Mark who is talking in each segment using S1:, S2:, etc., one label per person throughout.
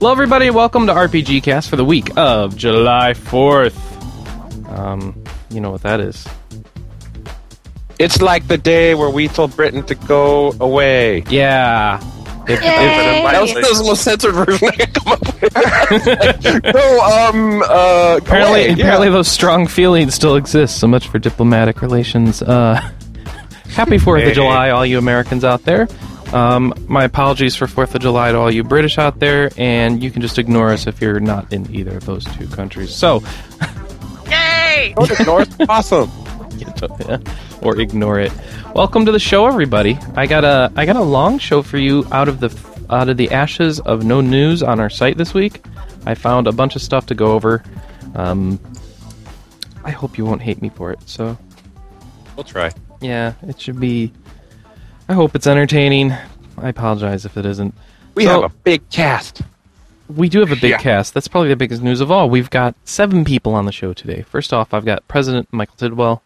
S1: Hello, everybody. Welcome to RPG Cast for the week of July 4th. Um, you know what that is.
S2: It's like the day where we told Britain to go away.
S1: Yeah. If-
S3: Yay.
S2: That was, that was the most censored version I could come up with. no, um, uh,
S1: apparently,
S2: away, yeah.
S1: apparently those strong feelings still exist. So much for diplomatic relations. Uh, happy Fourth of
S2: Hey.
S1: July, all you Americans out there. Um, my apologies for Fourth of July to all you British out there, and you can just ignore us if you're not in either of those two countries. So,
S3: Yay!
S2: Go to North. awesome.
S1: or ignore it. Welcome to the show, everybody. I got a I got a long show for you out of the out of the ashes of no news on our site this week. I found a bunch of stuff to go over. Um, I hope you won't hate me for it. So
S2: We'll try.
S1: yeah, it should be. I hope it's entertaining. I apologize if it isn't.
S2: We
S1: So-
S2: have a big cast.
S1: We do have a big
S2: Yeah.
S1: cast. That's probably the biggest news of all. We've got seven people on the show today. First off, I've got President Michael Tidwell,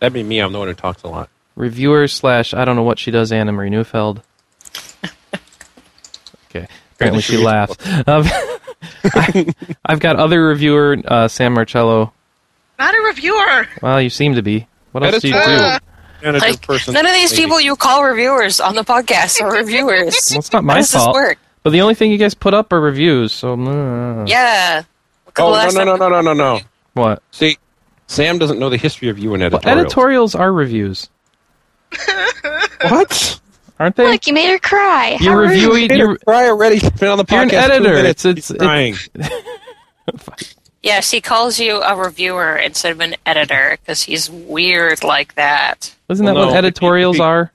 S2: That'd be me. I'm the one who talks a lot.
S1: reviewer slash I don't know what she does, Anna Marie Neufeld. Okay, apparently she
S2: she
S1: laughs. Um, I, have got other reviewer uh, Sam Marcello.
S3: Not a reviewer.
S1: Well, you seem to be. What
S2: That
S1: else
S2: is
S1: do you
S2: true.
S1: do?
S2: Uh, Manager
S4: Like,
S2: person.
S4: none of these
S2: lady.
S4: people you call reviewers on the podcast are reviewers.
S1: Well, it's not
S4: How
S1: my
S4: does this
S1: fault.
S4: work?
S1: But the only thing you guys put up are reviews. So uh,
S4: Yeah. Look at the
S2: Oh,
S4: last
S2: no, no, no,
S4: time-
S2: no, no, no, no.
S1: what?
S2: See, Sam doesn't know the history of you and
S1: Well,
S2: editorials.
S1: editorials are reviews,
S2: What?
S1: aren't they?
S3: Look, you made her cry. How
S1: you're
S3: rude.
S1: reviewing.
S2: Peter,
S1: You're,
S2: cry already. He's been on the podcast
S1: You're an
S2: two
S1: editor.
S2: minutes.
S1: It's- it's-
S2: He's crying.
S4: Yes, he calls you a reviewer instead of an editor because he's weird like that.
S1: isn't that
S2: Well,
S1: what
S2: no.
S1: editorials are?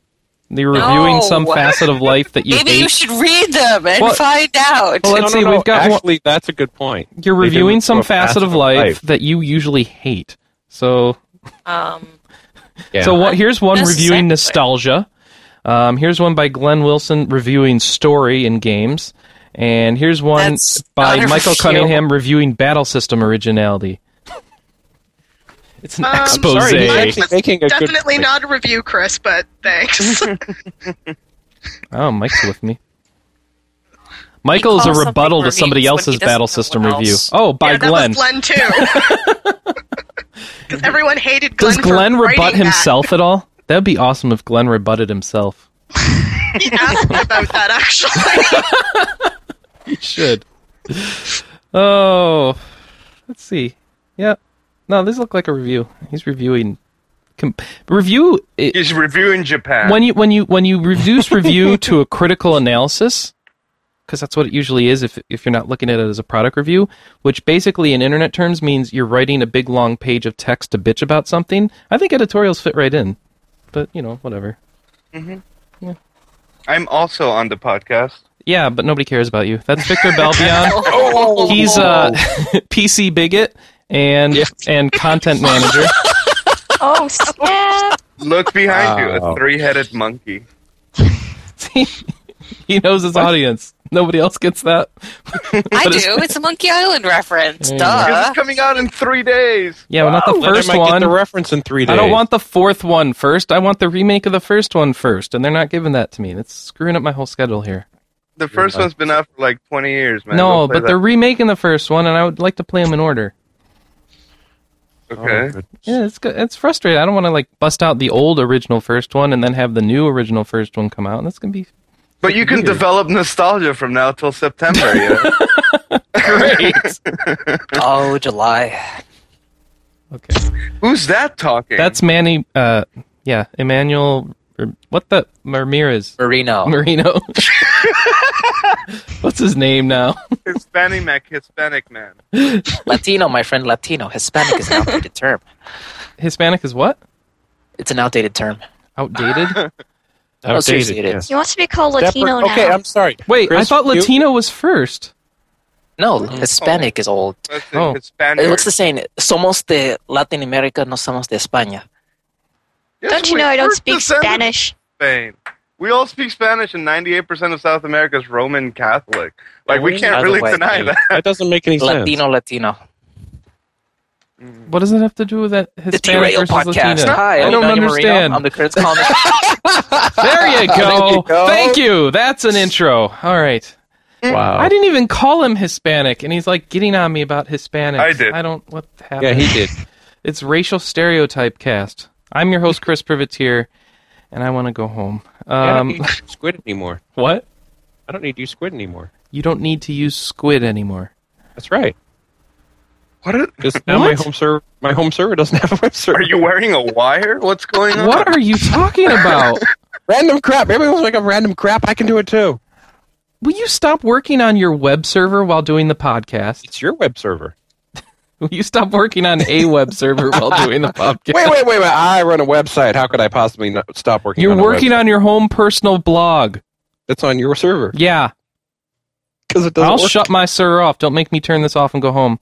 S1: They're reviewing some
S4: No.
S1: facet of life that you
S4: Maybe
S1: hate.
S4: you should read them and
S1: Well-
S4: find out.
S1: Well, let's
S2: no,
S1: see,
S2: no, no.
S1: we've got one-
S2: Actually, that's a good point.
S1: you're
S2: They didn't
S1: reviewing
S2: do
S1: some
S2: a
S1: facet of life, that you usually hate. So,
S4: um,
S2: Yeah.
S1: so what? Here's one
S4: That's
S1: reviewing
S4: exactly.
S1: nostalgia. Um, here's one by Glenn Wilson reviewing story in games, and here's one
S4: That's
S1: by
S4: not a
S1: Michael
S4: review.
S1: Cunningham reviewing battle system originality. It's an
S3: Um, I'm
S1: expose.
S2: Sorry, he's
S3: Jose.
S2: actually making a good
S3: Definitely
S2: point.
S3: not a review, Chris, but thanks.
S1: Oh, Mike's with me. Michael is a
S4: calls something
S1: rebuttal to
S4: reviews
S1: somebody
S4: when he
S1: else's
S4: doesn't
S1: battle
S4: know
S1: system
S4: what
S1: review.
S4: else.
S1: Oh, by
S3: yeah,
S1: Glenn.
S3: That was Glenn too. Because everyone hated Glenn.
S1: Does Glenn
S3: for
S1: rebut
S3: writing that.
S1: himself at all? That'd be awesome if Glenn rebutted himself.
S3: He asked about that actually.
S1: He should. oh, let's see. Yeah. No, this looked like a review. He's reviewing. Com- review i-
S5: He's reviewing Japan.
S1: when you when you when you reduce review to a critical analysis because that's what it usually is if, if you're not looking at it as a product review which basically in internet terms means you're writing a big long page of text to bitch about something i think editorials fit right in but you know whatever
S5: I'm also on the podcast.
S1: yeah but nobody cares about you that's victor belbion
S2: Oh,
S1: he's a pc bigot and
S2: Yeah.
S1: and content manager
S6: Oh snap!
S5: Look behind you,
S2: Wow.
S5: a three-headed monkey.
S1: See, he knows his audience nobody else gets that
S4: I
S1: But it's- Mm.
S4: do. It's a Monkey Island reference.
S1: There you
S4: Duh.
S5: Because it's coming out in three days.
S1: yeah well, not the
S2: Then I
S1: first
S2: might
S1: one
S2: uh, Get the reference in three days.
S1: I don't want the fourth one first. I want the remake of the first one first, and they're not giving that to me. That's screwing up my whole schedule here.
S5: The first one's been out for like 20 years, man.
S1: no,
S5: Don't play
S1: but they're remaking the first one, and I would like to play them in order.
S2: Oh,
S5: that. okay.
S1: Yeah, it's good. It's frustrating. I don't want to like bust out the old original first one and then have the new original first one come out, and that's gonna be
S5: But you can
S1: Weird.
S5: develop nostalgia from now till September. You know?
S1: great.
S4: Oh, July.
S1: okay,
S5: Who's that talking?
S1: that's Manny. Uh, yeah, Emmanuel. or What the Ramirez
S4: Marino.
S1: Marino? What's his name now?
S5: Hispanic man. Hispanic man.
S7: Latino, my friend, Latino. Hispanic is an outdated term.
S1: Hispanic is what?
S7: It's an outdated term.
S1: Outdated.
S7: Oh, seriously, it is.
S6: He wants to be called Latino
S2: Depre- okay,
S6: now.
S2: I'm sorry.
S1: Wait, I
S2: Chris,
S1: thought
S2: you-
S1: Latino was first.
S7: No, Hispanic is old.
S5: Listen,
S1: Oh.
S5: Hispanic.
S7: What's the saying? Somos de Latin America, no somos de España.
S5: Yes,
S6: Don't you
S5: we
S6: know I don't
S5: first
S6: speak
S5: descended from
S6: Spanish?
S5: Spain. We all speak Spanish, and 98% of South America is Roman Catholic. Like, we can't
S7: Either
S5: really
S7: way,
S5: deny
S7: hey.
S5: that.
S2: That doesn't make any sense.
S7: Latino, Latino.
S1: What does it have to do with that
S7: The
S1: Hispanic
S7: Derail
S1: versus
S7: podcast.
S1: Latina?
S7: Hi,
S1: I
S7: I'm
S1: don't
S7: Daniel Marino.
S1: understand.
S7: I'm the Kurtz comic.
S1: There you go.
S2: go.
S1: Thank you. That's an intro. All right. Wow. I didn't even call him Hispanic, and he's like getting on me about Hispanics.
S5: I did.
S1: I don't. What happened?
S2: Yeah, he did.
S1: It's racial stereotype cast. I'm your host, Chris Privateer, and I want to go home.
S2: I don't
S1: Um,
S2: need you squid anymore.
S1: what?
S2: I don't need you squid anymore.
S1: You don't need to use squid anymore.
S2: That's right.
S5: What are,
S2: 'Cause now my
S1: What?
S2: home server, my home server doesn't have a web server.
S5: are you wearing a wire? What's going on?
S1: What are you talking about?
S2: random crap? Everyone's like a random crap. I can do it too.
S1: Will you stop working on your web server while doing the podcast?
S2: It's your web server.
S1: Will you stop working on a web server while doing the podcast?
S2: Wait, wait, wait, wait! I run a website. How could I possibly not stop working?
S1: You're
S2: on a
S1: working
S2: website?
S1: on your home personal blog.
S2: That's on your server
S1: Yeah.
S2: because it doesn't
S1: I'll
S2: work.
S1: shut my server off. Don't make me turn this off and go home.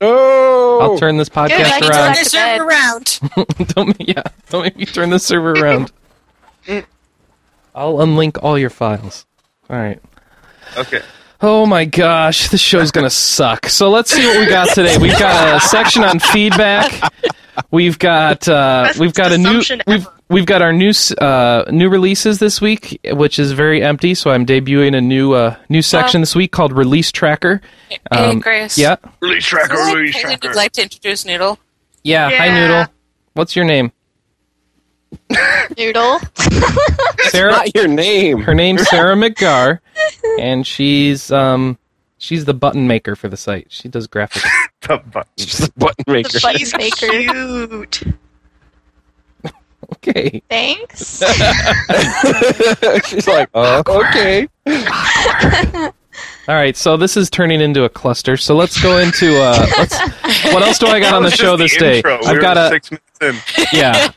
S2: no.
S1: I'll turn this
S6: Get
S1: podcast
S6: back to
S1: around.
S6: that.
S4: the server around.
S1: don't make, yeah, don't make me turn the server around. I'll unlink all your files. All right.
S5: Okay.
S1: Oh my gosh, this show's gonna suck. So let's see what we got today. We've got a section on feedback. We've got uh,
S3: Best
S1: we've got a new
S3: assumption
S1: we've
S3: ever.
S1: we've got our new s- uh, new releases this week, which is very empty. So I'm debuting a new uh, new section this week called Release Tracker.
S4: hey, Grace.
S1: Um, Yeah,
S5: Release
S4: I
S5: tracker,
S4: feel
S5: release
S4: like Haley
S5: tracker.
S4: would like to introduce Noodle.
S1: yeah. Hi
S3: Yeah.
S1: Noodle, what's your name?
S6: Noodle.
S1: Sarah.
S2: not your name.
S1: Her name's Sarah McGar, and she's um she's the button maker for the site. She does graphics.
S5: The button.
S2: She's the button maker.
S6: The button maker.
S3: Cute.
S1: Okay.
S6: Thanks.
S2: She's like, uh, okay.
S1: All right, so this is turning into a cluster. So let's go into uh, let's, what else do I got on the
S5: Just
S1: show this day?
S5: intro.
S1: I've
S5: We're
S1: got a
S5: six minutes in.
S1: yeah,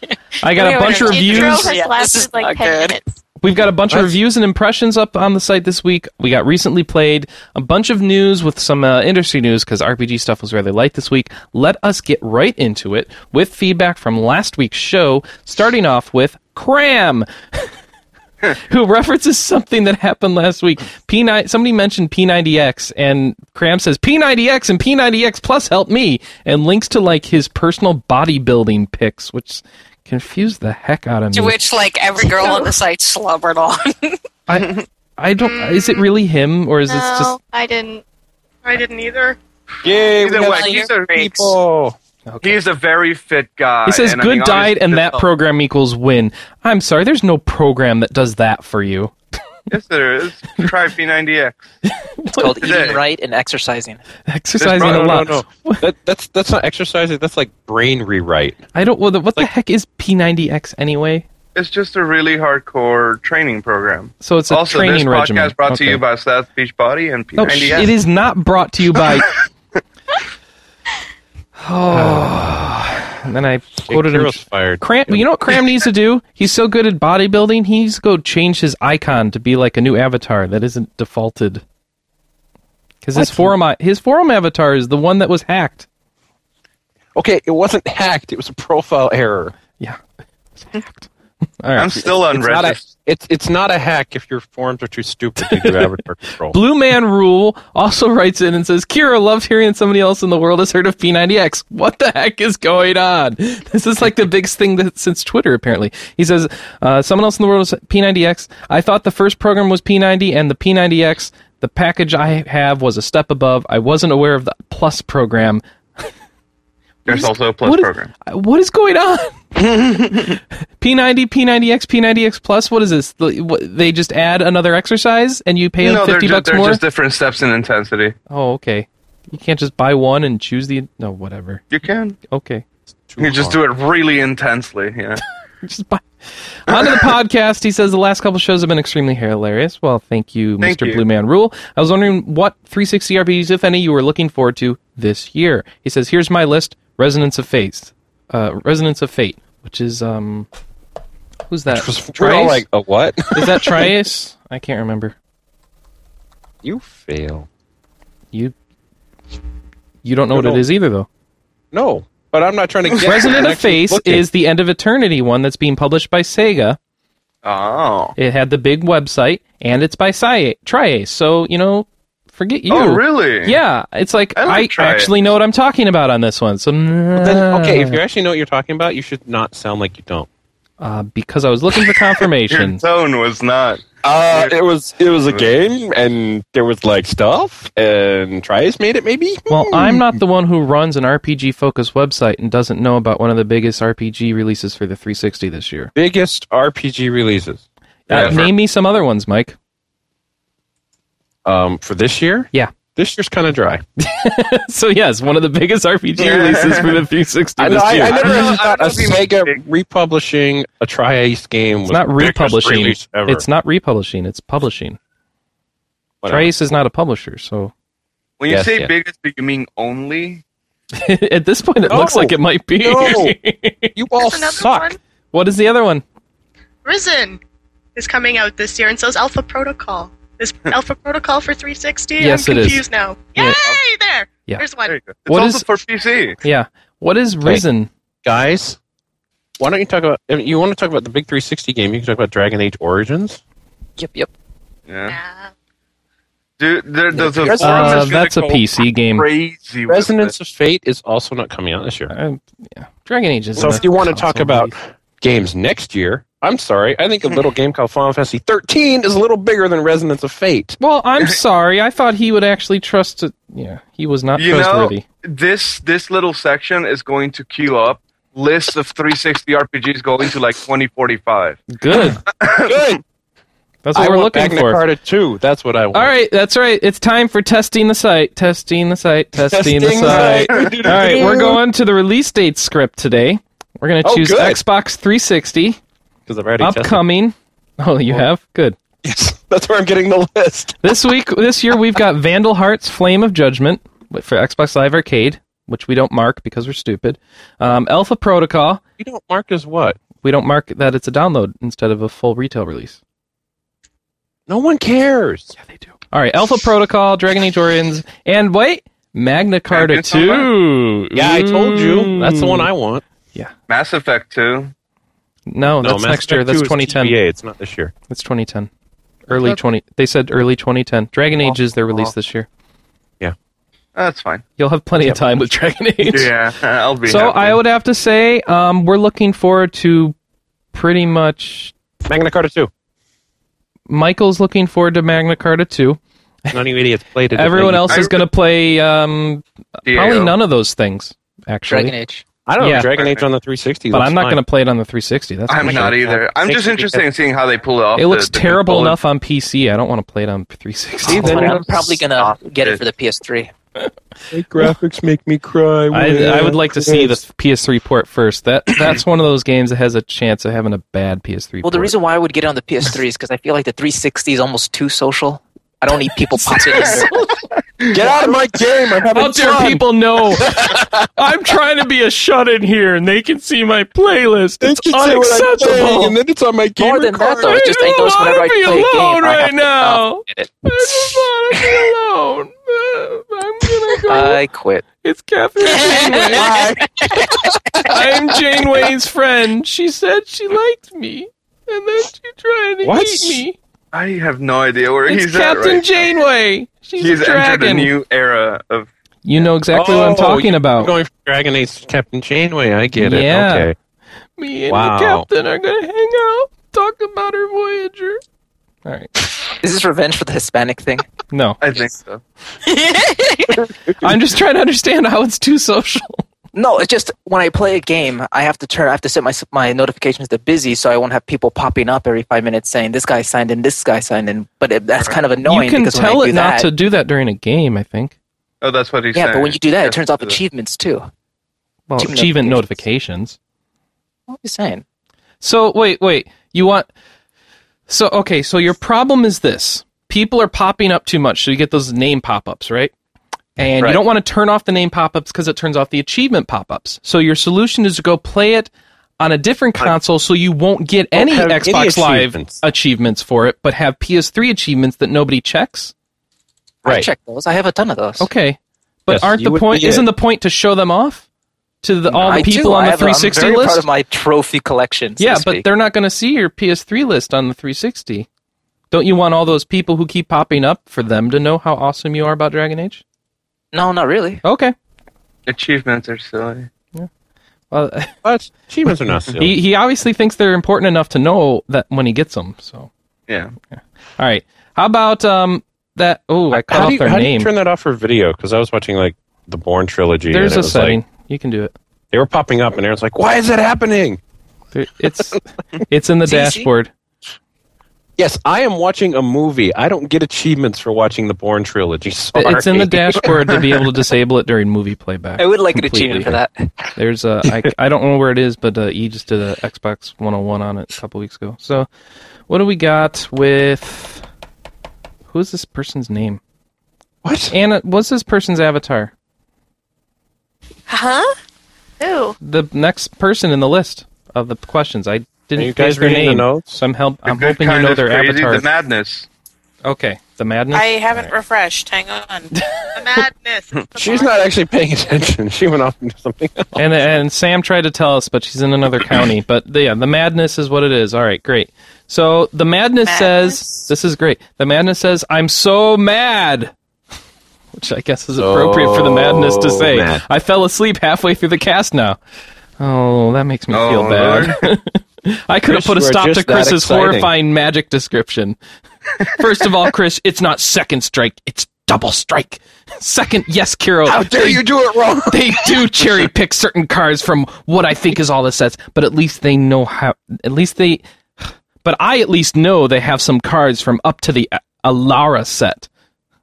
S1: I got
S4: Wait,
S1: a
S4: wait,
S1: bunch of
S4: wait,
S6: Intro
S1: reviews.
S6: has
S4: Yeah, this
S6: lasted
S4: is
S6: like
S4: not
S6: 10
S4: good.
S6: minutes.
S1: We've got a bunch of
S2: What?
S1: reviews and impressions up on the site this week. We got recently played, a bunch of news with some uh, industry news because RPG stuff was really light this week. Let us get right into it with feedback from last week's show, starting off with Cram, who references something that happened last week. P9, somebody mentioned P90X, and Cram says P90X and P90X plus help me, and links to like his personal bodybuilding pics, which confused the heck out of me.
S4: To which, like, every girl on the site slobbered on.
S1: I I don't. Is it really him or is
S6: No,
S1: this just?
S6: I didn't.
S3: I didn't either.
S2: Yay, we
S5: Either
S2: got
S5: way,
S4: some
S5: he's a,
S4: freaks.
S2: people.
S5: he's a very fit guy.
S1: He says
S5: and I mean,
S1: good diet and
S5: obviously-
S1: that program equals win. I'm sorry, there's no program that does that for you.
S5: Yes, there is. Try P90X.
S7: It's called
S5: Today.
S7: eating right and exercising.
S1: Exercising
S5: no,
S1: a
S5: no,
S1: lot.
S2: no, That, that's that's not exercising. That's like brain rewrite.
S1: I don't. Well, the, what the heck is P90X anyway?
S5: It's just a really hardcore training program.
S1: So it's a
S5: also,
S1: training
S5: this podcast
S1: regimen.
S5: brought to
S1: Okay.
S5: you by South Beach Body and
S1: No, sh-
S5: P90X.
S1: it is not brought to you by. oh, and then I quoted him.
S2: Heroes fired.
S1: Cram, you know what Cram needs to do? He's so good at bodybuilding, he needs to go change his icon to be like a new avatar that isn't defaulted. Because his forum, i- his forum avatar is the one that was hacked.
S2: Okay, it wasn't hacked. It was a profile error.
S1: Yeah, It's hacked. All
S5: I'm
S1: right.
S5: still
S2: It's not, a,
S5: unregistered.
S2: it's, it's not a hack if your forms are too stupid to do avatar control.
S1: Blue Man Rule also writes in and says, "Kira loved hearing somebody else in the world has heard of P90X. What the heck is going on? This is like the biggest thing that, since Twitter, apparently." He says, uh, "Someone else in the world is P90X. I thought the first program was P90, and the P90X, the package I have, was a step above. I wasn't aware of the Plus program.
S5: There's also a plus
S1: What is-
S5: program.
S1: Uh, What is going on?" P90, P90X, P90X Plus. What is this? The- what- They just add another exercise, and you pay them
S5: no, they're,
S1: fifty
S5: ju-
S1: bucks
S5: they're
S1: more.
S5: just different steps in intensity.
S1: Oh, okay. You can't just buy one and choose the no, whatever.
S5: You can.
S1: Okay,
S5: You just do it really intensely. Yeah.
S1: just buy. Onto the podcast. He says the last couple shows have been extremely hilarious. Well, thank you,
S5: Thank
S1: Mr.
S5: you.
S1: Blue Man Rule. I was wondering what 360 RPGs, if any, you were looking forward to this year. He says, "Here's my list: Resonance of Fate, uh, Resonance of Fate, which is um, who's that?
S2: We're all
S1: Triace?
S2: like, a what?
S1: is that Triace? I can't remember.
S2: you fail.
S1: You, you don't know what
S2: No.
S1: it is either, though.
S2: No, but I'm not trying to get
S1: Resident
S2: I'm
S1: of
S2: actually
S1: Face
S2: looking.
S1: is the End of Eternity one that's being published by Sega.
S5: Oh.
S1: It had the big website, and it's by Sci- Triace. So you know, forget you.
S5: Oh, really?
S1: Yeah, it's like
S5: I
S1: I,
S5: like Triace.
S1: actually know what I'm talking about on this one. So
S2: Then, okay,
S1: uh,
S2: if you actually know what you're talking about, you should not sound like you don't.
S1: uh, because I was looking for
S5: Your
S1: confirmation.
S5: tone was not.
S2: Uh, it was it was a game, and there was like stuff, and Trice made it maybe. Hmm.
S1: Well, I'm not the one who runs an RPG focused website and doesn't know about one of the biggest RPG releases for the 360 this year.
S2: biggest RPG releases.
S1: Uh,
S2: Yeah, for-
S1: name me some other ones, Mike.
S2: Um, for this year,
S1: Yeah.
S2: this year's kind of dry.
S1: so yes, one of the biggest RPG releases for the 360
S2: I,
S1: this
S2: I,
S1: year.
S2: I never
S5: I don't know-
S2: really thought
S5: I
S2: a
S5: don't know if
S2: Sega
S5: it's-
S2: republishing a Tri-Ace game.
S1: it's not republishing. It's not republishing. It's publishing. Trace is not a publisher, so
S5: When you
S2: Yes,
S5: say
S2: yeah.
S5: biggest, do you mean only?
S1: at this point, it
S2: No.
S1: looks like it might be.
S2: No. you all
S3: There's another
S2: suck.
S3: one.
S1: what is the other one?
S3: Risen is coming out this year, and so is Alpha Protocol. Is Alpha Protocol for 360?
S1: Yes, it
S3: I'm
S1: is.
S3: confused now. Yay!
S1: Yeah.
S3: There.
S1: Yeah.
S3: There's
S5: There
S3: one.
S5: you go. It's
S1: What
S5: also
S1: is-
S5: for PC.
S1: Yeah. What is Risen?
S2: guys. Why don't you talk about? If you want to talk about the big 360 game? You can talk about Dragon Age Origins.
S7: Yep, yep.
S5: Yeah.
S3: Nah.
S5: Dude, there, there's a
S2: Res-
S5: forum
S1: Uh,
S5: that's gonna
S1: that's a
S5: go
S1: PC game.
S5: Crazy. with
S2: Resonance of Fate is also not coming out this year.
S1: Uh, yeah. Dragon Age is.
S2: So
S1: a
S2: if you want to talk
S1: console
S2: about
S1: release.
S2: games next year, I'm sorry, I think a little game called Final Fantasy 13 is a little bigger than Resonance of Fate.
S1: well, I'm sorry. I thought he would actually trust. It. Yeah, he was not
S5: You know-
S1: trustworthy.
S5: this this little section is going to queue up lists of 360 RPGs going to like 2045.
S1: Good.
S2: Good.
S1: That's what
S2: I
S1: we're
S2: want
S1: looking
S2: Magna
S1: for.
S2: Carta 2. That's what I want.
S1: All right, that's right. It's time for testing the site. Testing the site. Testing, the site. All right, we're going to the release date script today. We're going to
S2: Oh,
S1: choose
S2: good.
S1: Xbox 360
S2: Because I've already
S1: upcoming. Oh, you have? Good.
S2: tested. Yes, that's where I'm getting the list.
S1: This week this year we've got Vandal Hearts Flame of Judgment for Xbox Live Arcade, which we don't mark because we're stupid. Um, Alpha Protocol,
S2: You don't mark as what?
S1: we don't mark that it's a download instead of a full retail release.
S2: No one cares.
S1: Yeah, they do. All right, Alpha Protocol, Dragon Age Origins, and wait, Magna Carta
S5: Magna
S1: 2.
S5: Carta?
S2: Yeah, I told you. That's the one I want.
S5: Mass Effect 2.
S1: No, Oh, that's
S2: Mass
S1: next year.
S2: Effect
S1: That's
S2: 2 is
S1: 2010.
S2: TBA. It's not this year.
S1: That's 2010. Early 20. They said early 2010. Dragon Age is their release this year.
S5: That's fine.
S1: You'll have plenty of time with Dragon Age.
S5: Yeah, I'll be.
S1: So
S5: happy.
S1: I would have to say um, we're looking forward to pretty much.
S2: Magna Carta 2.
S1: Michael's looking forward to Magna Carta 2.
S2: None of you idiots played it.
S1: Everyone else
S5: I
S1: is going to play um,
S5: DAO.
S1: probably none of those things,
S7: Dragon
S1: actually.
S7: Age.
S2: I don't
S1: Yeah.
S2: know. Dragon Age on the 360.
S1: But
S2: looks
S1: I'm not
S2: fine.
S1: going to play it on the 360. That's
S5: I'm
S1: for
S5: not
S1: sure.
S5: either. I'm just
S2: 60
S5: interested in seeing how they pull it off.
S1: It
S5: the-
S1: looks
S5: the
S1: terrible
S5: controller.
S1: enough on PC. I don't want to play it on 360.
S2: See, then
S7: Oh, I'm
S2: I'm
S7: probably gonna get it for the PS3.
S2: The graphics make me cry.
S1: I, I would like to see the PS3 port first. That that's one of those games that has a chance of having a bad PS3.
S7: Well, the
S1: port.
S7: reason why I would get it on the PS3 is because I feel like the 360 is almost too social. I don't need people popping in. there.
S2: Get out of my game. I'm having
S1: how dare
S2: fun.
S1: people know? I'm trying to be a shut in here, and they can see my playlist.
S2: They
S1: It's
S2: can see what I'm playing, and
S1: unacceptable.
S2: then it's on my game.
S7: More than that, though, it's just
S1: I
S7: I notice
S1: don't
S7: whenever I
S1: wanna be
S7: play a game,
S1: alone
S7: I
S1: right
S7: have to
S1: now.
S7: stop it.
S1: I just want to be alone. I'm gonna go.
S7: I quit.
S1: it's Catherine Janeway. I'm Janeway's friend. She said she liked me, and then she tried to
S2: What?
S1: eat me.
S5: I have no idea where
S1: It's
S5: he's at
S1: Captain
S5: right
S1: Janeway.
S5: now.
S1: She's
S5: He's
S1: a
S5: entered a
S1: dragon.
S5: new era of.
S1: you know exactly what I'm
S2: Oh,
S1: talking
S2: you're
S1: about.
S2: going from Dragon Age to Captain Janeway. I get it.
S1: Yeah.
S2: Okay.
S1: Me and
S2: Wow.
S1: the captain are gonna hang out, talk about her Voyager. All right.
S7: Is this revenge for the Hispanic thing?
S1: No,
S5: I think so.
S1: I'm just trying to understand how it's too social.
S7: No, it's just when I play a game, I have to turn, I have to set my my notifications to busy, so I won't have people popping up every five minutes saying this guy signed in, this guy signed in. But it, that's kind of annoying
S1: you can
S7: because
S1: tell
S7: when I
S1: it
S7: do
S1: not
S7: that,
S1: to do that during a game. I think.
S5: Oh, that's what he's
S7: yeah.
S5: saying.
S7: But when you do that, it turns off
S5: Yeah.
S7: achievements too. What
S1: Well,
S7: Achievement
S1: achievement notifications.
S7: notifications. are you saying?
S1: So wait, wait. You want? So okay. So your problem is this: people are popping up too much, so you get those name pop-ups, right? And you
S5: Right.
S1: don't want to turn off the name pop-ups because it turns off the achievement pop-ups. So your solution is to go play it on a different console, so you won't get any
S2: have any
S1: Xbox Live
S2: achievements.
S1: achievements for it, but have PS3 achievements that nobody checks.
S7: I
S2: Right.
S7: check those. I have a ton of those.
S1: Okay, but
S2: Yes,
S1: aren't
S2: you
S1: the
S2: would
S1: point?
S2: be it.
S1: Isn't the point to show them off to the, all the
S7: I
S1: people
S7: do.
S1: on
S7: I
S1: the
S7: have a-
S1: 360
S7: I'm very
S1: list?
S7: proud of my trophy collection. so
S1: yeah,
S7: to
S1: but
S7: speak.
S1: they're not going to see your PS3 list on the 360. Don't you want all those people who keep popping up for them to know how awesome you are about Dragon Age?
S7: no, not really.
S1: Okay.
S5: Achievements are silly.
S1: Well,
S2: But achievements are not silly.
S1: he, he obviously thinks they're important enough to know that when he gets them. So
S5: Yeah.
S1: All right. How about um that? Oh, I cut
S2: How,
S1: off
S2: do you,
S1: their
S2: how do you
S1: name.
S2: turn that off for video? Because I was watching like the Born trilogy.
S1: There's
S2: and it
S1: a
S2: was
S1: setting.
S2: Like,
S1: you can do it.
S2: they were popping up, and Aaron's like, "Why is it happening?"
S1: There- It's it's in the
S7: See, see?
S1: dashboard.
S2: Yes, I am watching a movie. I don't get achievements for watching the Born trilogy. Sorry.
S1: It's in the dashboard to be able to disable it during movie playback.
S7: I would like an
S1: Completely.
S7: achievement for that.
S1: There's a I, I don't know where it is, but uh, E just did a Xbox 101 on it a couple weeks ago. So, what do we got with? Who is this person's name?
S2: What?
S1: Anna, what's this person's avatar?
S4: Huh?
S3: Ew.
S1: The next person in the list of the questions. I
S2: Are
S1: didn't
S2: you guys
S1: catch their
S2: reading the
S1: name.
S2: notes?
S1: so I'm help. I'm
S5: the good
S1: hoping you
S5: kind
S1: know
S5: of
S1: their
S5: crazy,
S1: avatar.
S5: the madness.
S1: okay, the madness.
S4: I haven't refreshed. Hang on.
S3: The madness. It's the
S2: She's
S3: mar-
S2: not actually paying attention. She went off into something else.
S1: and and Sam tried to tell us, but she's in another county. But the, yeah, the madness is what it is. All right, great. So the madness, says,
S4: Madness.
S1: "This is great." The madness says, "I'm so mad," which I guess is appropriate for the madness to
S2: So
S1: say.
S2: mad.
S1: I fell asleep halfway through the cast now. Oh, that makes me
S5: Oh,
S1: feel bad. I could have
S2: Chris,
S1: put a
S2: you are
S1: stop to
S2: just that
S1: Chris's
S2: exciting.
S1: horrifying magic description. First of all, Chris, it's not second strike; it's double strike. Second, yes, Kiro.
S2: How dare
S1: they
S2: you do it wrong?
S1: they do cherry pick certain cards from what I think is all the sets, but at least they know how. At least they. But I at least know they have some cards from up to the A- Alara set.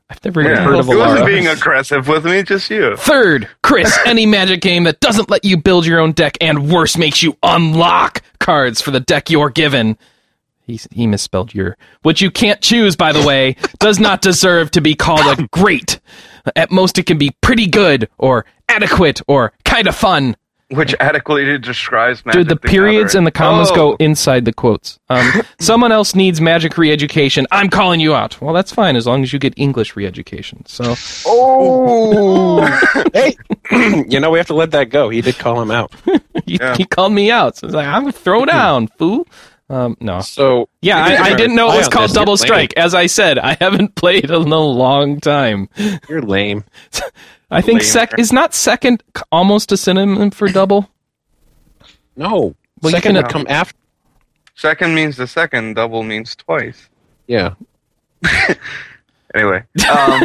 S1: I've never even
S5: Yeah.
S1: heard of
S5: He wasn't
S1: Alara.
S5: being aggressive with me, just you.
S1: Third, Chris, any magic game that doesn't let you build your own deck and worse makes you unlock cards for the deck you're given. He, he misspelled your, which you can't choose, by the way, does not deserve to be called a great. At most, it can be pretty good or adequate or kind of fun.
S5: Which adequately describes magic.
S1: Dude, the periods and the commas
S5: Oh.
S1: go inside the quotes. Um, someone else needs magic re-education. I'm calling you out. Well, that's fine as long as you get English re-education. So
S2: Oh, hey, you know we have to let that go. He did call him out.
S1: he,
S5: Yeah. Mm-hmm.
S1: he called me out. So I was like, I'm gonna throw down, fool. Um, no.
S2: So
S1: Yeah,
S2: you guys
S1: I, I
S2: are
S1: didn't know
S2: high
S1: it was
S2: on
S1: called
S2: this. You're
S1: Double
S2: lame.
S1: Strike. As I said, I haven't played in a long time.
S2: You're lame.
S1: I think
S5: Lame.
S1: sec is not second c- almost a synonym for double.
S2: No,
S1: Well, you
S2: second
S1: can- uh,
S2: would come after.
S5: Second means the second, double means twice.
S2: Yeah,
S5: Anyway. Um,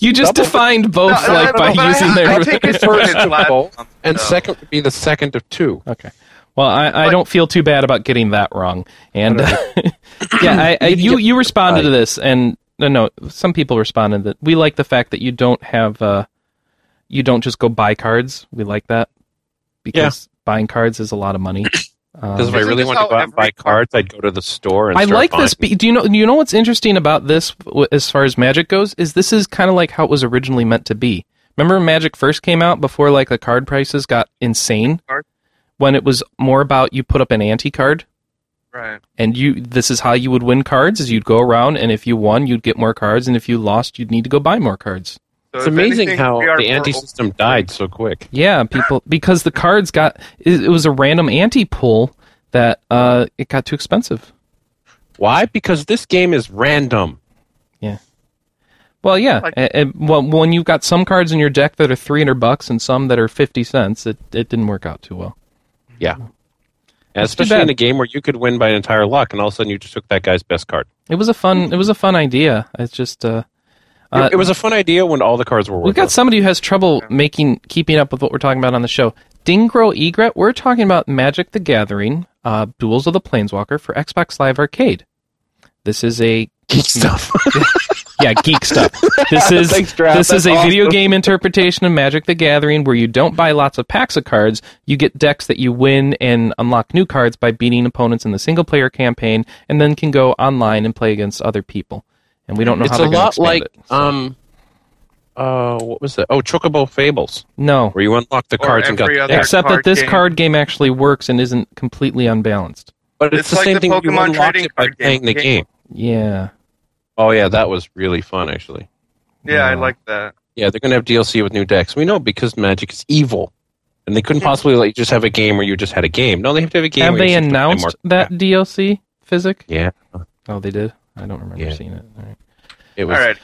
S1: You just
S2: Double-
S1: defined both
S5: no,
S1: like
S5: no,
S1: by
S5: but I-
S1: using
S5: I
S1: their.
S5: take it for its
S2: double,
S5: last-
S2: and
S5: no.
S2: second would be the second of two.
S1: Okay. Well, I, I
S5: But-
S1: don't feel too bad about getting that wrong. And yeah, I, I,
S2: You can
S1: you
S2: get-
S1: you responded to this, and no, no, some people responded that we like the fact that you don't have uh, you don't just go buy cards. We like that because buying cards is a lot of money. Um,
S2: Because if I
S5: Isn't
S2: really
S5: this
S2: wanted to
S5: how
S2: go out and
S5: every-
S2: buy cards, I'd go to the store and
S1: I
S2: start
S1: like
S2: buying.
S1: this. be- Do you know? You know what's interesting about this, w- as far as Magic goes, is this is kind of like how it was originally meant to be. Remember, when Magic first came out before like the card prices got insane,
S5: Card?
S1: when it was more about you put up an anti card,
S5: right.
S1: and you this is how you would win cards: is you'd go around, and if you won, you'd get more cards, and if you lost, you'd need to go buy more cards.
S5: So
S2: It's
S5: if
S2: amazing
S5: anything,
S2: how
S5: we are
S2: the
S5: more
S2: anti system died so quick.
S1: Yeah, people, because the cards got it, it was a random anti pull that uh, it got too expensive.
S2: Why? Because this game is random.
S1: Well, yeah.
S5: Like-
S1: A- a- well, when you've got some cards in your deck that are 300 bucks and some that are 50 cents, it, it didn't work out too well.
S2: Yeah. And
S1: That's too
S2: especially
S1: bad.
S2: in a game where you could win by an entire luck, and all of a sudden you just took that guy's best card.
S1: It was a fun it was a fun idea. It's just uh, uh,
S2: it was a fun idea when all the cards were
S1: we've
S2: worth.
S1: got somebody who has trouble making keeping up with what we're talking about on the show. Dingro Egret, we're talking about Magic the Gathering, uh, Duels of the Planeswalker for Xbox Live Arcade. This is a
S2: geek stuff.
S1: yeah, geek stuff. This is
S2: Thanks, Draft.
S1: this is
S2: That's
S1: a
S2: awesome.
S1: video game interpretation of Magic: The Gathering, where you don't buy lots of packs of cards. You get decks that you win and unlock new cards by beating opponents in the single-player campaign, and then can go online and play against other people. And we don't know
S2: it's
S1: how
S2: a
S1: they're going to
S2: lot
S1: expand
S2: like
S1: it.
S2: um, uh, what was that? Oh, Chocobo Fables,
S1: No,
S2: where you unlock the
S5: Or
S2: cards and got.
S5: every
S2: the
S5: other-
S2: deck.
S1: except that
S5: card
S1: this
S5: game.
S1: card game actually works and isn't completely unbalanced.
S2: But it's,
S5: It's
S2: the
S5: like
S2: same
S5: the
S2: thing. You
S5: Pokemon
S2: unlocked
S5: trading
S2: it by
S5: card game.
S2: playing the
S5: Yeah.
S2: game.
S1: Yeah,
S2: Oh yeah, that was really fun actually.
S5: Yeah, I like that.
S2: Yeah, they're gonna have DLC with new decks. We know because Magic is evil, and they couldn't possibly let you just have a game where you just had a game. No, they have to have a game.
S1: have
S2: where you
S1: they
S2: just to play more
S1: announced that
S2: crap.
S1: DLC physic?
S2: Yeah,
S1: Oh, they did. I don't remember
S2: Yeah.
S1: seeing it. All right.
S2: it
S5: All
S2: was.
S5: right.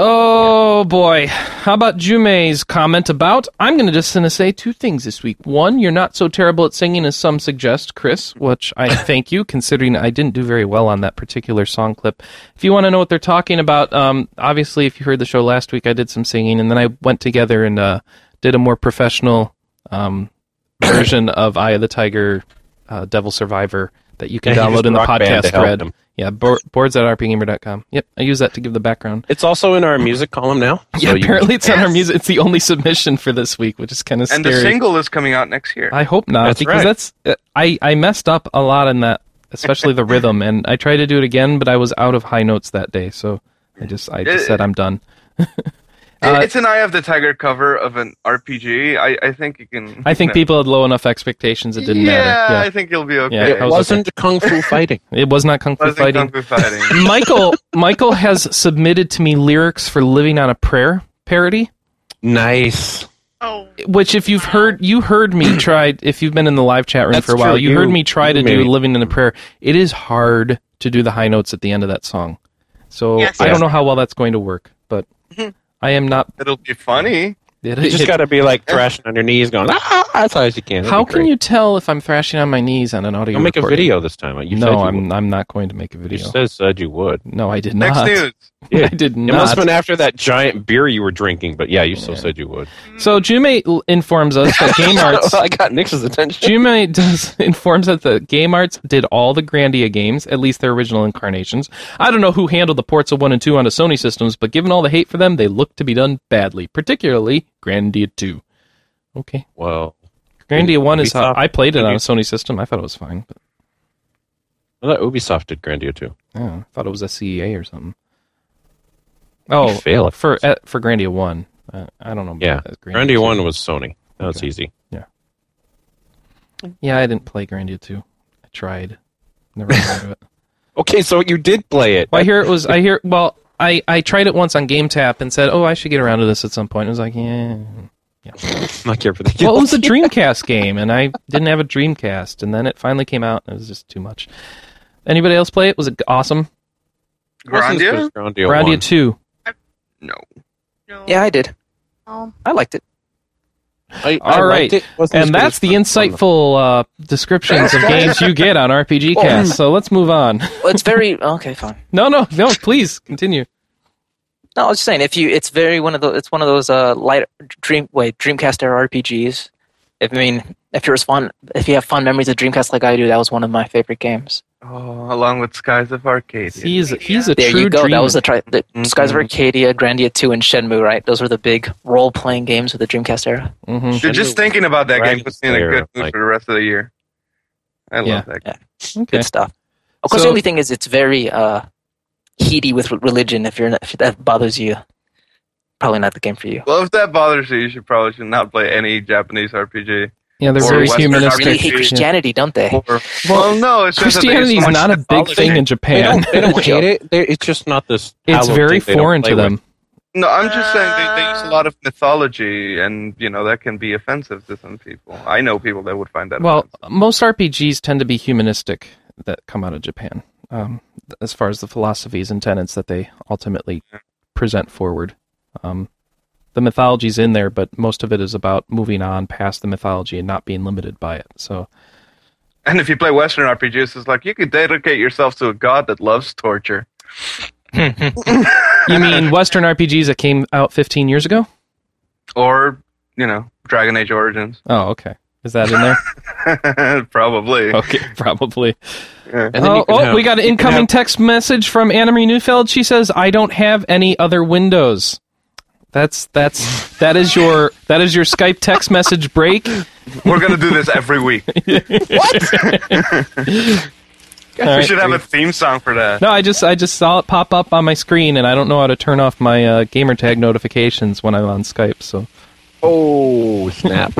S1: Oh boy. How about Jume's comment about I'm gonna just gonna say two things this week. One, you're not so terrible at singing as some suggest, Chris, which I thank you, considering I didn't do very well on that particular song clip. If you want to know what they're talking about, um, obviously if you heard the show last week I did some singing and then I went together and uh, did a more professional um, version of Eye of the Tiger uh, Devil Survivor that you can
S2: Yeah, he
S1: download
S2: used
S1: in the
S2: Rock Band to
S1: podcast
S2: help
S1: thread.
S2: him.
S1: Yeah, bo- boards at rpgamer.com. Yep, I use that to give the background.
S2: It's also in our music column now.
S1: Yeah,
S2: so you-
S1: apparently it's on our
S3: Yes.
S1: music. It's the only submission for this week, which is kind of
S5: And
S1: scary.
S5: the single is coming out next year.
S1: I hope not
S2: That's
S1: because
S2: right.
S1: that's uh, I I messed up a lot in that, especially the rhythm, and I tried to do it again, but I was out of high notes that day, so I just I just
S5: Uh,
S1: said I'm done. uh,
S5: It- it's an Eye of the Tiger cover of an RPG. I, I think you can.
S1: I think
S5: you know.
S1: people had low enough expectations it didn't
S5: yeah, I
S1: matter.
S5: think you'll be okay.
S1: Yeah,
S2: It
S1: I was
S2: wasn't kung fu fighting.
S1: Yeah, it was not kung fu
S5: Wasn't
S1: fighting.
S5: Kung Fu Fighting.
S1: Michael Michael has submitted to me lyrics for "Living on a Prayer" parody.
S2: nice.
S3: Oh,
S1: which if you've heard you heard me try if you've been in the live chat room
S2: That's
S1: for a while
S2: true.
S1: you,
S2: You-
S1: heard me try to
S2: you
S1: do
S2: maybe-
S1: living in a prayer it is hard to do the high notes at the end of that song so
S3: Yes,
S1: i
S2: yes.
S1: don't know how well that's going to work but i am not
S5: It'll be funny.
S1: it,
S2: You just
S1: it-
S2: got to be like thrashing on your knees, going ah, as high as you can. That'd
S1: how
S2: be
S1: can
S2: great.
S1: you tell if i'm thrashing on my knees on an audio
S2: I'll make a
S1: recording?
S2: video this time. You said
S1: no
S2: you
S1: i'm
S2: would.
S1: i'm not going to make a
S2: You
S1: video
S2: said, said you would.
S1: no i did
S5: Next
S1: not
S5: news.
S1: i did
S2: It must
S1: not
S2: have been after that giant beer you were drinking, but yeah, you still said you would.
S1: so jume l- informs us that game arts
S2: I got Nix's attention.
S1: Jume does informs that the Game Arts did all the Grandia games, at least their original incarnations. I don't know who handled the ports of 1 and 2 onto Sony systems, but given all the hate for them, they look to be done badly, particularly Grandia 2. Okay.
S2: Well,
S1: Grandia 1 is how
S2: Ubisoft-
S1: I played it on a Sony system. I thought it was fine, but
S2: I thought Ubisoft did Grandia too.
S1: I, don't know, I thought it was a CEA or something.
S2: You
S1: Oh,
S2: fail it.
S1: for uh, for Grandia 1. Uh, I don't know. about
S2: Yeah,
S1: that
S2: Grandia,
S1: 2.
S2: one was Sony. That was
S1: Okay.
S2: easy.
S1: Yeah, I didn't play Grandia 2. I tried. Never heard of it.
S2: Okay, so you did play it.
S1: Well, I hear it was. I hear. Well, I I tried it once on GameTap and said, "Oh, I should get around to this at some point." I was like, "Yeah."
S2: Not care for the
S1: Well, it was a Dreamcast game, and I didn't have a Dreamcast, and then it finally came out, and it was just too much. Anybody else play it? Was it awesome?
S5: Grandia?
S2: Grandia,
S1: Grandia
S2: one.
S1: Two.
S5: No.
S3: no.
S7: Yeah, I did.
S3: Oh.
S7: I liked it.
S2: I,
S1: All right. And that's the
S2: insightful.
S1: insightful uh, descriptions of games you get on RPG Cast. So let's move on.
S7: Well, it's very okay. Fine.
S1: No, no, no. Please continue.
S7: No, I was just saying if you, it's very one of those. It's one of those uh light dream wait Dreamcast era RPGs. If, I mean, if you're as fond, if you have fond memories of Dreamcast like I do, that was one of my favorite games.
S5: Oh, along with Skies of Arcadia.
S1: He's he's a
S7: There
S1: true Mm-hmm.
S7: you go.
S1: dreamer.
S7: That was the, tri- the
S5: Mhm.
S7: Skies of Arcadia, Grandia Two, and Shenmue. Right, those were the big role-playing games of the Dreamcast era.
S1: Mhm.
S5: Dude, just thinking about that game
S2: Dragon's
S5: puts me in a
S2: Lair,
S5: good mood
S2: like-
S5: for the rest of the year. I love
S1: Yeah.
S5: that.
S7: Yeah.
S5: Game.
S1: Okay.
S7: Good stuff. Of course,
S1: So-
S7: the only thing is it's very uh heaty with re- religion. If you're not, if that bothers you, probably not the game for you.
S5: Well, if that bothers you, you should probably should not play any Japanese RPG.
S1: Yeah, they're
S5: Or
S1: very
S5: Western
S7: They
S1: humanistic.
S7: really hate
S5: Yeah.
S7: Christianity, don't they?
S5: Or, well, no, it's just that they
S1: Christianity's
S5: use so
S1: not a
S5: much
S1: big thing in
S2: They
S1: Japan.
S2: don't, they don't hate it. They're, it's just not this.
S1: It's
S2: hallowed
S1: very
S2: thing they don't
S1: foreign
S2: play
S1: to
S2: with.
S1: them.
S5: No, I'm just saying they, they use a lot of mythology, and you know that can be offensive to some people. I know people that would find that.
S1: Well,
S5: offensive.
S1: most RPGs tend to be humanistic that come out of Japan, um, th- as far as the philosophies and tenets that they ultimately present forward. Um, the mythology's in there, but most of it is about moving on past the mythology and not being limited by it. So,
S5: and if you play Western RPGs, it's like you could dedicate yourself to a god that loves torture.
S1: you mean Western RPGs that came out 15 years ago?
S5: or you know Dragon Age Origins,
S1: Oh, okay. Is that in there?
S5: probably.
S1: Okay, probably.
S5: Yeah.
S2: And then
S1: oh,
S2: you can
S1: oh,
S2: have-
S1: we got an
S2: you can
S1: incoming
S2: have-
S1: text message from Anna Marie Neufeld. She says, "I don't have any other windows." That's that's that is your that is your Skype text message break.
S5: We're gonna do this every week. we should have a theme song for that.
S1: No, I just I just saw it pop up on my screen, and I don't know how to turn off my uh, gamer tag notifications when I'm on Skype. So
S2: Oh snap!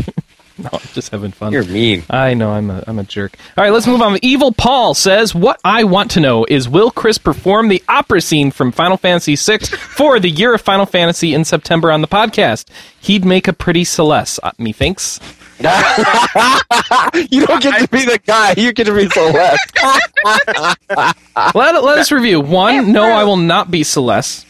S1: no,
S5: Oh.
S1: I'm just having fun.
S2: You're mean.
S1: I know I'm a I'm a jerk. All right, let's move on. Evil Paul says, "What I want to know is, will Chris perform the opera scene from Final Fantasy VI for the year of Final Fantasy in September on the podcast? He'd make a pretty Celeste, uh, methinks.
S2: You don't get to be the guy. You get to be Celeste.
S1: Let let us review. One, no, I will not be Celeste.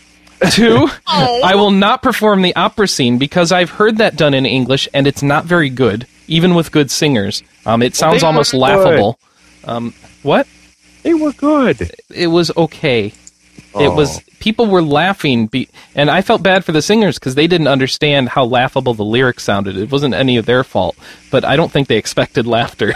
S1: Two,
S3: Oh.
S1: I will not perform the opera scene because I've heard that done in English and it's not very good, even with good singers. Um, it sounds
S2: they
S1: almost
S2: were good.
S1: laughable. Um, what?
S2: They were good.
S1: It was okay. It was people were laughing, be, and I felt bad for the singers because they didn't understand how laughable the lyrics sounded. It wasn't any of their fault, but I don't think they expected laughter,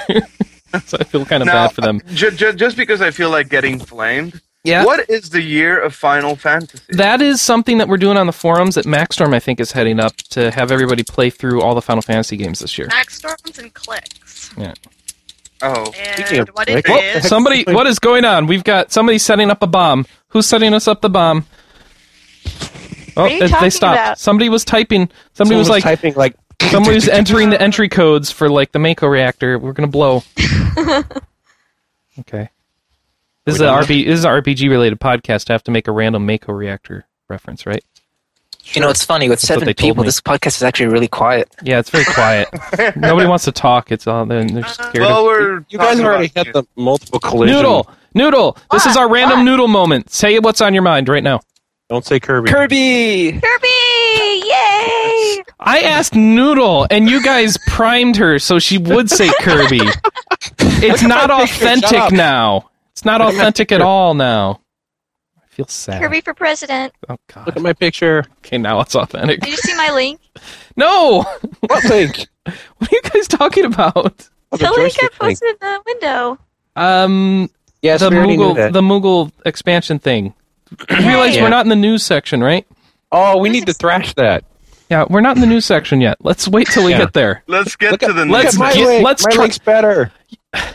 S1: so I feel kind of
S5: Now, uh,
S1: bad for them.
S5: Ju- ju- just because I feel like getting flamed.
S1: Yeah.
S5: What is the year of Final Fantasy?
S1: That is something that we're doing on the forums that Maxstorm I think is heading up to have everybody play through all the Final Fantasy games this year.
S3: Max storms and clicks.
S5: oh,
S2: Speaking
S3: And
S2: of
S3: what it
S2: clicks- Well,
S3: is?
S1: Somebody, what is going on? We've got somebody setting up a bomb. Who's setting us up the bomb? Oh,
S6: What are you
S1: they- they
S6: talking
S1: stopped.
S6: about?
S1: Somebody was typing. Somebody
S2: Someone
S1: was like,
S2: typing like
S1: somebody was entering the entry codes for like the Mako reactor. We're gonna blow. okay. This is
S2: We
S1: an
S2: don't-
S1: RP. This is an RPG related podcast. I have to make a random Mako reactor reference, right?
S7: You know, it's funny with
S1: what
S7: seven
S1: they told
S7: people.
S1: me.
S7: This podcast is actually really quiet.
S1: Yeah, it's very quiet. Nobody wants to talk. It's all they're, they're scared. of-
S5: well, we're
S2: you guys
S5: talking
S2: have already
S5: about
S2: had
S5: you.
S2: the multiple collision.
S1: Noodle, noodle. This is
S4: What?
S1: our random
S4: What?
S1: noodle moment. Say what's on your mind right now.
S2: Don't say Kirby.
S7: Kirby!
S6: Kirby! Yay!
S1: I asked Noodle, and you guys primed her so she would say Kirby. it's not authentic
S2: job.
S1: now. It's not authentic at all now. I feel sad.
S6: Kirby for president.
S1: Oh
S2: Look at
S1: God.
S2: my picture.
S1: Okay, now it's authentic.
S6: Did you see my link?
S1: No.
S2: What link?
S1: What are you guys talking about?
S2: Oh,
S6: the link I
S2: joystick link.
S6: posted in the window.
S1: Um,
S2: Yes,
S1: the
S2: we already knew
S1: Moogle,
S2: that.
S1: the Moogle expansion thing. You realize
S2: Yeah.
S1: we're not in the news section, right?
S2: Oh, we need to thrash that.
S1: Yeah, we're not in the news section yet. Let's wait till we
S2: Yeah.
S1: get there.
S5: Let's get
S2: Look
S5: to
S2: at-
S5: the
S1: let's
S5: next.
S2: Look at my
S1: get-
S2: link.
S1: let's
S2: my
S1: try-
S2: link's better.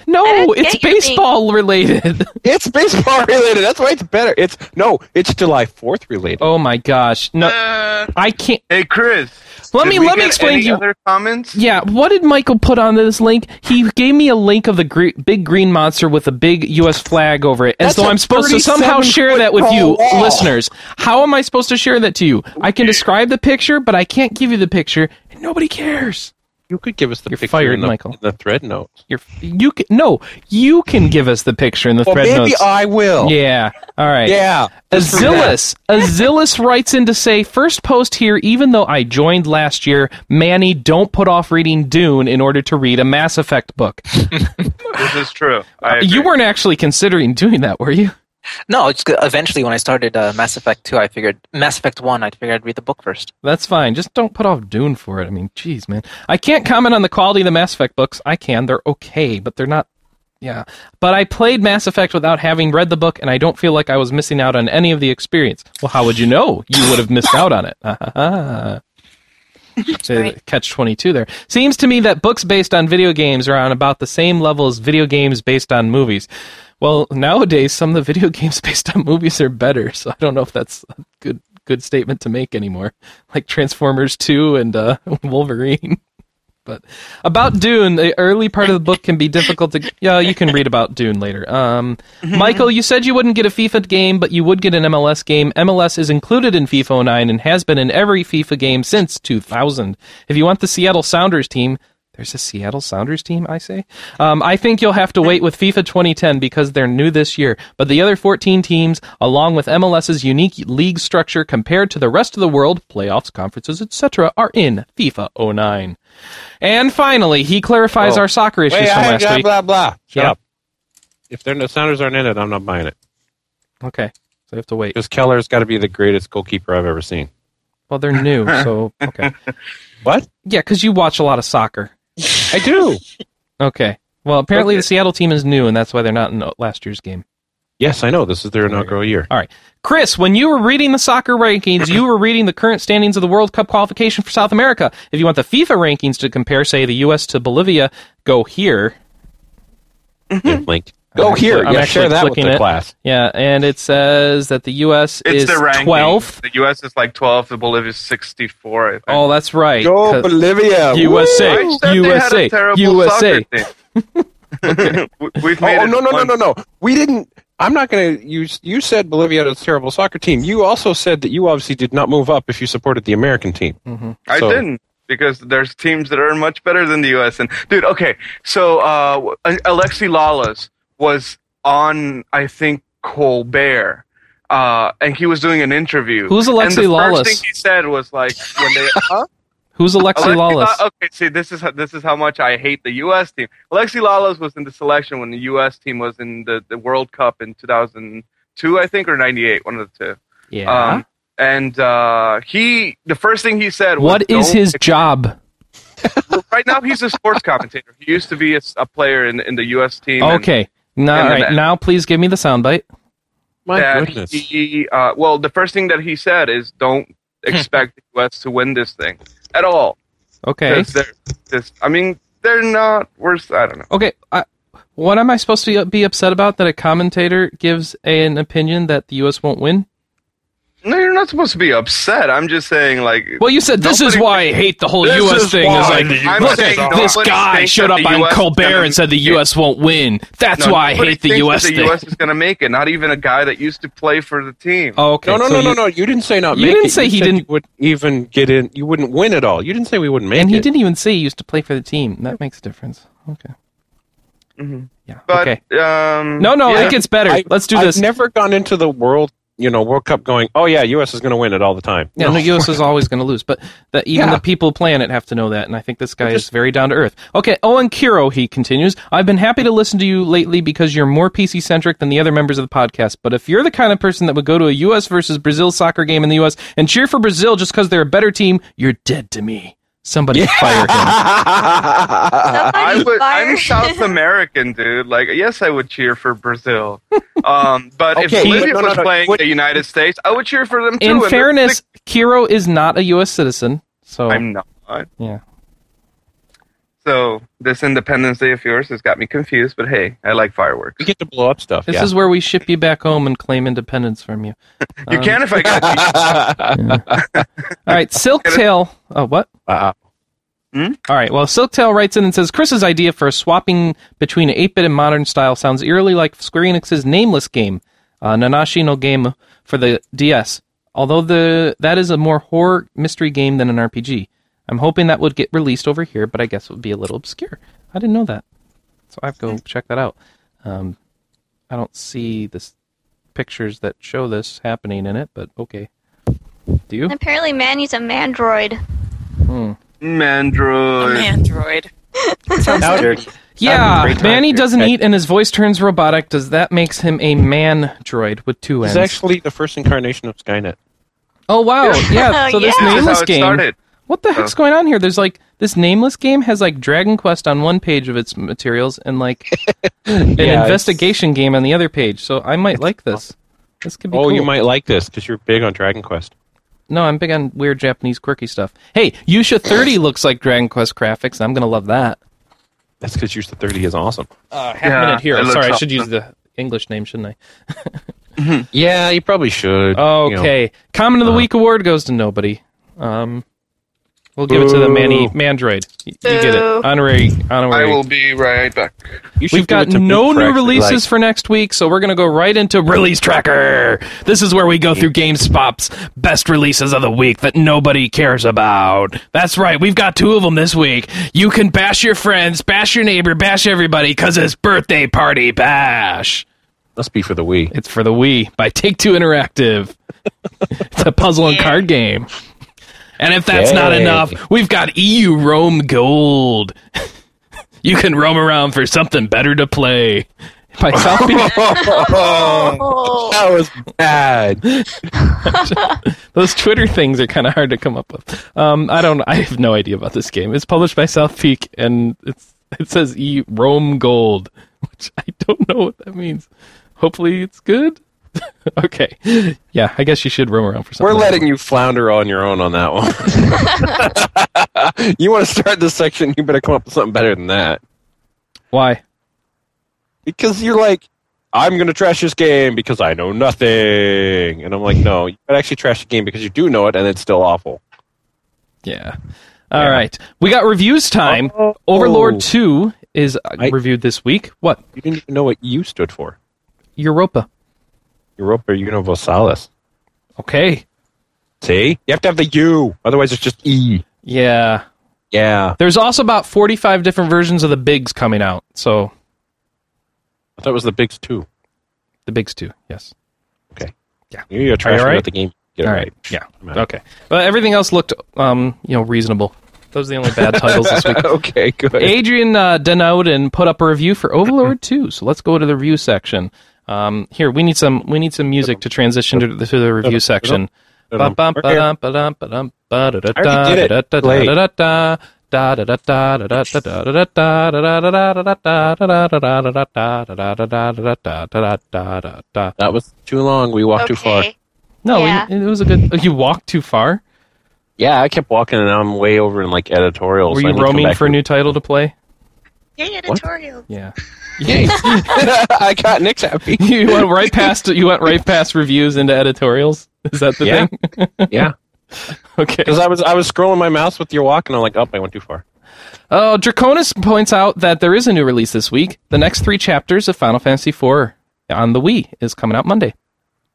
S1: No,
S6: didn't
S1: it's
S6: get your link.
S1: baseball related.
S2: It's baseball related. That's why it's better. It's no, it's July Fourth related.
S1: Oh my gosh. No,
S5: Uh,
S1: I can't.
S5: hey, Chris.
S1: Let
S5: did
S1: me
S5: we
S1: let me
S5: get
S1: explain
S5: any
S1: to you.
S5: Other comments?
S1: Yeah, what did Michael put on this link? He gave me a link of the gre- big green monster with a big U.S. flag over it, as
S2: That's
S1: though
S2: a
S1: I'm supposed to somehow
S2: 37
S1: share
S2: foot
S1: that with you,
S2: tall wall.
S1: listeners. How am I supposed to share that to you? I can describe the picture, but I can't give you the picture, and nobody cares.
S2: You could give us the
S1: You're
S2: picture
S1: fired,
S2: in the,
S1: Michael.
S2: in the thread notes.
S1: You're you can no, you can give us the picture in the
S2: Well,
S1: thread
S2: maybe
S1: notes.
S2: I will.
S1: yeah, all right.
S2: Yeah. Just for that.
S1: Azillus. Azillus writes in to say, first post here, even though I joined last year, Manny, don't put off reading Dune in order to read a Mass Effect book.
S5: This is true. I agree.
S1: You weren't actually considering doing that, were you?
S7: No, it's good. eventually when I started uh, Mass Effect 2, I figured, Mass Effect 1, I figured I'd read the book first.
S1: That's fine. Just don't put off Dune for it. I mean, jeez, man. I can't comment on the quality of the Mass Effect books. I can. They're okay, but they're not. Yeah. But I played Mass Effect without having read the book, and I don't feel like I was missing out on any of the experience. Well, how would you know? You would have missed out on it. Ah, Ah-ha-ha. Say
S4: right.
S1: uh, Catch 22 there. Seems to me that books based on video games are on about the same level as video games based on movies. Well, nowadays some of the video games based on movies are better, so I don't know if that's a good good statement to make anymore. Like Transformers 2 and uh, Wolverine. But about Dune, the early part of the book can be difficult to. Yeah, you can read about Dune later. Um, Michael, you said you wouldn't get a FIFA game, but you would get an MLS game. MLS is included in FIFA 09 and has been in every FIFA game since 2000. If you want the Seattle Sounders team, there's a Seattle Sounders team, I say. Um, I think you'll have to wait with FIFA 2010 because they're new this year. But the other 14 teams, along with MLS's unique league structure compared to the rest of the world, playoffs, conferences, etc., are in FIFA 09. And finally, he clarifies
S2: Whoa.
S1: our soccer issues
S2: Oh. Wait,
S1: from
S2: I,
S1: last
S2: blah,
S1: week.
S2: blah blah. Shut
S1: Yeah.
S2: up. If they're, the Sounders aren't in it, I'm not buying it.
S1: Okay, so I have to wait.
S2: Because Keller's got to be the greatest goalkeeper I've ever seen.
S1: Well, they're new, so okay.
S2: What?
S1: Yeah, because you watch a lot of soccer.
S2: I do.
S1: Okay. Well, apparently the Seattle team is new, and that's why they're not in last year's game.
S2: yes, I know. This is their inaugural year.
S1: Chris, when you were reading the soccer rankings, you were reading the current standings of the World Cup qualification for South America. If you want the FIFA rankings to compare, say, the U.S. to Bolivia, go here.
S2: Yeah, Link.
S1: I'm
S2: Go
S1: actually-
S2: here.
S1: I'm
S2: yeah,
S1: actually
S2: share that with
S1: clicking
S2: the
S1: it.
S2: class.
S1: Yeah, and it says that the U.S.
S5: It's
S1: is
S5: the ranking.
S1: 12th.
S5: The U.S. is like 12. The Bolivia is 64. I think.
S1: Oh, that's right. 'cause-
S2: Bolivia.
S1: USA.
S5: I said they had
S1: USA,
S5: a terrible
S1: USA.
S5: soccer team. We- We've made
S2: Oh,
S5: it
S2: no, no, no,
S5: one-
S2: no, no. We didn't. I'm not going to. You, you said Bolivia had a terrible soccer team. You also said that you obviously did not move up if you supported the American team.
S5: I
S2: So-
S5: didn't because there's teams that are much better than the U.S. And dude, okay, so uh, Alexi Lalas was on, I think Colbert, uh, and he was doing an interview.
S1: Who's Alexi
S5: and the
S1: Lawless?
S5: First thing he said was like, when they, huh?
S1: Who's Alexi
S5: Alexi
S1: Lawless?
S5: Law- okay, see, this is how, this is how much I hate the U.S. team. Alexi Lawless was in the selection when the U.S. team was in the, the World Cup in 2002, I think, or 98, one of the two.
S1: yeah.
S5: Um, and uh, he, the first thing he said, was,
S1: what is
S5: "Don't
S1: his
S5: pick
S1: job?
S5: right now he's a sports commentator. He used to be a, s- a player in, in the U.S. team. and
S1: Okay. Now,
S5: And
S1: all
S5: then
S1: right.
S5: that.
S1: Now, please give me the soundbite.
S2: My
S5: that
S2: goodness.
S5: He, uh, well, the first thing that he said is don't
S1: Hmm.
S5: expect the U.S. to win this thing at all.
S1: Okay.
S5: 'Cause they're just- I mean, they're not worse. I don't know.
S1: Okay. I, what am I supposed to be upset about that a commentator gives an opinion that the U.S. won't win?
S5: No, you're not supposed to be upset. I'm just saying, like,
S1: Well, you said this is
S5: Nobody-
S1: why I hate the whole
S5: This
S1: U.S.
S5: is
S1: thing. Is
S5: why
S1: like,
S5: the US
S1: look,
S5: is wrong.
S1: this
S5: Nobody
S1: guy
S5: thinks
S1: showed
S5: that
S1: up
S5: the
S1: on
S5: US is
S1: Colbert
S5: gonna
S1: and said the
S5: make it.
S1: U.S. won't win. That's
S5: no,
S1: why I
S5: nobody
S1: hate the
S5: thinks
S1: U.S.
S5: that
S1: thing.
S5: The U.S. is going to make it. Not even a guy that used to play for the team.
S1: Oh, okay.
S2: no, no,
S1: so
S2: no,
S1: you-
S2: no, no. You didn't say not
S1: You
S2: make
S1: didn't
S2: it.
S1: say he
S2: said
S1: didn't-
S2: You wouldn't even get in. You wouldn't win at all. You didn't say we wouldn't make
S1: And he
S2: it.
S1: didn't even say he used to play for the team. That makes a difference. Okay.
S5: Mhm.
S1: Yeah.
S5: But
S1: okay.
S5: um,
S1: No, no,
S5: yeah.
S1: it gets better.
S2: I-
S1: Let's do
S2: I've
S1: this.
S2: never gone into the world, you know, World Cup going, oh yeah, U.S. is going to win it all the time.
S1: Yeah, the U.S. is always going to lose, but the, even
S2: Yeah.
S1: the people playing it have to know that, and I think this guy is very down to earth. Okay, Owen Kiro, he continues. I've been happy to listen to you lately because you're more PC centric than the other members of the podcast. But if you're the kind of person that would go to a U.S. versus Brazil soccer game in the U.S. and cheer for Brazil just because they're a better team, you're dead to me. Somebody fire him.
S5: I
S6: Somebody
S5: would,
S6: fire.
S5: I'm South American, dude. Like, yes, I would cheer for Brazil. Um, but if
S2: Okay, but
S5: Bolivia
S2: no, no,
S5: was
S2: no,
S5: playing
S2: what-
S5: the United States, I would cheer for them too.
S1: In
S5: and they're
S1: fairness,
S5: sick-
S1: Kiro is not a U.S. citizen, so
S5: I'm not.
S1: yeah.
S5: So this Independence Day of yours has got me confused. But hey, I like fireworks.
S2: You get to blow up stuff.
S1: This
S2: yeah.
S1: is where we ship you back home and claim independence from you.
S5: You
S1: Um,
S5: can if I got
S1: All right, Silktail. Oh, what?
S2: Wow.
S1: All right. Well, Silktail writes in and says Chris's idea for a swapping between 8-bit and modern style sounds eerily like Square Enix's Nameless game, uh, Nanashi no Game for the DS. Although the that is a more horror mystery game than an RPG. I'm hoping that would get released over here, but I guess it would be a little obscure. I didn't know that, so I have to go check that out. Um, I don't see this pictures that show this happening in it, but okay. Do you?
S6: Apparently, Manny's a mandroid.
S5: Mandroid.
S4: Android.
S7: Sounds dirty. Having a
S1: Yeah,
S7: great time
S1: Manny
S7: here.
S1: doesn't
S7: Okay.
S1: eat and his voice turns robotic. Does that makes him a man droid with two
S2: This
S1: ends?
S2: is actually the first incarnation of Skynet.
S1: oh wow, yeah. So this
S5: This
S6: Yeah.
S5: is
S1: nameless
S5: how it
S1: game.
S5: started.
S1: What the heck's going on here? There's like this nameless game has like Dragon Quest on one page of its materials and like an
S2: it's-
S1: investigation game on the other page. So I might like this. This could be
S2: Oh,
S1: cool.
S2: you might like this because you're big on Dragon Quest.
S1: No, I'm big on weird Japanese quirky stuff. Hey, Yusha 30 looks like Dragon Quest graphics. I'm going to love that.
S2: That's because Use the 30 is awesome.
S1: Uh, half
S5: Yeah,
S1: minute hero.
S5: it looks
S1: Sorry, I
S5: awesome.
S1: should use the English name, shouldn't I?
S2: Yeah, you probably should.
S1: Okay. Comment of the week award goes to nobody. Um, we'll give it to the Manny Mandroid. You, you get
S6: Boo.
S1: it. Honorary.
S5: I
S1: Honorary.
S5: will be right back.
S2: You should
S1: We've
S2: give
S1: got
S2: it to
S1: no
S2: Boot for
S1: new
S2: actually,
S1: releases for next week, so we're going to go right into Release Tracker. This is where we go through GameSpot's best releases of the week that nobody cares about. That's right, we've got two of them this week. You can bash your friends, bash your neighbor, bash everybody, because it's birthday party bash.
S2: like, must be for the Wii.
S1: It's for the Wii by Take Two Interactive. it's a puzzle and card game. And if that's not
S2: Yay.
S1: enough, we've got EU Roam Gold. you can roam around for something better to play. By South Beach,
S6: Oh,
S2: That was bad.
S1: those Twitter things are kind of hard to come up with. Um, I don't. I have no idea about this game. It's published by South Peak, and it's it says EU Roam Gold, which I don't know what that means. Hopefully, it's good. okay, yeah, I guess you should roam around for something.
S2: We're
S1: like that.
S2: letting you flounder on your own on that one. you want to start this section, you better come up with something better than that.
S1: Why?
S2: Because you're like, I'm going to trash this game because I know nothing. And I'm like, no, you better actually trash the game because you do know it and it's still awful.
S1: Yeah. All right, We got reviews time.
S2: Oh.
S1: Overlord 2 is uh,
S2: I-
S1: reviewed this week. What?
S2: You didn't even know what you stood for.
S1: Europa.
S2: Europa Universalis.
S1: Okay.
S2: See? You have to have the U. Otherwise, it's just E.
S1: Yeah.
S2: Yeah.
S1: There's also about 45 different versions of the Bigs coming out. So,
S2: I thought it was the Bigs 2.
S1: the Bigs 2, yes.
S2: Okay. You need to trash
S1: you
S2: about
S1: right?
S2: the game. Get it
S1: All
S2: right.
S1: right. Yeah. Okay. But everything else looked, um, you know, reasonable. Those are the only bad titles this week.
S2: okay, good.
S1: Adrian uh, Denoden put up a review for Overlord 2, so let's go to the review section. Um, here, we need some we need some music to transition to the, to the review section.
S2: I already That was too long. We walked too far.
S6: Okay.
S1: No, it was a good. You walked too far.
S2: Yeah, I kept walking, and I'm way over in like editorials.
S1: Were
S2: I
S1: you
S2: need to come
S1: roaming
S2: back
S1: for a
S2: and-
S1: new title to play?
S3: Yay,
S2: What?
S3: editorial.
S1: Yeah.
S2: I got Nick's happy.
S1: you went right past you went right past reviews into editorials. Is that the
S2: Yeah.
S1: thing?
S2: Yeah,
S1: Okay.
S2: because I was I was scrolling my mouse with your walk, and I'm like, up, I went too far.
S1: Oh, Draconis points out that there is a new release this week. The next three chapters of Final Fantasy IV on the Wii is coming out Monday.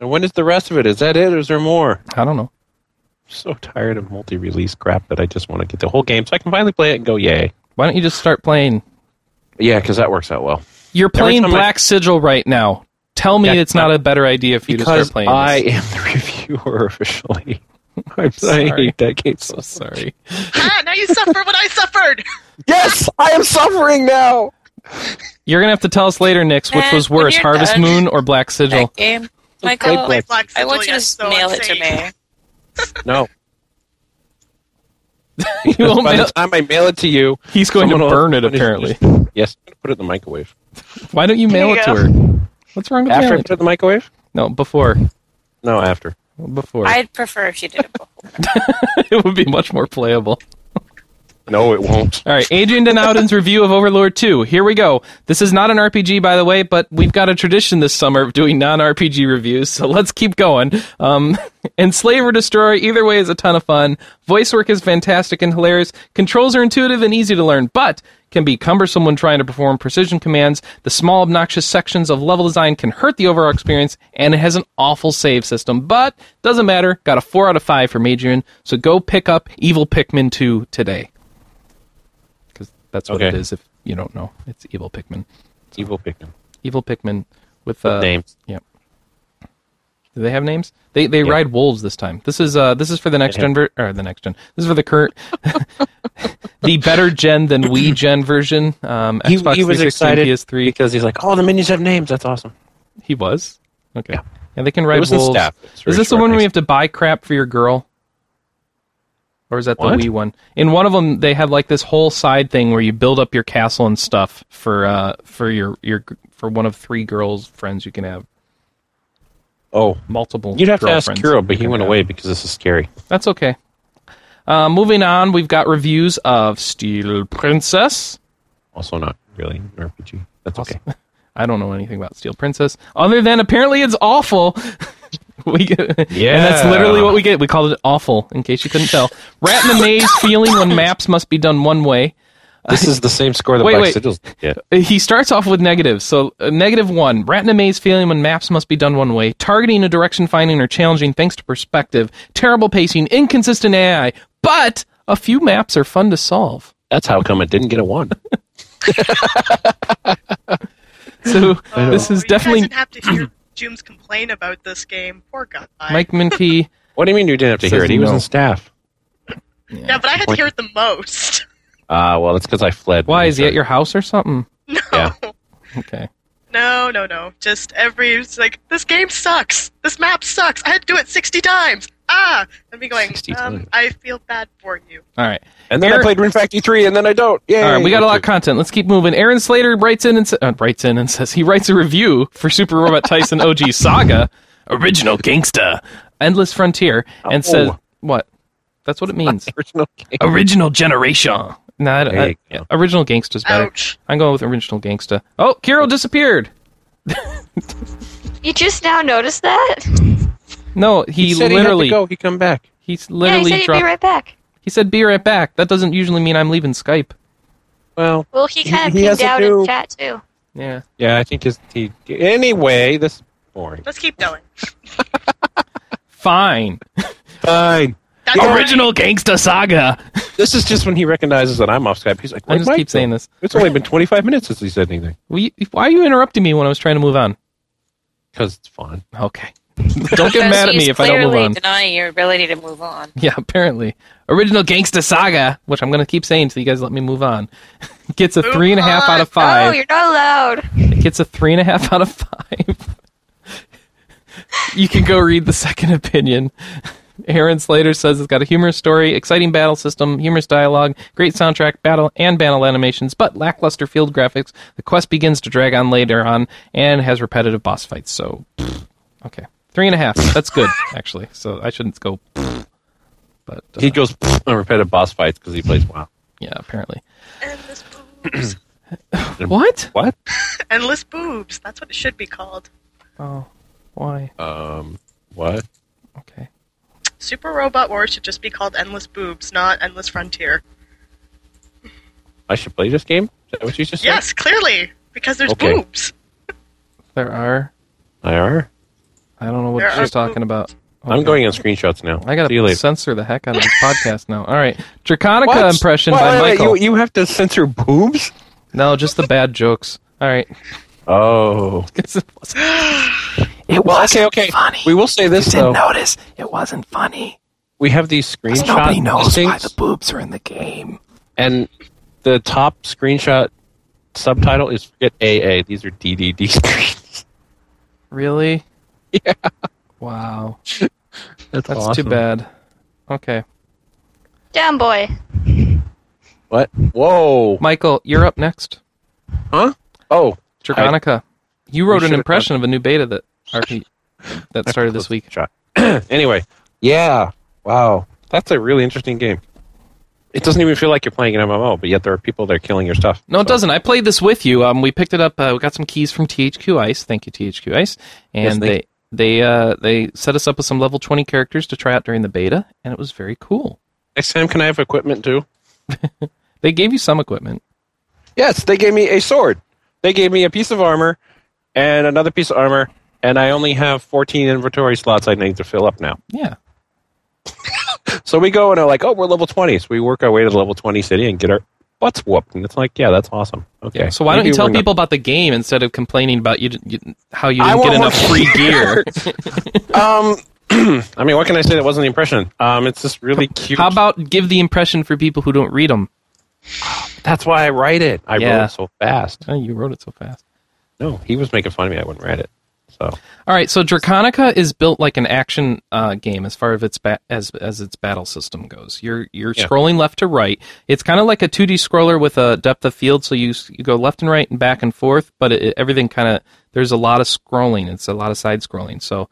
S2: And when is the rest of it? Is that it, or is there more?
S1: I don't know.
S2: I'm so tired of multi-release crap that I just want to get the whole game so I can finally play it and go, yay.
S1: Why don't you just start playing?
S2: Yeah, because that works out well.
S1: You're
S2: Every
S1: playing
S2: time I-
S1: Black Sigil right now. Tell me
S2: Yeah,
S1: it's not a better idea for you to start
S2: Because
S1: playing.
S2: I
S1: this.
S2: am the reviewer officially. I'm, I
S1: sorry.
S2: hate that game so
S1: so sorry.
S3: ah, now you suffer what I suffered.
S2: Yes, I am suffering now.
S1: You're gonna have to tell us later, Nix, which
S4: Eh,
S1: was
S4: when
S1: worse,
S4: you're
S1: Harvest
S4: done.
S1: Moon or Black Sigil?
S4: That game.
S3: I
S4: Michael,
S3: don't play Black
S4: I
S3: Sigil
S4: want you to
S3: yet, so
S4: mail
S3: I'm
S4: it to
S3: saying-
S4: me.
S2: No,
S1: You won't
S2: by the
S1: mail-
S2: time I mail it to you,
S1: He's going to
S2: someone will
S1: burn it.
S2: punish me.
S1: Apparently.
S2: yes, I'm gonna put it in the microwave.
S1: Why don't you mail
S3: you
S1: it
S3: go.
S1: to her? What's wrong with
S2: After I
S1: mailing?
S2: put it in the microwave?
S1: No, before.
S2: No, after.
S1: Before.
S4: I'd prefer if you did it before.
S1: it would be much more playable.
S2: No, it won't.
S1: All right, Adrian Denowden's review of Overlord 2. Here we go. This is not an RPG, by the way, but we've got a tradition this summer of doing non RPG reviews, so let's keep going. Um, and Slave or Destroy, either way, is a ton of fun. Voice work is fantastic and hilarious. Controls are intuitive and easy to learn, but can be cumbersome when trying to perform precision commands. The small, obnoxious sections of level design can hurt the overall experience, and it has an awful save system, but doesn't matter. Got a 4 out of 5 from Adrian, so go pick up Evil Pikmin 2 today because that's what it
S2: Okay.
S1: is. If you don't know, it's Evil Pikmin.
S2: Evil Pikmin.
S1: Evil Pikmin with uh,
S2: Names.
S1: Do they have names? They they
S2: Yeah.
S1: ride wolves this time. This is uh this is for the next
S2: They
S1: gen ver- or the next gen. This is for the current, the better gen than Wii gen version. Um,
S2: He-
S1: Xbox
S2: he was
S1: 360
S2: excited
S1: and PS3.
S2: Because he's like, oh, the minions have names. That's awesome.
S1: He was okay.
S2: Yeah.
S1: Yeah, they can ride
S2: was in
S1: wolves.
S2: staff. It's very
S1: Is this the
S2: short,
S1: one where
S2: nice.
S1: you have to buy crap for your girl? Or is that the
S2: What?
S1: Wii one? In one of them, they had like this whole side thing where you build up your castle and stuff for uh for your your for one of three girls friends you can have
S2: Oh,
S1: multiple.
S2: you'd have to ask
S1: girlfriends
S2: Kuro, but
S1: you
S2: he
S1: can
S2: went
S1: have.
S2: away because this is scary.
S1: That's okay. Uh, moving on, we've got reviews of Steel Princess.
S2: Also, not really an RPG. That's okay.
S1: I don't know anything about Steel Princess other than apparently it's awful. we get, and that's
S2: Yeah.
S1: literally what we get. We called it awful in case you couldn't tell. Rat in the maze feeling when maps must be done one way.
S2: This is the same score that
S1: Wait,
S2: Black
S1: wait.
S2: Sigil's get.
S1: He starts off with negatives. So, uh, negative one, rat in a maze feeling when maps must be done one way, targeting a direction finding or challenging thanks to perspective, terrible pacing, inconsistent AI, but a few maps are fun to solve.
S2: That's how come it didn't get a one.
S1: So, this
S3: Oh,
S1: is definitely
S3: You guys didn't have to hear Jooms complain about this game. Poor guy.
S1: Mike Minty.
S2: What do you mean you didn't have to
S1: Says
S2: hear it? He was
S1: no.
S2: in staff.
S3: yeah, but I had to hear it the most.
S2: Ah, well, that's because I fled.
S1: Why is he at your house or something?
S3: No.
S2: Yeah.
S1: Okay.
S3: Oh, No, no, no. Just every it's like this game sucks. This map sucks. I had to do it sixty times. Ah, and me going.
S2: 60 times.
S3: Um, I feel bad for you.
S1: All right.
S2: And then
S1: Eric-
S2: I played Rune Factory 3, and then I don't. Yeah.
S1: All right, we got a lot of content. Let's keep moving. Aaron Slater writes in and sa- uh, writes in and says he writes a review for Super Robot Tyson OG Saga, original gangsta, endless frontier, and says
S2: Oh.
S1: what? That's what it means.
S2: original game.
S1: original generation. No, I don't-
S2: There you
S1: I-
S2: go.
S1: original gangsta's better.
S3: Ouch.
S1: I'm going with original gangsta. Oh, Kiro disappeared.
S6: You just now noticed that?
S1: No, he,
S2: said
S1: literally
S2: he had to go. He come back.
S1: he's
S6: yeah, he
S1: literally
S6: said he'd
S1: dropped.
S6: be right back.
S1: he said be right back. That doesn't usually mean I'm leaving Skype.
S2: Well,
S6: Well, he kind of
S2: he has
S6: pinged
S2: a
S6: out
S2: new-
S6: in chat too.
S1: Yeah.
S2: yeah, I think his, he. Anyway, this is boring.
S3: Let's keep going.
S1: Fine.
S2: Fine.
S3: That's all right.
S1: gangsta saga.
S2: This is just when he recognizes that I'm off Skype. He's like,
S1: I just
S2: "Wait,
S1: keep
S2: Mike,
S1: saying this.
S2: It's only been 25 minutes since he said anything.
S1: Will you- why are you interrupting me when I was trying to move on?
S2: Because it's fun.
S1: Okay. Don't get
S4: Because
S1: mad at me
S4: he's
S1: if I don't move
S4: clearly
S1: on.
S4: denying your ability to move on.
S1: Yeah, apparently. Original Gangsta Saga, which I'm going to keep saying until you guys let me move on, gets a
S3: Move
S1: three and a half
S3: on.
S1: out of
S6: Oh,
S1: five.
S6: you're not allowed.
S1: It gets a three and a half out of five. you can go read the second opinion. Aaron Slater says it's got a humorous story, exciting battle system, humorous dialogue, great soundtrack, battle and battle animations, but lackluster field graphics. The quest begins to drag on later on and has repetitive boss fights. So, pfft. okay, three and a half. That's good actually. So I shouldn't go. pfft. But uh,
S2: He goes on repetitive boss fights because he plays WoW.
S1: yeah, apparently.
S3: Endless boobs.
S1: What?
S2: What?
S3: Endless boobs. That's what it should be called.
S1: Oh, why?
S2: Um, what?
S1: Okay.
S3: Super Robot Wars should just be called Endless Boobs, not Endless Frontier.
S2: I should play this game? Is that what you just
S3: Yes, clearly, because there's
S2: Okay.
S3: boobs.
S1: There are.
S2: said? I are.
S1: I don't know what
S3: There
S1: she's
S3: are-
S1: talking about.
S2: I'm
S1: Okay.
S2: going on screenshots now.
S1: I
S2: See you
S1: gotta
S2: later.
S1: censor the heck out of this podcast now. All right, Draconica
S2: What?
S1: impression
S2: Wait,
S1: by
S2: wait, wait,
S1: Michael.
S2: You, you have to censor boobs?
S1: No, just the bad jokes. All right.
S2: Oh.
S1: it wasn't
S7: It
S2: Well, okay, okay. We will say this though.
S7: notice. It wasn't funny.
S2: We have these screenshot listings,
S7: boobs are in the game.
S2: and the top screenshot subtitle is "Forget AA." These are DDD screens.
S1: really. Yeah. Wow,
S2: That's,
S1: that's
S2: awesome.
S1: too bad. Okay,
S6: Damn boy.
S2: What? Whoa.
S1: Michael, you're up next.
S2: Oh,
S1: Draconica, you wrote an
S2: should've
S1: impression of a new beta that RP that started this week.
S2: shot. anyway, yeah. Wow, that's a really interesting game. It doesn't even feel like you're playing an MMO, but yet there are people that are killing your stuff.
S1: No, it
S2: So-
S1: doesn't. I played this with you. Um, we picked it up. Uh, we got some keys from THQ Ice. Thank you, THQ Ice.
S2: Yes,
S1: And
S2: thank
S1: they they uh, they set us up with some level twenty characters to try out during the beta, and it was very cool.
S2: Next time, can I have equipment too?
S1: They gave you some equipment.
S2: Yes, they gave me a sword. They gave me a piece of armor and another piece of armor, and I only have 14 inventory slots I need to fill up now.
S1: Yeah,
S2: So we go and are like, oh, we're level 20. So we work our way to the level 20 city and get our butts whooped. And it's like, yeah, that's awesome. Okay.
S1: yeah. So why don't
S2: Maybe
S1: you tell
S2: we're not-
S1: people about the game instead of complaining about you, didn't- you how you
S2: I
S1: didn't get
S2: want more
S1: enough free gear?
S2: Um, I mean, what can I say that wasn't the impression? Um, it's just really cute.
S1: how about give the impression for people who don't read them?
S2: That's why I write it. I
S1: Yeah.
S2: wrote it so fast.
S1: Oh, you wrote it so fast.
S2: No, he was making fun of me. I wouldn't write it. So
S1: All right, so Draconica is built like an action uh, game as far as its ba- as as its battle system goes. You're you're
S2: Yeah.
S1: scrolling left to right. It's kind of like a 2D scroller with a depth of field, so you s- you go left and right and back and forth. But it, it- everything kind of there's a lot of scrolling. It's a lot of side scrolling. So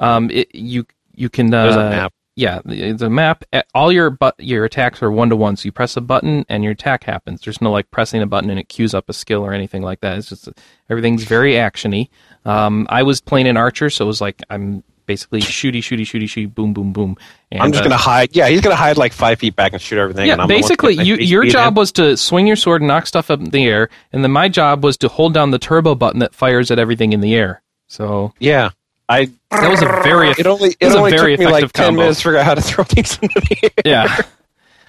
S1: um, it, you you can uh,
S2: there's a map.
S1: yeah, it's a map. A- All your but your attacks are one to one. So you press a button and your attack happens. There's no like pressing a button and it queues up a skill or anything like that. It's just everything's very actiony. Um, I was playing an archer, so it was like I'm basically shooty, shooty, shooty, shooty, boom, boom, boom. And,
S2: I'm just
S1: uh,
S2: gonna hide. Yeah, he's gonna hide like five feet back and shoot everything. and
S1: yeah,
S2: I'm the one
S1: basically,
S2: that
S1: you,
S2: gets
S1: your
S2: beat in.
S1: job was to swing your sword and knock stuff up in the air, and then my job was to hold down the turbo button that fires at everything in the air. So
S2: Yeah, I.
S1: that was a very
S2: It only it,
S1: It was a
S2: only
S1: very
S2: took me like
S1: effective
S2: ten
S1: combo.
S2: minutes to figure out how to throw things into the air.
S1: yeah.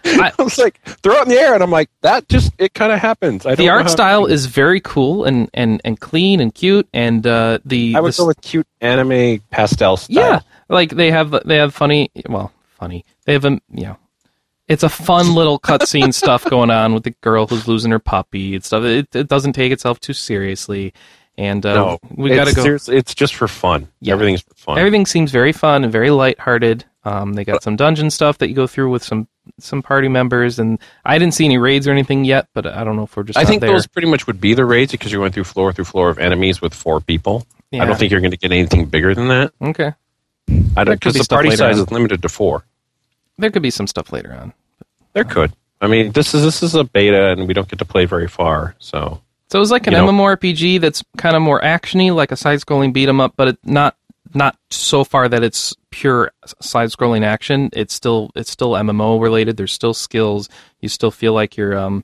S2: I was like, throw it in the air, and I'm like, that just it kind of happens. I don't
S1: the
S2: know
S1: art
S2: how-
S1: style is very cool and, and, and clean and cute and uh, the
S2: I would
S1: the-
S2: go with cute anime pastel style.
S1: yeah like they have they have funny well funny they have a you know it's a fun little cutscene stuff going on with the girl who's losing her puppy and stuff it, it doesn't take itself too seriously and uh,
S2: No,
S1: we got to
S2: it's
S1: go
S2: serious- it's just for fun.
S1: Yeah.
S2: Everything's for fun.
S1: everything seems very fun and very lighthearted. Um, they got some dungeon stuff that you go through with some some party members and I didn't see any raids or anything yet but I don't know if we're just
S2: I
S1: not
S2: think
S1: there.
S2: those pretty much would be the raids because you went through floor through floor of enemies with four people.
S1: yeah.
S2: I don't think you're going to get anything bigger than that.
S1: okay
S2: I
S1: There
S2: don't
S1: could
S2: because
S1: be
S2: the
S1: stuff
S2: party
S1: later
S2: size
S1: on.
S2: is limited to four.
S1: there could be some stuff later on
S2: There could. I mean, this is this is a beta, and we don't get to play very far. So
S1: So it was like an
S2: You know-
S1: MMORPG that's kind of more actiony, like a side-scrolling beat 'em up, but it not not so far that it's pure s- side-scrolling action. It's still it's still MMO related. There's still skills. You still feel like you're um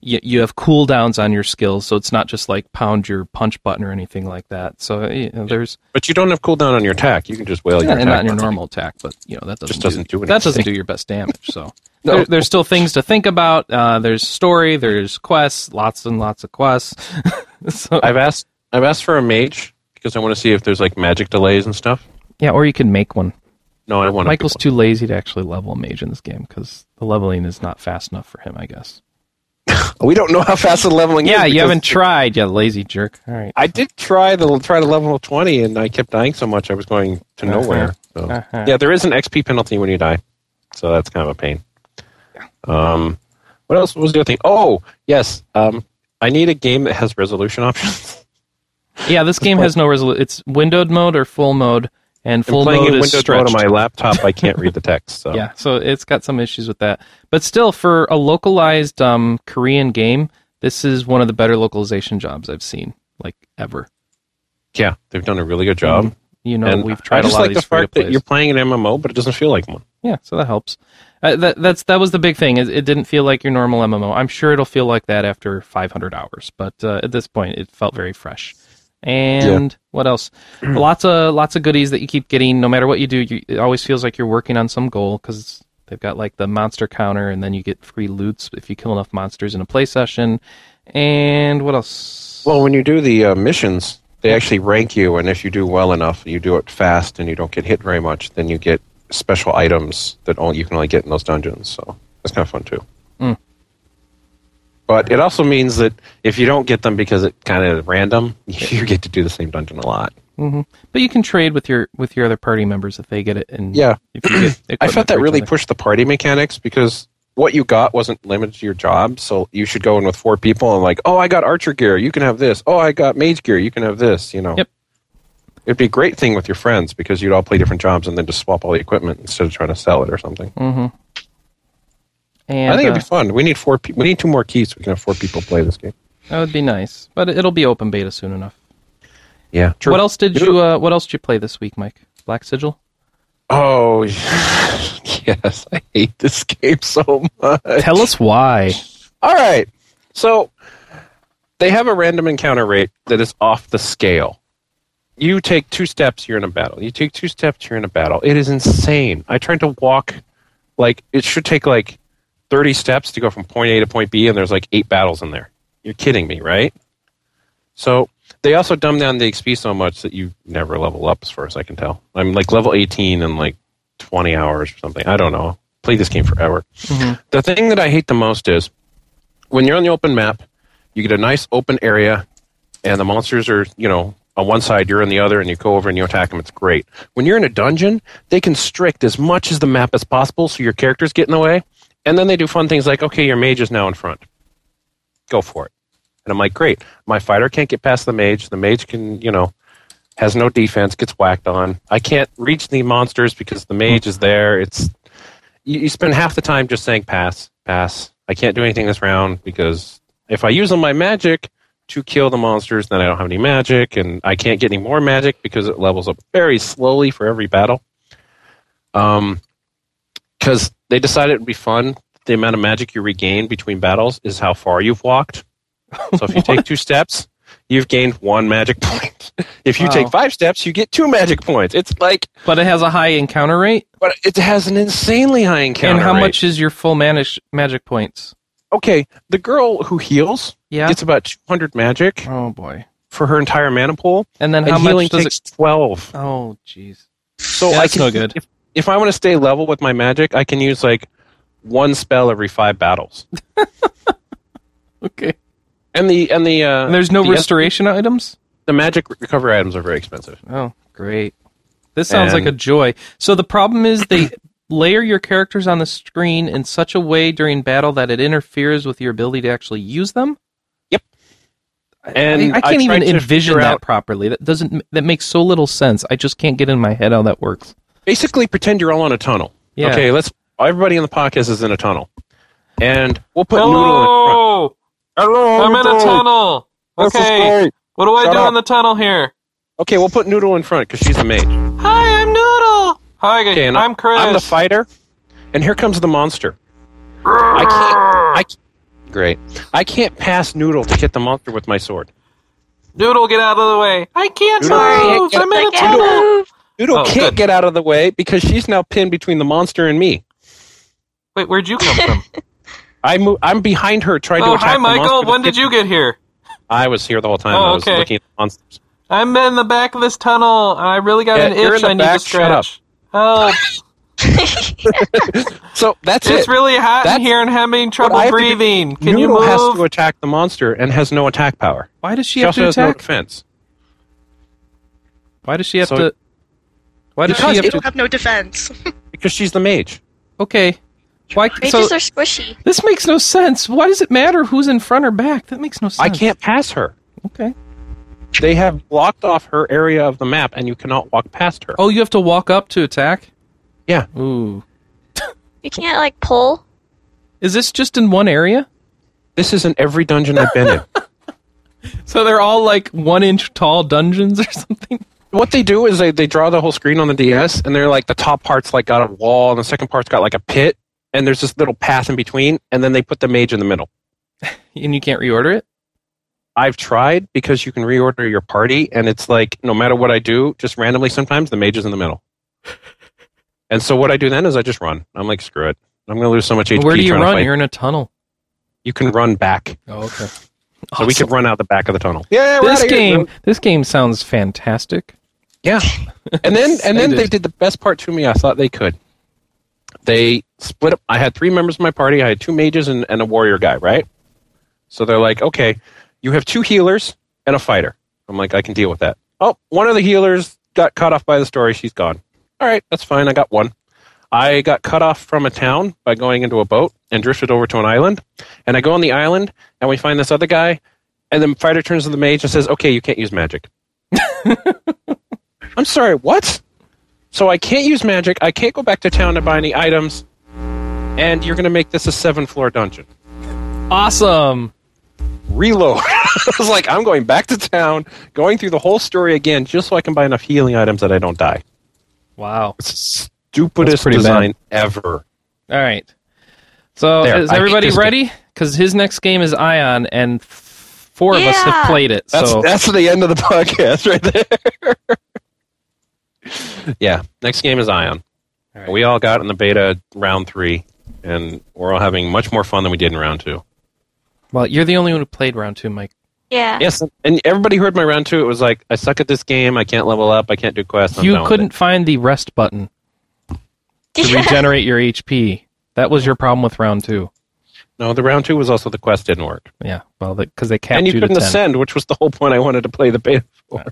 S1: you, you have cooldowns on your skills, so it's not just like pound your punch button or anything like that. So you know, there's
S2: But you don't have cooldown on your attack. You can just wail
S1: yeah,
S2: your
S1: and
S2: attack.
S1: not your
S2: button.
S1: normal attack, but you know that doesn't
S2: Just doesn't do
S1: that doesn't
S2: anything.
S1: do your best damage. So
S2: No.
S1: there, there's still things to think about. Uh, there's story. There's quests. Lots and lots of quests. so
S2: I've asked I've asked for a mage because I want to see if there's like magic delays and stuff.
S1: Yeah, or you can make one.
S2: No, I want to.
S1: Michael's too lazy to actually level a mage in this game because the leveling is not fast enough for him, I guess.
S2: We don't know how fast the leveling is.
S1: Yeah, you
S2: because
S1: haven't tried, you lazy jerk. All right.
S2: I did try the try to level twenty, and I kept dying so much I was going to
S1: Uh-huh.
S2: nowhere. So.
S1: Uh-huh.
S2: Yeah, there is an XP penalty when you die, so that's kind of a pain. Um, what else what was the other thing? Oh, yes. Um, I need a game that has resolution options.
S1: Yeah, this game has no resolution. It's windowed mode or full mode, and
S2: I'm
S1: full
S2: playing
S1: mode
S2: in
S1: is
S2: Windows mode
S1: stretched.
S2: on my laptop. I can't read the text. So
S1: Yeah, so it's got some issues with that. But still, for a localized um, Korean game, this is one of the better localization jobs I've seen, like ever.
S2: Yeah, they've done a really good job.
S1: You know,
S2: and
S1: Mm-hmm. we've tried
S2: I
S1: a
S2: just
S1: lot
S2: like
S1: of
S2: the
S1: these free to
S2: fact that
S1: plays.
S2: you're playing an MMO, but it doesn't feel like one.
S1: Yeah, so that helps. Uh, that that's that was the big thing. Is it didn't feel like your normal MMO. I'm sure it'll feel like that after 500 hours, but uh, at this point, it felt very fresh. And what else? lots of lots of goodies that you keep getting. No matter what you do, you, it always feels like you're working on some goal because they've got like the monster counter, and then you get free loots if you kill enough monsters in a play session. And what else?
S2: Well, when you do the uh, missions, they actually rank you, and if you do well enough, you do it fast, and you don't get hit very much, then you get special items that only you can only get in those dungeons. So that's kind of fun too.
S1: Mm.
S2: But it also means that if you don't get them because it kind of random, you get to do the same dungeon a lot.
S1: hmm But you can trade with your with your other party members if they get it. And
S2: Yeah.
S1: if you get
S2: I
S1: equipment
S2: felt
S1: for
S2: that
S1: each
S2: really
S1: other.
S2: pushed the party mechanics because what you got wasn't limited to your job. So you should go in with four people and like, oh, I got archer gear, you can have this. Oh, I got mage gear, you can have this. You know.
S1: Yep.
S2: It'd be a great thing with your friends because you'd all play different jobs and then just swap all the equipment instead of trying to sell it or something.
S1: Mm-hmm. And
S2: I think
S1: uh,
S2: it'd be fun. We need four. Pe- we need two more keys. So we can have four people play this game.
S1: that would be nice, but it'll be open beta soon enough.
S2: Yeah. True.
S1: What else did you? Uh, what else did you play this week, Mike? Black Sigil.
S2: Oh, yes. I hate this game so much.
S1: Tell us why.
S2: All right. So they have a random encounter rate that is off the scale. You take two steps, you're in a battle. You take two steps, you're in a battle. It is insane. I tried to walk, like, it should take like 30 steps to go from point A to point B, and there's like eight battles in there. You're kidding me, right? So they also dumb down the XP so much that you never level up, as far as I can tell. I'm like level 18 in like 20 hours or something. I don't know. Played this game forever. The thing that I hate the most is when you're on the open map, you get a nice open area, and the monsters are, you know, on one side, you're on the other, and you go over and you attack them. It's great. When you're in a dungeon, they constrict as much as the map as possible so your characters get in the way. And then they do fun things like, okay, your mage is now in front. Go for it. And I'm like, great. My fighter can't get past the mage. The mage can, you know, has no defense, gets whacked on. I can't reach the monsters because the mage is there. It's you, you spend half the time just saying pass, pass. I can't do anything this round because if I use all my magic to kill the monsters, then I don't have any magic, and I can't get any more magic because it levels up very slowly for every battle. Um, because they decided it would be fun. The amount of magic you regain between battles is how far you've walked. So if you take two steps, you've gained one magic point. If you
S1: Wow.
S2: take five steps, you get two magic points. It's like,
S1: But it has a high encounter rate.
S2: but it has an insanely high encounter.
S1: and how
S2: rate.
S1: much is your full manish, magic points?
S2: okay, the girl who heals
S1: Yeah.
S2: gets about 200 magic
S1: oh boy.
S2: for her entire mana pool,
S1: And then
S2: and,
S1: how
S2: healing
S1: much does
S2: takes
S1: it?
S2: 12.
S1: Oh jeez.
S2: So
S1: Yeah,
S2: I
S1: that's
S2: can,
S1: no good.
S2: If, if I want to stay level with my magic, I can use like one spell every five battles.
S1: Okay.
S2: And the and the uh,
S1: And there's no
S2: the,
S1: restoration items.
S2: the magic recovery items are very expensive.
S1: Oh, great. This sounds like a
S2: And-
S1: joy. So the problem is they layer your characters on the screen in such a way during battle that it interferes with your ability to actually use them.
S2: Yep.
S1: I-
S2: And
S1: I, I
S2: I
S1: can't even
S2: tried to
S1: envision
S2: figure
S1: that
S2: out-
S1: properly. That doesn't that makes so little sense. I just can't get in my head how that works.
S2: Basically, pretend you're all in a tunnel.
S1: Yeah.
S2: Okay, let's. Everybody in the podcast is in a tunnel, and we'll put Noodle in front. Hello,
S1: tunnel. What do I
S2: Shut do up. in
S1: the tunnel here?
S2: Okay, we'll put Noodle in front because she's the mage.
S1: Hi, I'm Noodle. Hi,
S2: Okay, and I'm the fighter, and here comes the monster. I can't. I can't- great. I can't pass Noodle to hit the monster with my sword.
S1: Noodle, get out of the way. I can't
S2: Noodle can't get-
S6: I can't move.
S2: Noodle
S1: Oh,
S2: can't
S1: good.
S2: get out of the way because she's now pinned between the monster and me.
S1: Wait, where'd you come from? Oh,
S2: I mo- I'm behind her trying to attack the monster.
S1: you get here?
S2: I was here the whole time.
S1: Oh,
S2: I was
S1: okay.
S2: looking at monsters.
S1: I'm in the back of this tunnel, and I really got
S2: Yeah,
S1: an
S2: you're in
S1: itch
S2: the
S1: I need
S2: back,
S1: to
S2: shut up.
S1: scratch. Oh, Help!
S2: So that's
S1: It's
S2: it.
S1: really hot
S2: That's-
S1: in here, and I'm having
S2: I
S1: trouble
S2: have to do-
S1: breathing. Can you
S2: Noodle has to
S1: move?
S2: attack the monster and has no attack power.
S1: Why does
S2: She, also has no defense.
S1: Why does she have
S2: So-
S1: to? Why does
S2: Because
S1: she have
S2: it-
S1: to?
S3: You have no defense.
S2: Because she's the mage.
S1: Okay. Why? So
S6: Mages are squishy.
S1: this makes no sense. Why does it matter who's in front or back? That makes no sense.
S2: I can't pass her.
S1: Okay.
S2: They have blocked off her area of the map and you cannot walk past her.
S1: Oh, you have to walk up to attack.
S2: Yeah.
S1: Ooh.
S6: You can't like pull.
S1: Is this just in one area?
S2: This is in every dungeon I've been in.
S1: So they're all like one inch tall dungeons or something.
S2: What they do is they, they draw the whole screen on the DS and they're like the top part's like got a wall and the second part's got like a pit and there's this little path in between and then they put the mage in the middle.
S1: And you can't reorder it?
S2: I've tried because you can reorder your party and it's like no matter what I do, just randomly sometimes the mage is in the middle. And so what I do then is I just run. I'm like screw it. I'm going to lose so much HP
S1: Where do you
S2: trying to
S1: run?
S2: fight.
S1: You're in a tunnel.
S2: You can run back.
S1: Oh, okay.
S2: So we could run out the back of the tunnel. Yeah,
S1: this game this game sounds fantastic.
S2: And then and then they
S1: Excited.
S2: did the best part to me. I thought they could. They split up. I had three members of my party. I had two mages and, and a warrior guy. Right. So they're like, okay, you have two healers and a fighter. I'm like, I can deal with that. Oh, one of the healers got cut off by the story. She's gone. All right, that's fine. I got one. I got cut off from a town by going into a boat and drifted over to an island. And I go on the island and we find this other guy. And the fighter turns to the mage and says, okay, you can't use magic. I'm sorry, what? So I can't use magic. I can't go back to town to buy any items. And you're going to make this a seven floor dungeon.
S1: Awesome.
S2: Reload. I was like, I'm going back to town, going through the whole story again just so I can buy enough healing items that I don't die.
S1: Wow.
S2: It's the stupidest
S1: That's pretty
S2: design ever.
S1: All right. So
S2: There,
S1: is
S2: I hate
S1: everybody
S2: this game.
S1: ready? Because his next game is Ion, and f- four of us have
S6: Yeah.
S1: played it.
S2: That's,
S1: so
S2: that's the end of the podcast right there. yeah, next game is Ion.
S1: All right.
S2: We all got in the beta round three, and we're all having much more fun than we did in round two.
S1: well, you're the only one who played round two, Mike.
S6: Yeah.
S2: Yes, and everybody heard my round two. It was like, I suck at this game. I can't level up. I can't do quests. I'm
S1: you
S2: done with
S1: couldn't find the rest button to regenerate your HP. That was your problem with round two.
S2: it. No, the round two was also the quest didn't work,
S1: Yeah. Well, because they capped
S2: and you
S1: you to
S2: couldn't
S1: ten.
S2: ascend, which was the whole point. I wanted to play the beta for.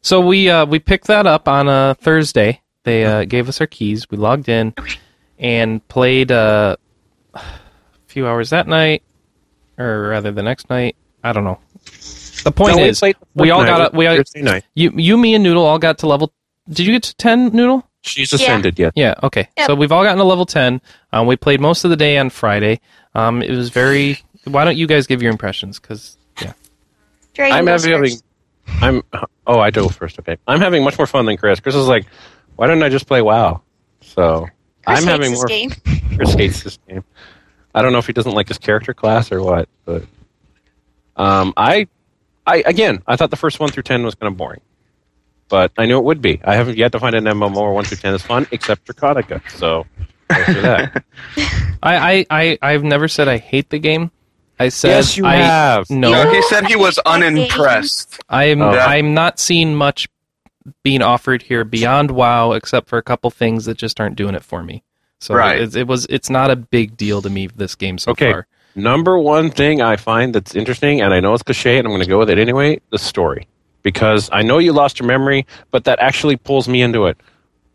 S1: So we uh, we picked that up on a Thursday. They uh, gave us our keys. We logged in and played uh, a few hours that night, or rather the next night. I don't know. The point
S2: No,
S1: is,
S2: played the
S1: we all
S2: Fortnite
S1: got
S2: with
S1: a- we all-
S2: Thursday night.
S1: you you me and Noodle all got to level. Did you get to ten, Noodle?
S2: She's ascended yet.
S1: Yeah. Okay.
S6: Yep.
S1: So we've all gotten to level ten. Um, we played most of the day on Friday. Um, it was very. Why don't you guys give your impressions? Because yeah.
S6: Dragon
S2: I'm
S6: goes
S2: having.
S6: first.
S2: I'm. Oh, I do first. Okay, I'm having much more fun than Chris. Chris is like, why don't I just play WoW? So
S6: Chris
S2: I'm
S6: hates
S2: having
S6: this
S2: more.
S6: game.
S2: Chris hates this game. I don't know if he doesn't like his character class or what, but um, I, I again, I thought the first one through ten was kind of boring, but I knew it would be. I haven't yet to find an MMO where one through ten is fun, except Draconica. So go for that.
S1: I, I I I've never said I hate the game. I said I,
S2: have.
S1: No.
S5: No, he said he was
S6: I hate
S5: unimpressed.
S1: I'm
S5: Oh.
S1: I'm not seeing much being offered here beyond WoW, except for a couple things that just aren't doing it for me. So
S5: Right.
S1: it, it was it's not a big deal to me this game so
S2: Okay.
S1: far.
S2: Number one thing I find that's interesting, and I know it's cliche, and I'm going to go with it anyway the story. Because I know you lost your memory, but that actually pulls me into it.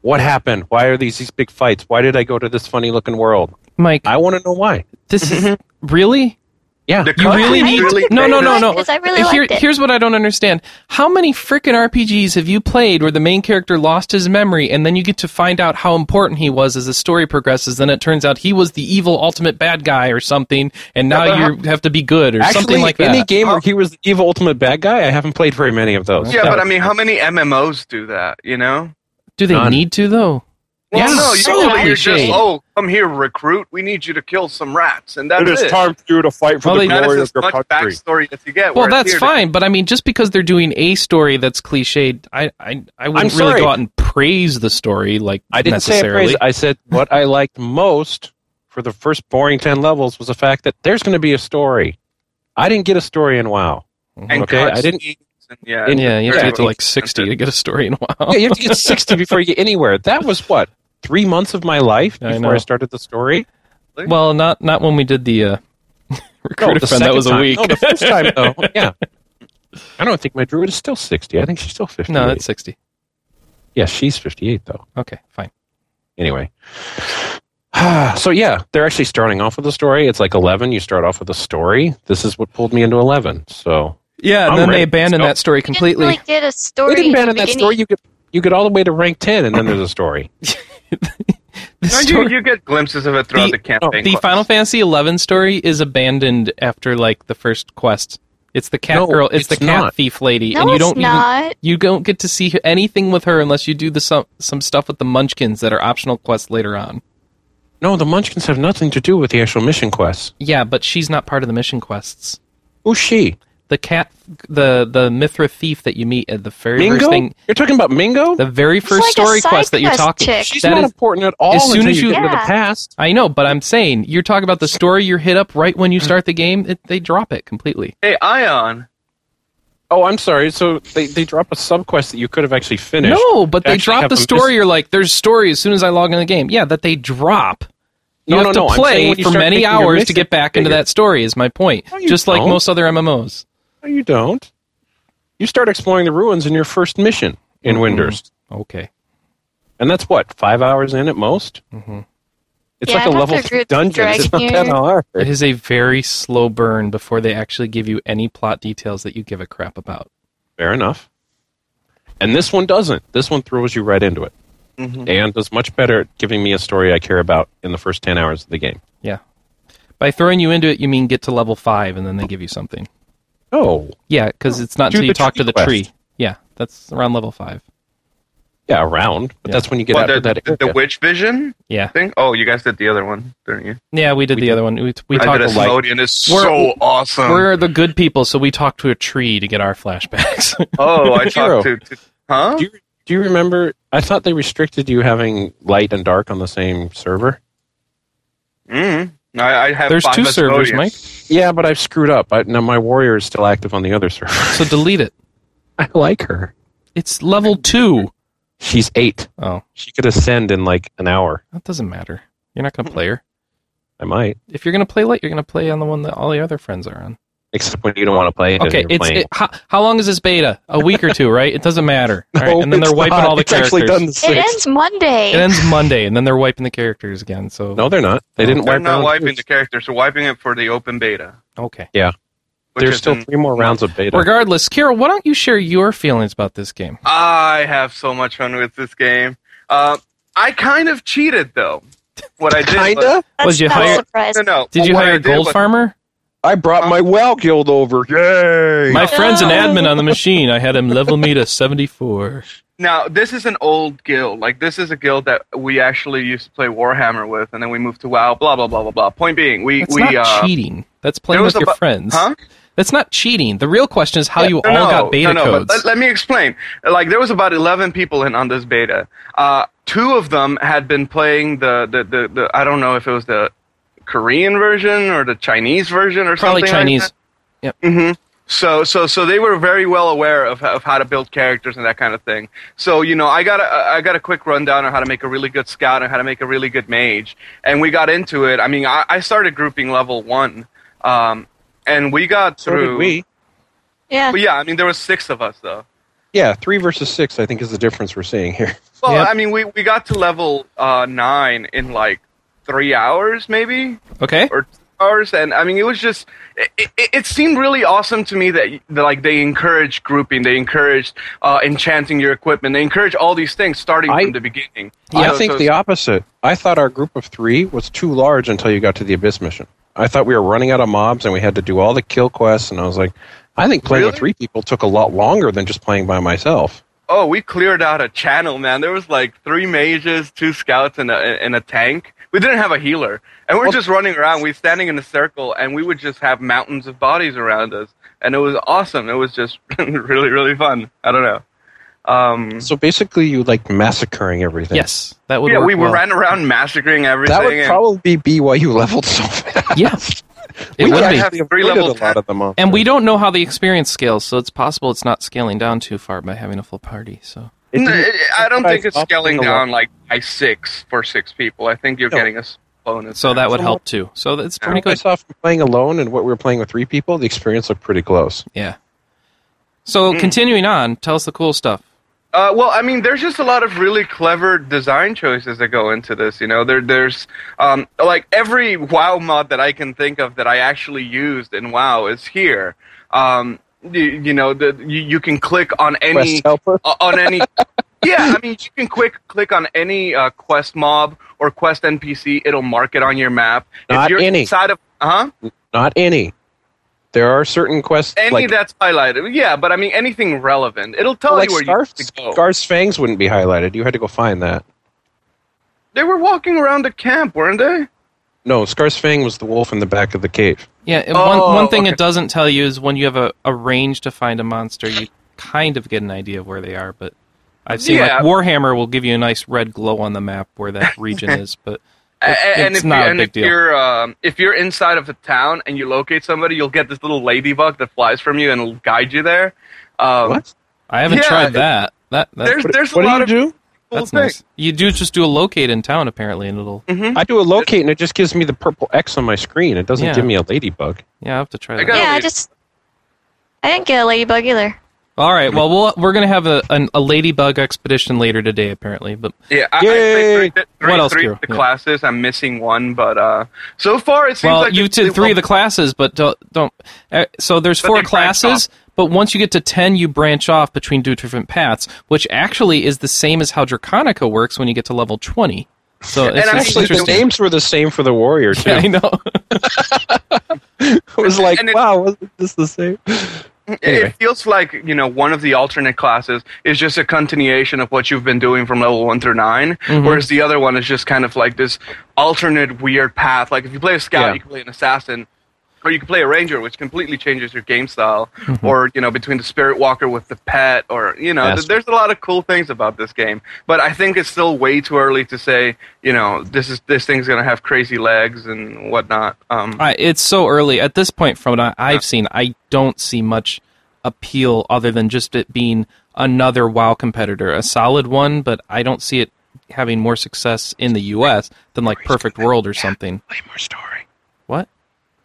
S2: What happened? Why are these these big fights? Why did I go to this funny looking world?
S1: Mike,
S2: I want to know why.
S1: this is really
S2: Yeah.
S5: The
S1: You really
S5: content
S1: need-
S5: really
S1: no, no,
S5: made
S1: no,
S5: us-
S1: no.
S6: Because I really
S1: Here,
S6: Mm-hmm. liked it.
S1: here's what I don't understand. How many frickin' RPGs have you played where the main character lost his memory and then you get to find out how important he was as the story progresses, then it turns out he was the evil ultimate bad guy or something, and now
S5: Yeah,
S1: you have to be good or
S2: Actually,
S1: something like that.
S2: any game where he was the evil ultimate bad guy, I haven't played very many of those.
S5: Yeah, but I mean, how many MMOs do that? You know?
S1: Do they
S2: None.
S1: need to though?
S5: Well,
S1: Yeah,
S5: no,
S1: so
S5: usually you're
S1: cliche.
S5: just oh, come here, recruit. We need you to kill some rats, and that's
S2: it is time for you to fight for
S1: Well, they-
S2: the
S5: That
S2: glory
S5: is
S2: of
S5: as
S2: your
S5: much
S2: country.
S5: backstory as you get.
S1: Well,
S5: whereas
S1: that's
S5: here,
S1: fine, but I mean, just because they're doing a story that's cliched, I I, I wouldn't really
S2: sorry.
S1: go out and praise the story like
S2: I didn't say I
S1: necessarily.
S2: praised. I said what I liked most for the first boring ten levels was the fact that there's going to be a story. I didn't get a story in WoW.
S5: And
S2: Okay, I didn't-
S5: cutscenes and yeah,
S2: In-
S1: Yeah, you have to get to
S5: Yeah.
S1: like 60 to get a story in a while.
S2: Yeah, you have to get 60 before you get anywhere. That was what? Three months of my life
S1: I
S2: before I,
S1: know.
S2: started the story?
S1: Well, not not when we did the uh, recruit
S2: the
S1: a friend. That
S2: second
S1: was a
S2: time.
S1: week.
S2: No, the first time, though. Yeah. I don't think my druid is still 60. I think she's still 58.
S1: no, that's 60.
S2: Yeah, she's 58, though.
S1: Okay, fine.
S2: Anyway. so, yeah, they're actually starting off with a story. It's like 11. You start off with a story. This is what pulled me into 11. So,
S1: Yeah, and
S2: I'm
S1: then
S2: ready.
S1: they abandoned
S2: Let's go.
S1: that story
S6: You
S1: completely.
S6: didn't really get a
S2: they
S6: story.
S2: didn't
S6: in the
S2: abandon that
S6: beginning.
S2: story. You get, you get all the way to rank 10, and then there's a story.
S1: The,
S5: No,
S1: story-
S5: you, you get glimpses of it
S1: The- oh,
S5: throughout the,
S1: the
S5: campaign. quest.
S1: Final Fantasy Eleven story is abandoned after like the first quest. It's the cat
S2: No,
S1: girl. It's, the
S2: it's
S1: cat
S2: not.
S1: thief lady,
S6: No,
S1: and you
S6: it's
S1: don't even
S6: not.
S1: you don't get to see anything with her unless you do the some some stuff with the Munchkins that are optional quests later on.
S2: No, the Munchkins have nothing to do with the actual mission quests.
S1: Yeah, but she's not part of the mission quests.
S2: Who's she?
S1: The cat, the the Mithra thief that you meet at the very
S2: Mingo?
S1: first thing,
S2: You're talking about Mingo?
S1: the very first
S6: like a
S1: story
S6: side
S1: quest that you're
S6: quest
S1: talking.
S6: chick.
S2: She's
S1: that
S2: not
S1: is-
S2: important at all.
S1: as soon
S2: until
S1: as you-
S2: get into the
S6: Yeah.
S2: past,
S1: I know, but I'm saying you're talking about the story you're hit up right when you start the game. It, they drop it completely.
S5: Hey, Ion.
S2: oh, I'm sorry. So they, they drop a subquest that you could have actually finished.
S1: No, but
S2: You
S1: they
S2: actually
S1: drop
S2: have
S1: the
S2: a mis-
S1: story. you're like, there's story as soon as I log in the game. Yeah, that they drop. You
S2: No,
S1: have to
S2: no, no, I'm saying
S1: play
S2: when you
S1: for
S2: start
S1: many
S2: making your
S1: hours to
S2: mission
S1: get back into
S2: figure.
S1: that story. Is my point.
S2: No, you
S1: Just like
S2: don't.
S1: most other MMOs.
S2: No, you don't. You start exploring the ruins in your first mission in
S1: Mhm.
S2: Windurst,
S1: Okay.
S2: and that's what five hours in at most.
S1: hmm
S2: It's
S6: Yeah,
S2: like
S6: I'd
S2: a
S6: have
S2: level
S6: to agree
S2: three
S6: with the
S2: dungeon. It's not that
S6: dragon.
S2: hard.
S1: It is a very slow burn before they actually give you any plot details that you give a crap about.
S2: Fair enough. And this one doesn't. This one throws you right into it.
S1: Mm-hmm.
S5: Mhm.
S2: Dan does much better at giving me a story I care about in the first ten hours of the game.
S1: By throwing you into it, you mean get to level five and then they give you something.
S2: Oh,
S1: Yeah, because it's not
S2: Do
S1: until you
S2: the
S1: talk
S2: tree
S1: to the
S2: quest.
S1: tree. Yeah, that's around level five.
S2: yeah, around. But
S1: Yeah.
S2: that's when you get
S5: What,
S2: out of
S5: the,
S2: that.
S5: the,
S2: area.
S5: the witch vision
S1: Yeah,
S5: thing. Oh, you guys did the other one, didn't you?
S1: yeah, we did
S2: We
S1: the
S2: did-
S1: other one. We, we
S5: I
S1: talked
S5: did a
S1: to like
S5: Slodian. It's
S1: We're-
S5: so awesome.
S1: we're the good people, so we talked to a tree to get our flashbacks.
S5: oh, I
S2: Hero.
S5: talked to, to huh?
S2: Do you, do you remember? I thought they restricted you having light and dark on the same server.
S5: mm I, I have
S1: There's
S5: five
S1: two servers,
S5: Asmodians.
S1: Mike,
S2: Yeah, but I've screwed up. I, now my warrior is still active on the other server.
S1: so delete it.
S2: I like her.
S1: It's level two.
S2: She's eight.
S1: Oh,
S2: She could ascend in like an hour.
S1: that doesn't matter. You're not gonna play her.
S2: I might,
S1: If you're gonna play light, you're gonna play on the one that all the other friends are on.
S2: except when you don't want to play. it and
S1: Okay,
S2: you're
S1: it's
S2: playing.
S1: it, how, how long is this beta? A week or two, right? It doesn't matter. All right,
S2: No,
S1: and then they're
S2: it's
S1: wiping
S2: not.
S1: all the
S2: Oh, it's
S1: characters.
S2: Actually done the
S6: It
S2: six.
S6: ends Monday.
S1: It ends Monday, and then they're wiping the characters again. So
S2: No, they're not. They
S1: No,
S2: didn't
S5: They're
S2: wipe.
S5: not
S2: round
S5: wiping
S2: two.
S5: the character, so wiping it for the open beta.
S1: okay.
S5: Which
S2: There's
S5: is
S2: still
S5: in-
S2: three more rounds of beta.
S1: Regardless, Kira, why don't you share your feelings about this game?
S5: I have so much fun with this game. Uh, I kind of cheated though. What I did was-
S2: Kinda.
S6: That's
S1: Was you
S6: not
S1: hired-
S5: no,
S6: surprising.
S5: no.
S1: Did you
S5: What
S1: hire
S5: Oh, I
S1: a gold
S5: was-
S1: farmer?
S2: I brought my WoW guild over. Yay!
S1: My friend's an
S6: No.
S1: admin on the machine. I had him level me to seventy four.
S5: Now this is an old guild. Like this is a guild that we actually used to play Warhammer with, and then we moved to WoW. Blah blah blah blah blah. Point being, we
S1: That's
S5: we
S1: not
S5: uh,
S1: cheating. That's playing
S5: there
S1: with
S5: was
S1: your
S5: a bu-
S1: friends.
S5: huh?
S1: That's not cheating. The real question is how Oh, you
S5: No,
S1: all
S5: no,
S1: got beta
S5: no, no,
S1: codes.
S5: But let, let me explain. Like there was about eleven people in on this beta. Uh, two of them had been playing the, the, the, the I don't know if it was the Korean version or the Chinese version or
S1: Probably
S5: something.
S1: Chinese.
S5: hmm So so so they were very well aware of, of how to build characters and that kind of thing. So you know I got a, I got a quick rundown on how to make a really good scout and how to make a really good mage, and we got into it. I mean I, I started grouping level one, um, and we got
S2: So
S5: through.
S2: did we.
S6: Yeah.
S5: But yeah, I mean there was six of us though.
S2: Yeah, three versus six. I think is the difference we're seeing here.
S5: Well,
S1: Yep.
S5: I mean, we, we got to level uh, nine in like three hours, maybe
S1: Okay.
S5: or two hours, and I mean, it was just it, it, it seemed really awesome to me that, that like they encouraged grouping, they encouraged uh, enchanting your equipment, they encouraged all these things starting
S2: I-
S5: from the beginning.
S2: I think the opposite. I thought our group of three was too large until you got to the Abyss mission. I thought we were running out of mobs and we had to do all the kill quests, and I was like, I think playing with three
S5: Really?
S2: people took a lot longer than just playing by myself.
S5: oh, we cleared out a channel, man. There was like three mages, two scouts, and a and a tank. We didn't have a healer, and we're
S2: Well-
S5: just running around. We standing in a circle, and we would just have mountains of bodies around us, and it was awesome. It was just really, really fun. I don't know. Um,
S2: So basically, you like massacring everything.
S1: Yes, that would.
S5: yeah,
S1: work
S5: we
S1: well.
S5: ran around massacring everything.
S2: That would
S5: and-
S2: probably be why you leveled so fast.
S1: Yeah. It
S2: we
S1: would be.
S5: have
S2: actually avoided
S5: three-level
S2: a lot of them. off
S1: And
S2: there.
S1: we don't know how the experience scales, so it's possible it's not scaling down too far by having a full party. So
S2: It
S5: No,
S2: didn't-
S5: it- I don't
S2: Right,
S5: think it's
S2: up
S5: scaling
S2: in the
S5: down like by six for six people. I think you're
S2: No.
S5: getting a s- bonus.
S1: so that would
S2: So
S1: help too. So that's pretty
S2: I
S1: good.
S2: saw from playing alone and what we were playing with three people, the experience looked pretty close.
S1: Yeah. So
S5: Mm.
S1: continuing on, tell us the cool stuff.
S5: Uh, well, I mean, there's just a lot of really clever design choices that go into this. You know, there, there's um, like every WoW mod that I can think of that I actually used in WoW is here. Um, you, you know, the, you, you can click on
S2: Quest
S5: any
S2: helper.
S5: o- on any. yeah, I mean, you can quick click on any uh, quest mob or quest NPC. It'll mark it on your map.
S2: Not
S5: if you're
S2: any.
S5: inside of huh
S2: Not any. There are certain quests
S5: any
S2: like,
S5: that's highlighted. Yeah, but I mean anything relevant. It'll tell
S2: like
S5: you where
S2: Scarf,
S5: you have to go.
S2: Scarf's fangs wouldn't be highlighted. You had to go find that.
S5: they were walking around the camp, weren't they?
S2: No, Scarf's fang was the wolf in the back of the cave.
S1: Yeah, and one
S5: Oh,
S1: one thing
S5: okay.
S1: it doesn't tell you is when you have a, a range to find a monster, you kind of get an idea of where they are, but I've seen
S5: Yeah.
S1: like Warhammer will give you a nice red glow on the map where that region is, but
S5: A-
S1: It's-
S5: a- and
S1: it's
S5: if, you-
S1: not a
S5: and
S1: big
S5: if
S1: deal.
S5: you're um, if you're inside of the town and you locate somebody, you'll get this little ladybug that flies from you and will guide you there. Um,
S2: what?
S1: I haven't
S5: Yeah,
S1: tried
S5: it-
S1: that. That, that
S5: There's
S2: What,
S5: there's
S2: what
S5: a lot
S2: do you
S5: of cool
S1: that's
S5: things.
S1: nice. You do just do a locate in town apparently and it'll
S5: Mhm.
S2: do? I do a locate and it just gives me the purple X on my screen. It doesn't
S1: Yeah.
S2: give me a ladybug.
S1: yeah, I'll have to try
S5: I
S1: that.
S5: got-
S6: Yeah, I
S5: leave.
S6: just I didn't get a ladybug either.
S1: All right. Well, we'll we're gonna have a an, a ladybug expedition later today, apparently. But
S5: Yeah, I, I
S2: Yay!
S5: played three, three,
S1: What else,
S5: three
S1: Kira?
S5: of the
S1: Yeah.
S5: classes. I'm missing one, but uh, so far it seems
S1: well,
S5: like
S1: you
S5: they-
S1: did three of the classes, but don't don't. Uh, so there's
S5: But
S1: four
S5: they branch
S1: classes, but once you get to ten, you branch off between two different paths, which actually is the same as how Draconica works when you get to level twenty. So it's
S5: I
S1: just
S5: mean,
S2: Actually, the
S1: interesting.
S2: names were the same for the warrior, too.
S1: Yeah, I know.
S2: It was like,
S5: And it-
S2: wow, wasn't this the same? Anyway.
S5: It feels like you know one of the alternate classes is just a continuation of what you've been doing from level one through 9
S2: Mm-hmm.
S5: whereas the other one is just kind of like this alternate weird path. Like if you play a scout,
S2: Yeah.
S5: you can play an assassin, or you can play a ranger, which completely changes your game style. Or you know between the spirit walker with the pet, or you know
S2: Mm-hmm. Yes.
S5: th- there's a lot of cool things about this game. But I think it's still way too early to say you know this is this thing's gonna have crazy legs and whatnot. Um,
S1: I, it's so early at this point from what I've seen. I don't see much appeal other than just it being another WoW competitor, a solid one, but I don't see it having more success in the U.S. than like Perfect World or something.
S5: play more story.
S1: What?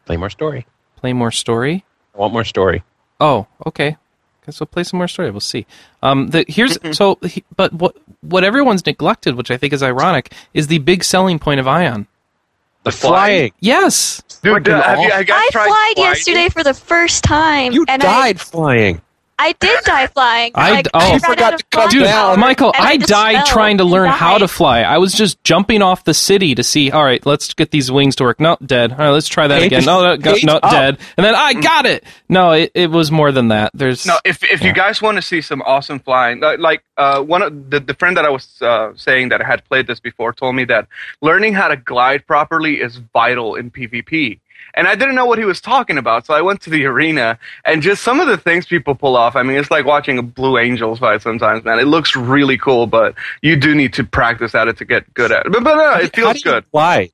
S2: Play more story.
S1: Play more story?
S2: I want more story.
S1: Oh, okay. Guess we'll play some more story. We'll see. Um, the, here's so, he- but what what everyone's neglected, which I think is ironic, is the big selling point of Ion.
S2: The,
S5: flying.
S2: flying.
S1: Yes,
S5: Dude,
S2: Freaking
S5: uh, have you,
S2: awful.
S5: have you guys
S6: I
S5: tried
S6: flied
S5: gliding?
S6: yesterday for the first time.
S2: You
S6: and
S2: died flying.
S6: I, I did die flying.
S1: I-
S6: like,
S1: oh.
S6: I
S1: You
S6: ran
S2: forgot
S6: out of
S2: to come
S1: dude,
S6: flying
S2: down.
S6: power,
S1: Michael,
S6: and
S1: I
S6: just
S1: died
S6: fell
S1: trying to
S6: and
S1: learn how to
S6: died.
S1: fly. I was just jumping off the city to see. All right, let's get these wings to work. No, dead. All right, let's try that
S2: Page-
S1: again. No, no, go-
S2: page
S1: no,
S2: up.
S1: dead. And then I got it. No, it, it was more than that. There's
S5: Mm. No, if if
S1: Yeah.
S5: you guys want to see some awesome flying, li- like uh, one of the, the friend that I was uh, saying that had played this before told me that learning how to glide properly is vital in PvP. And I didn't know what he was talking about, so I went to the arena and just some of the things people pull off. I mean, it's like watching a Blue Angels fight sometimes, man. It looks really cool, but you do need to practice at it to get good at it. But, but no, it
S2: How do
S5: feels
S2: you
S5: good.
S2: glide?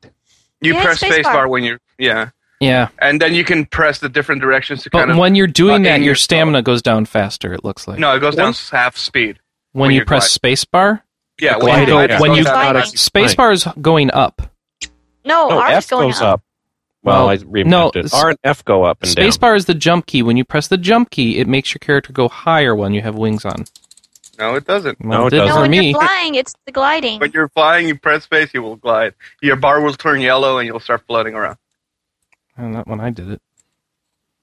S5: You
S6: Yeah,
S5: press
S6: spacebar.
S5: spacebar when you're yeah,
S1: yeah.
S5: and then you can press the different directions to kind
S1: But
S5: of.
S1: when you're doing
S5: uh,
S1: that,
S5: aim
S1: your
S5: yourself.
S1: stamina goes down faster. It looks like
S5: no, it goes down
S2: Once-
S5: half speed.
S1: when,
S5: when
S1: you
S5: you're
S1: press space bar.
S5: Yeah,
S2: Glide
S5: you
S1: go-
S5: glide
S1: when
S5: up
S1: you-
S5: that-
S6: Gliding.
S2: actually
S1: Space
S2: flying.
S1: bar is going up.
S6: No,
S2: No,
S6: Oh, ours
S2: F
S6: going
S2: goes up. Well,
S1: Well,
S2: I revamped
S1: no,
S2: it.
S1: s-
S2: R and F go up and
S1: Space
S2: down.
S1: bar is the jump key. When you press the jump key, it makes your character go higher when you have wings on.
S5: No, it doesn't.
S1: Well,
S2: No, it
S1: did
S2: doesn't.
S6: No,
S1: for
S6: when
S1: me.
S6: you're flying, it's the gliding.
S5: When you're flying, you press space, you will glide. Your bar will turn yellow, and you'll start floating around.
S1: And not when I did it.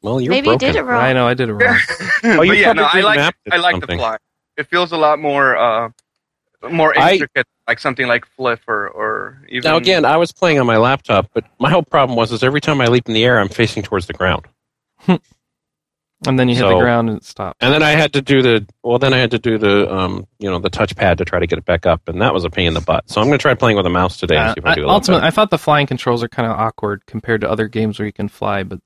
S2: Well, you're
S6: Maybe you
S2: broken.
S6: did
S1: I
S6: it wrong.
S1: know I did it wrong.
S5: Oh,
S2: you
S5: but yeah, no,
S2: probably
S5: I like
S2: mapped it
S5: I like
S2: something.
S5: the fly. It feels a lot more uh, more
S2: I-
S5: intricate, like something like flip or or even.
S2: Now again, I was playing on my laptop, but my whole problem was is every time I leap in the air, I'm facing towards the ground,
S1: And then you hit the
S2: So-
S1: ground and it stopped.
S2: and then I had to do the well, then I had to do the um, you know, the touchpad to try to get it back up, and that was a pain in the butt. So I'm going to try playing with a mouse today. and
S1: Uh,
S2: see if I,
S1: I,
S2: do a little
S1: ultimately,
S2: better.
S1: I thought the flying controls are kind of awkward compared to other games where you can fly, but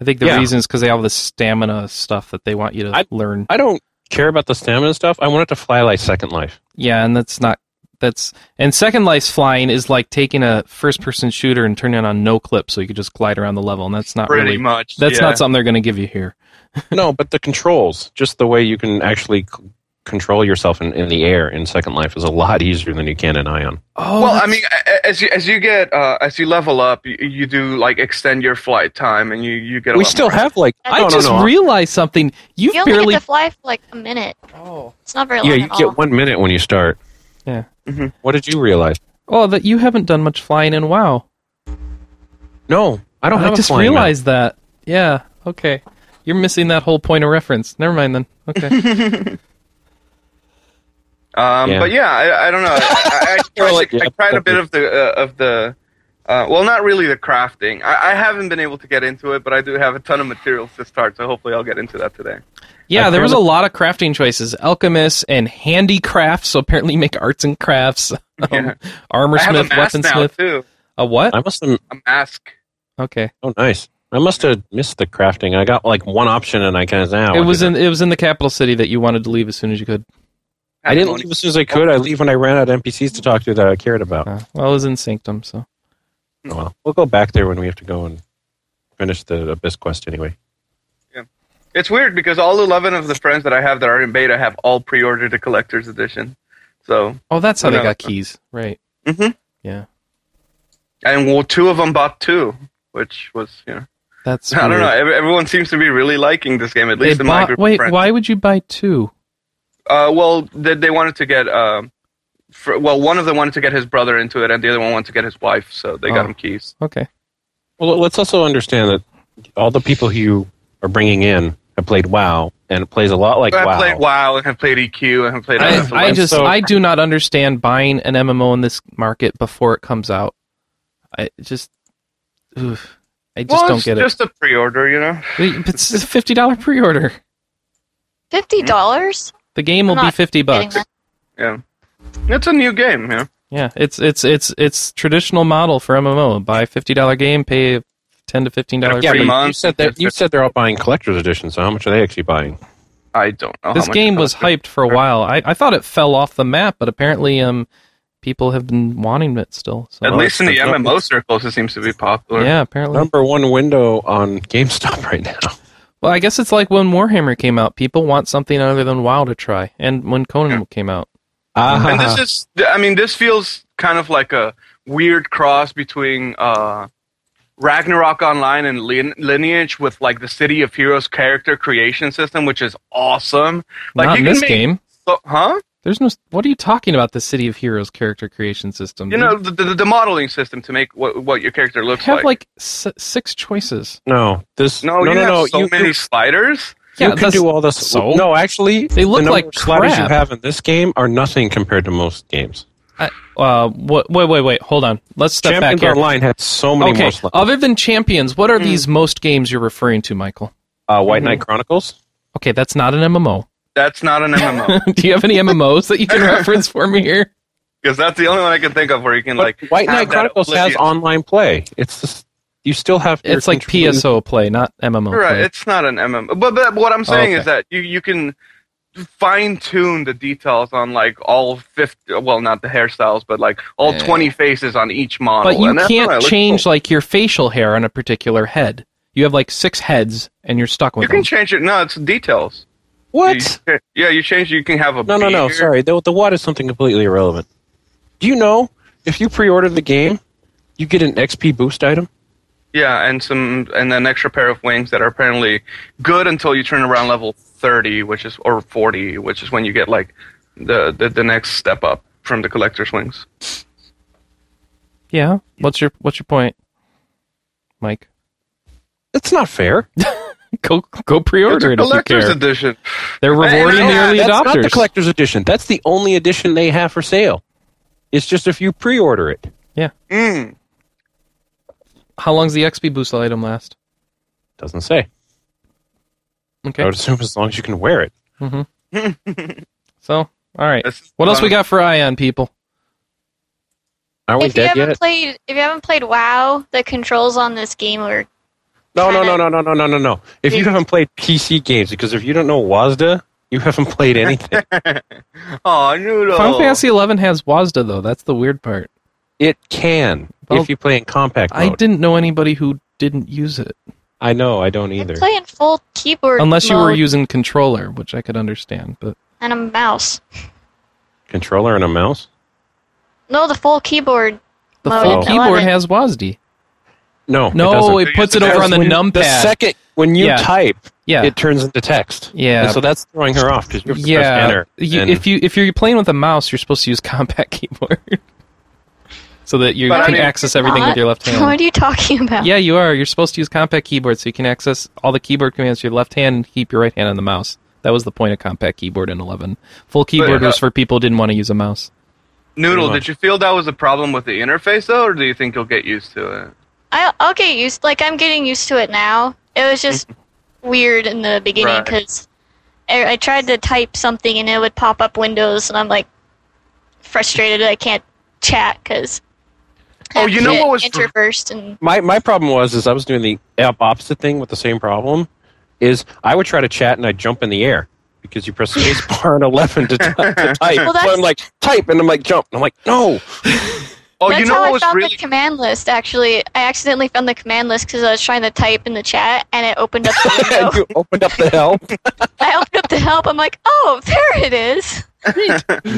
S1: I think the
S2: Yeah.
S1: reason is because they have all this stamina stuff that they want you to
S2: I-
S1: learn.
S2: I don't care about the stamina stuff. I want it to fly like Second Life.
S1: yeah, and that's not That's and second life flying is like taking a first person shooter and turning it on no clip so you could just glide around the level and that's not
S5: pretty
S1: really
S5: much.
S1: that's
S5: yeah.
S1: not something they're going to give you here.
S2: no, but the controls, just the way you can actually c- control yourself in, in the air in Second Life is a lot easier than you can in Ion.
S1: Oh,
S5: well, I
S1: that's-
S5: mean, a- a- as you, as you get uh, as you level up, you, you do like extend your flight time, and you you get. A
S2: We
S5: lot
S2: still
S5: more.
S2: have like
S1: I
S2: no, no,
S1: just
S2: no.
S1: realized something. You've
S6: You only
S1: barely
S6: get to fly for like a minute. Oh. It's not very long
S2: yeah, you
S6: at all.
S2: get one minute when you start.
S1: Yeah.
S5: Mhm.
S2: What did you realize?
S1: Oh, that you haven't done much flying in WoW.
S2: No, I don't.
S1: I
S2: have a
S1: just
S2: flying mount.
S1: realized that. Yeah. Okay. You're missing that whole point of reference. Never mind then. Okay.
S5: Um,
S2: Yeah.
S5: But yeah, I, I don't know. I, I, I tried,
S2: Well,
S5: I
S2: yeah,
S5: tried a bit of the uh, of the. Uh, well, not really the crafting. I, I haven't been able to get into it, but I do have a ton of materials to start, so hopefully I'll get into that today.
S1: yeah,
S2: I
S1: there was a
S2: found
S1: lot of crafting choices. Alchemists and handicrafts. So apparently you make arts and crafts. Um,
S5: Yeah.
S1: Armor
S5: I have a
S1: smith,
S5: mask now
S1: weaponsmith.
S5: too.
S1: A what?
S2: I must have.
S5: A mask.
S1: Okay.
S2: Oh, nice. I must have missed the crafting. I got like one option, and I kind of now.
S1: It was in it was in the capital city that you wanted to leave as soon as you could.
S2: I didn't leave as soon as I could. I leave when I ran out of NPCs to talk to that I cared about.
S1: Uh, well, it was in Sanctum, so
S2: Oh, well, we'll go back there when we have to go and finish the abyss quest anyway.
S5: It's weird because all eleven of the friends that I have that are in beta have all pre-ordered the collector's edition. So,
S1: Oh, that's how they
S5: No.
S1: got keys, right?
S5: Mhm.
S1: Yeah,
S5: and well, two of them bought two, which was you know,
S1: that's.
S5: I don't
S1: weird.
S5: know. Every, everyone seems to be really liking this game, at
S1: They
S5: least in my
S1: bought-
S5: group. of
S1: wait,
S5: friends.
S1: why would you buy two?
S5: Uh, well, they, they wanted to get. Um, fr well, one of them wanted to get his brother into it, and the other one wanted to get his wife. So they
S1: Oh.
S5: got him keys.
S1: Okay.
S2: Well, let's also understand that all the people who you are bringing in have played WoW, and it plays a lot like
S5: I
S2: WoW.
S5: played WoW and I played EQ and I played.
S1: I,
S5: Islands of
S1: I
S5: Light.
S1: just
S2: so-
S1: I do not understand buying an MMO in this market before it comes out. I just oof, I just
S5: well,
S1: don't
S5: it's
S1: get
S5: just a pre-order, you know.
S1: it. Wait, It's a fifty dollar pre order.
S6: Fifty dollars?
S1: The game
S6: I'm
S1: will be
S6: not
S1: fifty
S6: Getting
S1: bucks.
S6: that.
S5: Yeah, it's a new game. Yeah,
S1: Yeah, it's it's it's it's traditional model for MMO. Buy a fifty dollar game, pay a ten to fifteen dollar
S2: yeah,
S5: Every
S2: but
S1: fee.
S5: month.
S2: you said that you said they're all buying collector's edition. So how much are they actually buying?
S5: I don't know.
S1: This
S5: how much
S1: game
S5: it
S1: was
S5: costs.
S1: hyped for a while. I, I thought it fell off the map, but apparently um people have been wanting it still. So
S5: At least in the
S2: it's-
S5: MMO circles, it seems to be popular.
S1: yeah, apparently.
S2: Number one window on GameStop right now.
S1: Well, I guess it's like when Warhammer came out. People want something other than WoW to try, and when Conan came out.
S2: Ah,
S5: And this is, I mean, this feels kind of like a weird cross between uh, Ragnarok Online and Lin- Lineage with like the City of Heroes character creation system, which is awesome. Like
S1: Not in
S5: you can
S1: this
S5: make-
S1: game.
S5: so- huh?
S1: There's no. What are you talking about? The City of Heroes character creation system.
S5: You know, the,
S2: Mm-hmm.
S5: the, the modeling system to make what, what your character
S1: You
S5: looks
S1: have
S5: like.
S1: like s- six choices.
S2: no, this
S5: no,
S2: no,
S5: you
S2: no,
S5: have
S2: no.
S5: so
S2: you,
S5: many
S2: you-
S5: sliders.
S1: Yeah,
S2: you can
S1: that's-
S2: do all this.
S1: so?
S2: no, actually,
S1: They look
S2: the number
S1: like
S2: of sliders you
S1: crap.
S2: have in this game are nothing compared to most games.
S1: I, uh, what, wait, wait, wait. Hold on. Let's step
S2: Champions
S1: back here.
S2: Online had so many
S1: Okay. uh,
S2: more sliders.
S1: Other than champions, what are
S5: Hmm.
S1: these most games you're referring to, Michael?
S2: Uh, White Knight
S1: Mhm.
S2: Chronicles.
S1: Okay, that's not an MMO.
S5: That's not an MMO
S1: do you have any MMOs that you can reference for me here?
S5: because that's the only one I can think of where you can
S2: But
S5: like
S2: White
S5: have
S2: Knight
S5: that
S2: Chronicles has
S5: oblivion.
S2: online play. It's just, you still have. your
S1: It's like
S2: control-
S1: PSO play, not MMO.
S5: Right,
S1: play.
S5: it's not an MMO. But, but what I'm saying
S1: okay.
S5: is that you, you can fine tune the details on like all 50, well, not the hairstyles, but like all 20 faces on each model.
S1: But you
S5: And that's what I
S1: can't
S5: look
S1: change
S5: for.
S1: like your facial hair on a particular head. You have like six heads, and you're stuck with
S5: You can
S1: them.
S5: change it. No, it's details. You-
S2: What?
S5: you- yeah, you change. You can have a.
S2: No, no, no.
S5: beard.
S2: Sorry, the the what is something completely irrelevant. Do you know if you pre-order the game, you get an XP boost item?
S5: Yeah, and some and an extra pair of wings that are apparently good until you turn around level 30, which is or 40, which is when you get like the the, the next step up from the collector's wings.
S1: yeah. What's your What's your point, Mike?
S2: That's not fair.
S1: Go go
S5: It's
S1: pre-order
S5: a
S1: it if you
S5: collector's
S1: care.
S5: edition.
S1: They're rewarding
S5: And
S1: the
S5: I-
S1: early
S2: That's not the
S1: adopters.
S2: collector's edition. That's the only edition they have for sale. It's just if you pre-order it.
S5: Mm.
S1: How long's the XP boost item last?
S2: Doesn't say. I
S1: Okay.
S2: would assume as long as you can wear it.
S1: So all right.
S5: That's-
S1: What else we
S5: um,
S1: got for Ion people?
S2: Are we
S6: If you
S2: dead
S6: haven't
S2: yet?
S6: played if you haven't played WoW, the controls on this game are
S2: No, no, no, no, no, no, no, no, no. If you
S6: Yeah.
S2: haven't played PC games, because if you don't know WASDA, You haven't played anything.
S5: Oh, noodle.
S1: Final Fantasy Eleven has WASDA though. That's the weird part.
S2: it can
S1: Well,
S2: if you play in compact mode.
S1: I
S5: Oh.
S1: didn't know anybody who didn't use it,
S2: I know. I don't
S6: I'm
S2: either.
S6: playing full keyboard
S1: unless you were
S6: mode
S1: using controller, which I could understand. But
S6: and a mouse.
S2: Controller and a mouse.
S6: No, the full keyboard.
S1: the
S6: Mode
S5: Oh.
S1: full
S6: in
S1: keyboard
S6: 11.
S1: has WASD.
S2: No.
S1: No,
S2: doesn't.
S1: it, puts it
S2: Because
S1: over on the
S2: when-
S1: numpad.
S2: The second when you
S1: Yeah.
S2: type,
S1: yeah,
S2: it turns into text.
S1: yeah,
S2: And so that's throwing her off because you have to press
S1: yeah.
S2: enter.
S1: You-
S2: and-
S1: if you if you're playing with a mouse, you're supposed to use compact keyboard, so that you
S5: But I
S1: can
S5: mean-
S1: access everything
S6: Not-
S1: with your left hand.
S6: What are you talking about?
S1: Yeah, you are. You're supposed to use compact keyboard so you can access all the keyboard commands with your left hand and keep your right hand on the mouse. That was the point of compact keyboard in 11. Full keyboard
S5: uh,
S1: was for people who didn't want to use a mouse.
S5: Noodle,
S2: Pretty much.
S5: did you feel that was a problem with the interface though, or do you think you'll get used to it?
S6: I, I'll get used. Like I'm getting used to it now. It was just weird in the beginning
S5: Right.
S6: because I, I tried to type something and it would pop up Windows, and I'm like frustrated that I can't chat because.
S5: Oh, you know what was-
S6: introversed and
S2: my my problem was is I was doing the op- opposite thing with the same problem. Is I would try to chat and I'd jump in the air because you press space bar and eleven to, t- to type.
S6: Well,
S2: so
S6: that's-
S2: I'm like type and I'm like jump and I'm like no.
S5: Oh,
S6: That's
S5: you know
S6: how
S5: what
S6: I
S5: was
S6: found
S5: really
S6: the command list. Actually, I accidentally found the command list because I was trying to type in the chat, and it opened up the window.
S2: and you opened up the help.
S6: I opened up the help. I'm like, oh, there it is.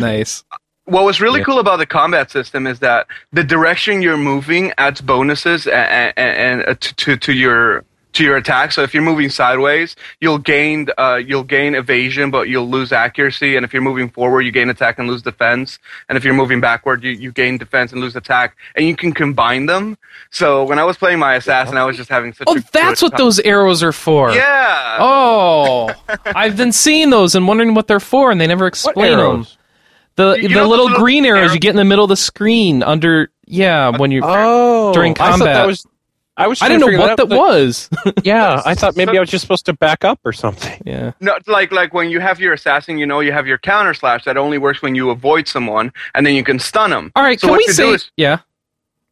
S1: Nice.
S5: what was really
S1: Yeah.
S5: cool about the combat system is that the direction you're moving adds bonuses and, and, and uh, to, to to your to your attack. So if you're moving sideways, you'll gain uh, you'll gain evasion, but you'll lose accuracy. And if you're moving forward, you gain attack and lose defense. And if you're moving backward, you, you gain defense and lose attack. And you can combine them. So when I was playing my assassin, I was just having such.
S1: Oh,
S5: a
S1: that's
S5: good
S1: what those arrows are for.
S5: time. Yeah.
S1: Oh, I've been seeing those and wondering what they're for, and they never explain them. The
S5: You- you know
S1: the
S5: those
S1: little
S5: little
S1: green arrows you
S5: arrow-
S1: get in the middle of the screen under yeah when you
S2: Oh,
S1: During
S2: I thought
S1: combat.
S2: that was. I was.
S1: I
S2: trying
S1: didn't
S2: to
S1: know what
S2: figure
S1: that was.
S2: out, but- Yeah, I thought maybe I was just supposed to back up or something.
S1: yeah.
S5: No, like like when you have your assassin, you know you have your counter slash that only works when you avoid someone, and then you can stun them.
S1: All right,
S5: So
S1: can
S5: what
S1: we
S5: you do
S1: say
S5: is-
S1: yeah?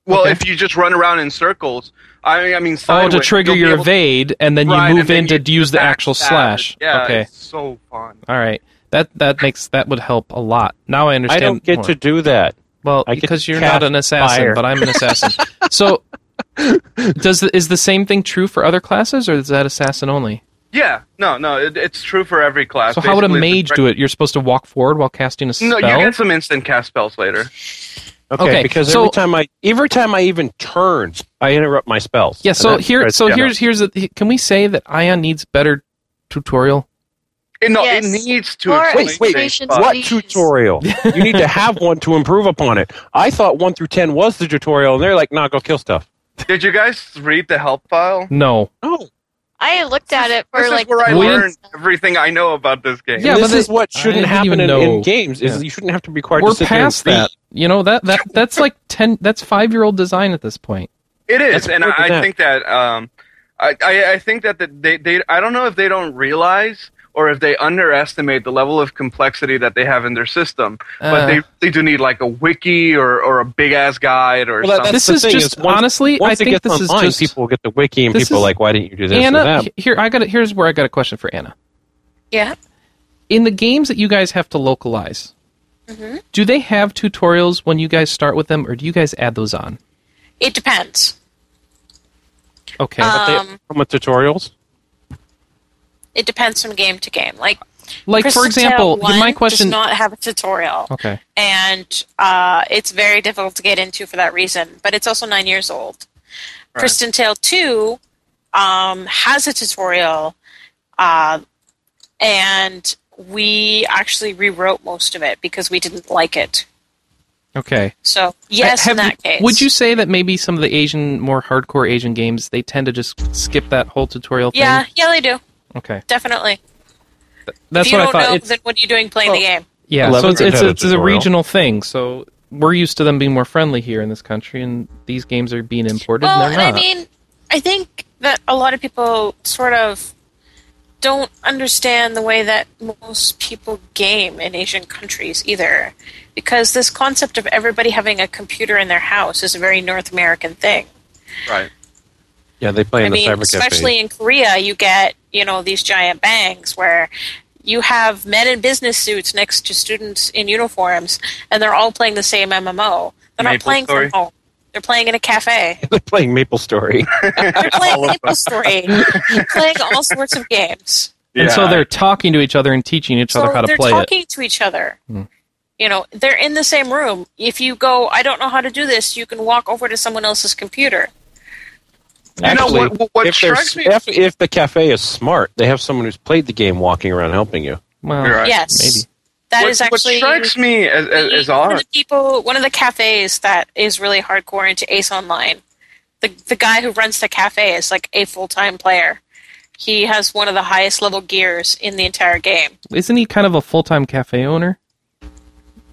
S5: Well,
S1: Okay.
S5: if you just run around in circles, I mean, I mean,
S1: Oh,
S5: sideways,
S1: to trigger
S5: you'll be
S1: your
S5: able to-
S1: evade, and then
S5: Right,
S1: you
S5: and
S1: move
S5: then
S1: in
S5: you
S1: to use the
S5: back
S1: actual
S5: stab.
S1: slash.
S5: Yeah,
S1: okay.
S5: it's so fun.
S1: All right. That that makes that would help a lot. Now I
S2: I
S1: understand.
S2: don't get
S1: more.
S2: to do that.
S1: well
S2: I get
S1: because
S2: to
S1: you're not
S2: cast
S1: an assassin,
S2: fire.
S1: but I'm an assassin. so does the, is the same thing true for other classes, or is that assassin only?
S5: Yeah, no, no, it, it's true for every class.
S1: So how would a
S5: Basically,
S1: mage
S5: it's a-
S1: do it? You're supposed to walk forward while casting a
S5: No,
S1: spell.
S5: you get some instant cast spells later.
S2: Okay,
S1: Okay,
S2: because
S1: so-
S2: every time I every time I even turn, I interrupt my spells.
S1: yeah.
S2: And
S1: So
S2: that
S1: here,
S2: drives
S1: so
S2: me nuts.
S1: here's here's the, can we say that Ion needs better tutorial?
S5: It, no,
S6: Yes.
S5: it needs to.
S6: More
S5: explain
S2: Wait, wait,
S5: things,
S6: explanations,
S5: but-
S2: What
S6: please.
S2: tutorial? you need to have one to improve upon it. I thought one through ten was the tutorial, and they're like, "Nah, go kill stuff."
S5: Did you guys read the help file?
S1: No.
S2: No,
S6: I looked at it for
S5: This
S6: like.
S5: is where I
S1: We didn't-
S5: learned everything I know about this game.
S1: Yeah,
S2: yeah,
S1: but
S2: this is
S1: they-
S2: what
S1: I
S2: shouldn't
S1: didn't even
S2: happen in,
S1: know.
S2: in games. Is
S1: Yeah.
S2: you shouldn't have to be required
S1: We're
S2: to sit there and
S1: past that. You know that that that's like ten. That's five year old design at this point.
S5: It
S2: That's
S5: is, and
S2: weird
S5: I,
S2: to
S5: I
S2: that.
S5: think that um, I, I, I think that the, they, they I don't know if they don't realize or if they underestimate the level of complexity that they have in their system,
S1: Uh.
S5: but they really do need like a wiki or, or a big ass guide
S2: Well,
S5: or
S2: that-
S5: something.
S1: This
S2: that's the
S1: is
S2: thing
S1: just-
S2: once-
S1: honestly,
S2: Once
S1: I
S2: it
S1: think
S2: gets
S1: this is
S2: online,
S1: just-
S2: people will get the wiki, and
S1: this
S2: people are
S1: is-
S2: like, "Why didn't you do this?" and
S1: Anna,
S2: that?
S1: he- here I got it. Here's where I got a question for Anna.
S4: Yeah.
S1: In the games that you guys have to localize,
S4: Mm-hmm.
S1: do they have tutorials when you guys start with them, or do you guys add those on?
S4: It depends.
S1: Okay.
S2: But they
S4: Um,
S2: come with tutorials.
S4: It depends from game to game. Like,
S1: like for
S4: Priscilla
S1: example,
S4: one
S1: my question.
S4: does not have a tutorial,
S1: okay.
S4: and uh, it's very difficult to get into for that reason. But it's also nine years old.
S5: Right.
S4: Kristen Tale Two um, has a tutorial, uh, and we actually rewrote most of it because we didn't like it.
S1: Okay.
S4: So yes,
S1: Ha-
S4: in
S1: have
S4: that
S1: you-
S4: case,
S1: Would you say that maybe some of the Asian, more hardcore Asian games, they tend to just skip that whole tutorial thing?
S4: Yeah, yeah, they do
S1: Okay.
S4: definitely.
S1: That's
S4: if you
S1: what I
S4: don't
S1: thought.
S4: know,
S1: It's-
S4: then what are you doing playing the game?
S1: yeah. So
S2: Eleven
S1: it's it's,
S2: had a
S1: it's a
S2: tutorial.
S1: regional thing. So we're used to them being more friendly here in this country, and these games are being imported.
S4: Well,
S1: and
S4: and
S1: they're
S4: I
S1: not.
S4: mean, I think that a lot of people sort of don't understand the way that most people game in Asian countries either, because this concept of everybody having a computer in their house is a very North American thing.
S5: right.
S2: Yeah, they play in
S4: I
S2: the
S4: mean,
S2: cyber cafe.
S4: especially in Korea, you get you know these giant bangs where you have men in business suits next to students in uniforms, and they're all playing the same MMO. They're not
S5: Maple
S4: playing
S5: Story?
S4: from home. They're playing in a cafe.
S2: They're playing Maple Story.
S4: They're playing Maple Story. playing all sorts of games.
S1: And so they're talking to each other and teaching each other how to
S4: they're
S1: play it. Hmm.
S4: talking to each other. You know, they're in the same room. If you go, I don't know how to do this, you can walk over to someone else's computer.
S5: You know, what- what- what
S2: if, they're s-
S5: strikes me-
S2: if, if the cafe is smart, they have someone who's played the game walking around helping you.
S1: Well,
S5: You're right.
S4: Yes,
S1: Maybe.
S4: that
S5: what,
S4: is
S5: what
S4: actually
S5: strikes me as, as, as
S4: one
S5: odd.
S4: of the people, one of the cafes that is really hardcore into Ace Online. The the guy who runs the cafe is like a full time player. He has one of the highest level gears in the entire game.
S1: isn't he kind of a full time cafe owner?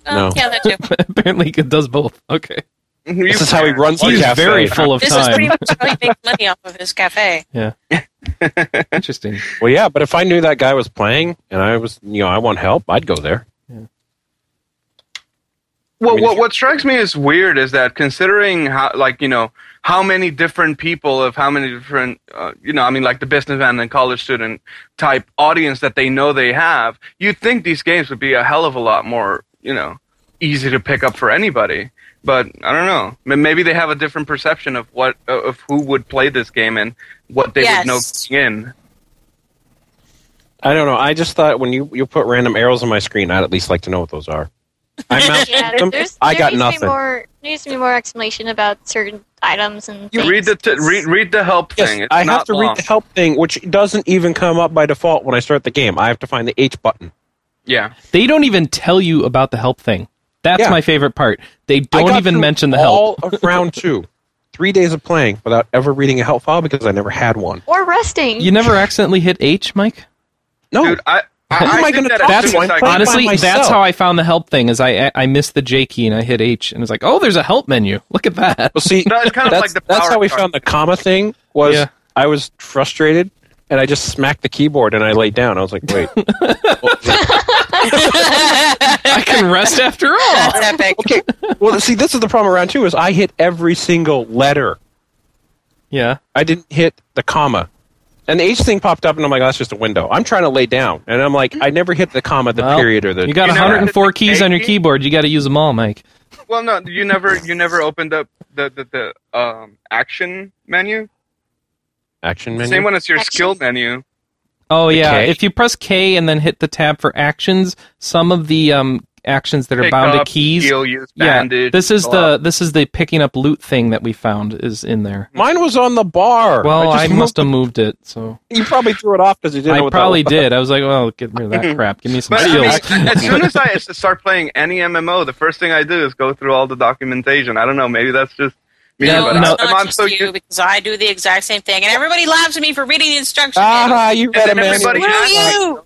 S4: Um,
S2: No.
S4: Yeah, that too.
S1: Apparently, he does both. Okay,
S2: This is how he runs the
S1: he's
S2: cafe.
S1: very full of
S4: This is pretty
S1: time.
S4: much how he makes money off of his cafe.
S1: Interesting.
S2: Well, yeah, but if I knew that guy was playing and I was, you know, I want help, I'd go there. I
S5: Well,
S2: mean, if
S5: what,
S2: you-
S5: what strikes me as weird is that considering how, like, you know, how many different people of how many different, uh, you know, I mean, like the businessman and college student type audience that they know they have, you'd think these games would be a hell of a lot more, you know, easy to pick up for anybody. But I don't know. M- Maybe they have a different perception of what uh, of who would play this game and what they would know
S4: Yes.
S5: going in.
S2: I don't know. I just thought when you, you put random arrows on my screen, I'd at least like to know what those are. I mount
S6: Yeah,
S2: them.
S6: there's,
S2: I
S6: there
S2: got
S6: needs to be
S2: nothing.
S6: More, there needs to be more explanation about certain items and
S5: You
S6: things.
S5: read the t- read read the help
S2: Yes,
S5: thing. It's
S2: I have
S5: not
S2: to
S5: long.
S2: read the help thing, which doesn't even come up by default when I start the game. I have to find the H button.
S5: Yeah.
S1: They don't even tell you about the help thing. That's
S2: Yeah.
S1: my favorite part. They
S2: I
S1: don't
S2: got
S1: even
S2: through
S1: mention the help.
S2: all of round two, three days of playing without ever reading a help file because I never had one.
S6: or resting.
S1: You never accidentally hit H, Mike?
S2: No,
S5: Dude, I. I,
S2: Oh. Who am
S5: I
S2: I
S5: think
S2: gonna
S5: that
S2: talk
S5: as
S1: That's
S2: to?
S5: soon as
S2: Playing
S5: I-
S2: by
S1: honestly that's
S2: myself.
S1: how I found the help thing. Is I I missed the J key and I hit H and it's like, oh, there's a help menu. Look at that.
S2: Well, see,
S5: No, it's kind of
S2: that's,
S5: like the
S2: that's
S5: power
S2: how we
S5: chart.
S2: found the comma thing. Was
S1: Yeah.
S2: I was frustrated and I just smacked the keyboard and I laid down. I was like, wait,
S1: I can rest after all.
S4: That's epic.
S2: okay. Well, see, this is the problem around two is I hit every single letter.
S1: Yeah.
S2: I didn't hit the comma. And the H thing popped up, and I'm like, "Oh, that's just a window. I'm trying to lay down, and I'm like, I never hit the comma, the
S1: Well,
S2: period, or the.
S1: You got
S5: You know,
S1: 104
S5: it's like
S1: keys on your
S5: 80.
S1: keyboard. You got to use them all, Mike.
S5: Well, no, you never you never opened up the the, the um, action menu.
S2: action
S5: The
S2: menu.
S5: Same one as your
S6: Action.
S5: skill menu.
S1: Oh
S2: The
S1: yeah,
S2: K?
S1: if you press K and then hit the tab for actions, some of the um actions that are
S5: Pick
S1: bound
S5: up,
S1: to keys.
S5: Heal, use
S1: yeah,
S5: bandage.
S1: this is
S5: pull
S1: the
S5: up.
S1: this is the picking up loot thing that we found is in there.
S2: Mine was on the bar.
S1: Well, I,
S2: just
S1: must have moved it, so
S2: moved- You probably threw it off because you didn't. know
S1: I
S2: what that
S1: probably
S2: was.
S1: did. I was like, well, get rid of that crap. Give me some
S5: But I mean,
S1: skills.
S5: as soon as I s- start playing any MMO, the first thing I do is go through all the documentation. I don't know, maybe that's just me,
S1: Yeah,
S4: no,
S5: but
S4: it's
S5: I,
S1: no.
S4: not
S5: I'm, I'm
S4: just
S5: so
S4: you
S5: used.
S4: because I do the exact same thing, and everybody laughs at me for reading the instructions.
S2: Ah, you read a
S5: then
S2: manual.
S5: everybody
S4: Where are you?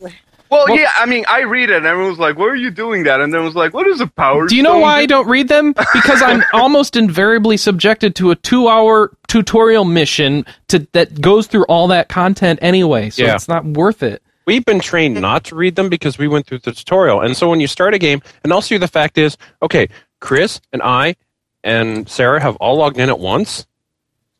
S5: Well,
S1: Well-
S5: yeah, I mean, I read it, and everyone's like, "Where are you doing that?" And then was like, "What is a power?"
S1: Do you know
S5: stone?"
S1: why I don't read them? Because I'm almost invariably subjected to a two-hour tutorial mission to that goes through all that content anyway. So
S2: Yeah.
S1: it's not worth it.
S2: We've been trained not to read them because we went through the tutorial. And so when you start a game, and also the fact is, okay, Chris and I and Sarah have all logged in at once.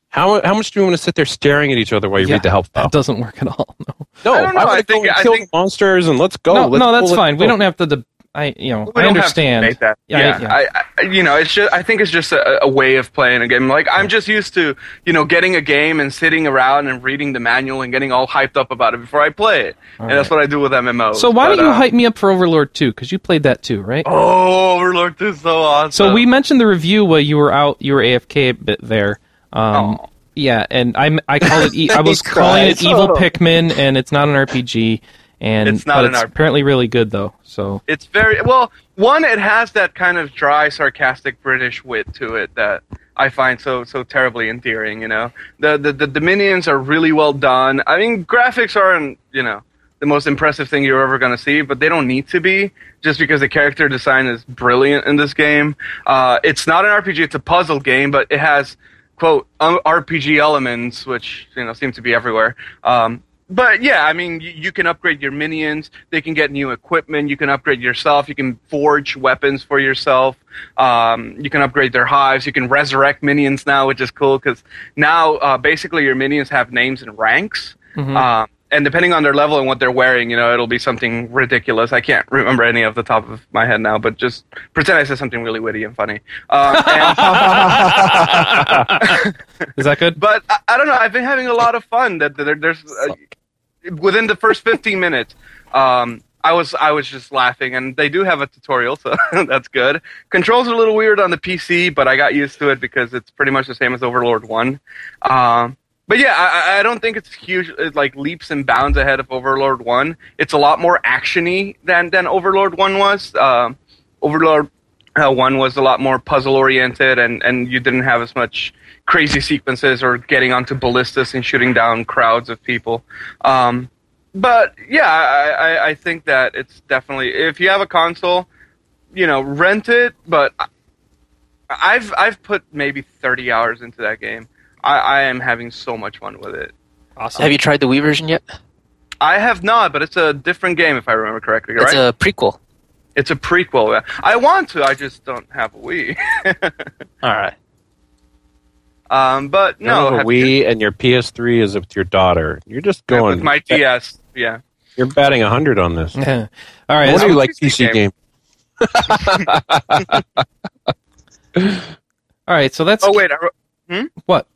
S2: How, how much do we want to sit there staring at each other while you
S1: Yeah,
S2: read the help file?
S1: That doesn't work at all. No,
S2: No,
S5: I don't know.
S2: wanna
S5: I
S2: go
S5: think-
S2: and
S5: I
S2: kill
S5: think-
S2: monsters and let's go.
S1: no,
S2: Oh, let's
S1: no,
S2: go,
S1: that's
S2: let's
S1: fine. We
S2: go.
S1: don't have to. deb I, you know,
S5: We
S1: I
S5: don't have to
S1: understand.
S5: debate that.
S1: Yeah,
S5: Yeah,
S1: yeah.
S5: I, I, you know, it's just I think it's just a, a way of playing a game. Like I'm just used to, you know, getting a game and sitting around and reading the manual and getting all hyped up about it before I play it. and that's what I do with MMOs.
S1: So why
S5: But,
S1: don't you
S5: um,
S1: hype me up for Overlord 2? Because you played that too, right?
S5: Oh, Overlord is so awesome.
S1: so we mentioned the review while you were out, you were AFK a bit there. Um,
S5: Oh.
S1: Yeah, and I'm I call it e- I was
S2: He
S1: calling it
S2: cries.
S1: Evil
S2: Oh.
S1: Pikmin, and it's not an RPG, and
S5: It's not
S1: but
S5: an
S1: it's
S5: RP.
S1: apparently really good though. So
S5: it's very well. One, it has that kind of dry, sarcastic British wit to it that I find so so terribly endearing. You know, the the, the Dominions are really well done. I mean, graphics aren't you know the most impressive thing you're ever going to see, but they don't need to be just because the character design is brilliant in this game. Uh, it's not an RPG; it's a puzzle game, but it has quote um, RPG elements, which you know seem to be everywhere. Um, but yeah, I mean, you, you can upgrade your minions. They can get new equipment. You can upgrade yourself. You can forge weapons for yourself. Um, you can upgrade their hives. You can resurrect minions now, which is cool because now uh, basically your minions have names and ranks.
S1: mhm.
S5: Um, and depending on their level and what they're wearing, you know, it'll be something ridiculous. I can't remember any off the top of my head now, but just pretend I said something really witty and funny. Um, and,
S1: Is that good?
S5: but I, I don't know. I've been having a lot of fun. That that there, there's uh, within the first 15 minutes, um, I was I was just laughing, and they do have a tutorial, so that's good. Controls are a little weird on the PC, but I got used to it because it's pretty much the same as Overlord One. Um, but yeah, I, I- I don't think it's huge, it's like leaps and bounds ahead of Overlord One. It's a lot more actiony than than Overlord One was. Um Overlord uh, One was a lot more puzzle oriented, and and you didn't have as much crazy sequences or getting onto ballistas and shooting down crowds of people. Um, but yeah, I, I, I think that it's definitely if you have a console, you know, rent it. But I- I've I've put maybe thirty hours into that game. I, I am having so much fun with it.
S1: Awesome.
S7: Have you tried the Wii version yet?
S5: I have not, but it's a different game if I remember correctly, right?
S7: It's a prequel.
S5: it's a prequel. I want to, I just don't have a Wii.
S7: All right.
S5: um, but no,
S2: Remember
S5: have-
S2: Wii and your PS3 is with your daughter. You're just going.
S5: with my DS, yeah.
S2: You're batting hundred on this.
S1: All right.
S2: I
S5: What
S2: wonder
S5: do
S1: so-
S2: you like
S5: PC
S2: PC game.
S1: all right. So that's
S5: Oh wait, are,
S1: what?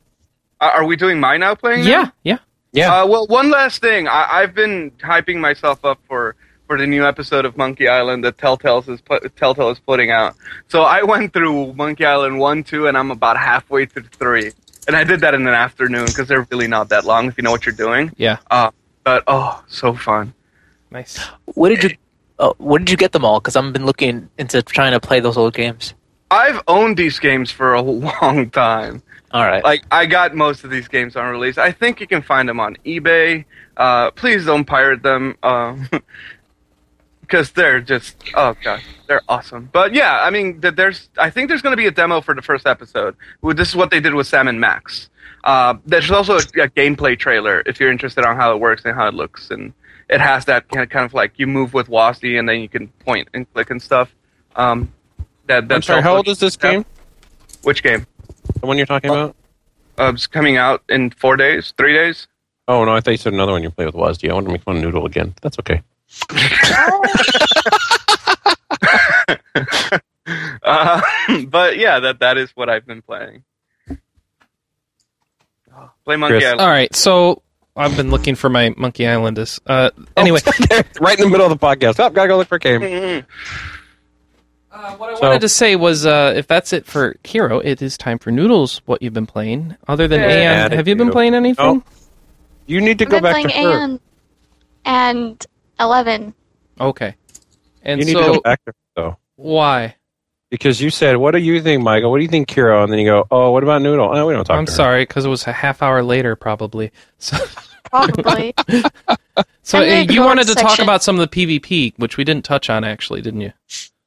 S5: are are we doing my now playing? now?
S1: Yeah. Yeah.
S2: Yeah.
S5: Uh, well, one last thing. I, I've been hyping myself up for, for the new episode of Monkey Island that Telltale's is put, Telltale is putting out. So I went through Monkey Island 1, 2, and I'm about halfway through 3. And I did that in an afternoon because they're really not that long if you know what you're doing.
S1: Yeah.
S5: Uh, but oh, so fun.
S1: Nice.
S7: Where did you? Oh, where did you get them all? Because I've been looking into trying to play those old games.
S5: I've owned these games for a long time.
S7: All right.
S5: Like, I got most of these games on release. I think you can find them on eBay. Uh, please don't pirate them. Because they're just, oh, God, they're awesome. But yeah, I mean, th- there's, I think there's going to be a demo for the first episode. Well, This is what they did with Sam and Max. Uh, there's also a, a gameplay trailer if you're interested on how it works and how it looks. And it has that kind of, kind of like you move with WASD and then you can point and click and stuff. Um, that,
S2: I'm
S5: that's
S2: sorry. How
S5: also-
S2: old is this
S5: Yeah.
S2: game?
S5: Which game?
S2: The one you're talking about?
S5: uh, it's coming out in four days, three days.
S2: Oh no, I thought you said another one you play with WASD. I want to make fun of Noodle again. That's okay.
S5: Uh, but yeah, that that is what I've been playing. Play Monkey
S2: Chris.
S5: Island.
S1: All right. So I've been looking for my Monkey Island. Is uh, anyway.
S2: Oh, right in the middle of the podcast. Oh, gotta go look for a game.
S5: Mhm.
S1: What I
S2: So-
S1: wanted to say was, uh, if that's it for Hero, it is time for Noodles. What you've been playing, other than
S5: Yeah.
S1: Anne? Have you been playing anything?
S2: You need to go
S6: I've been
S2: back
S6: playing
S2: to her.
S6: and and eleven.
S1: Okay. And
S2: You need to
S1: so
S2: go back to her though.
S1: why?
S2: Because you said, What do you think, Michael? What do you think, Kira? And then you go, Oh, what about Noodle? Oh, we don't talk
S1: I'm
S2: to her.
S1: sorry because it was a half hour later, probably. So,
S6: Probably.
S1: so
S6: I'm gonna
S1: uh, you
S6: go
S1: wanted to
S6: to
S1: talk
S6: section-
S1: about some of the PvP, which we didn't touch on actually, didn't you?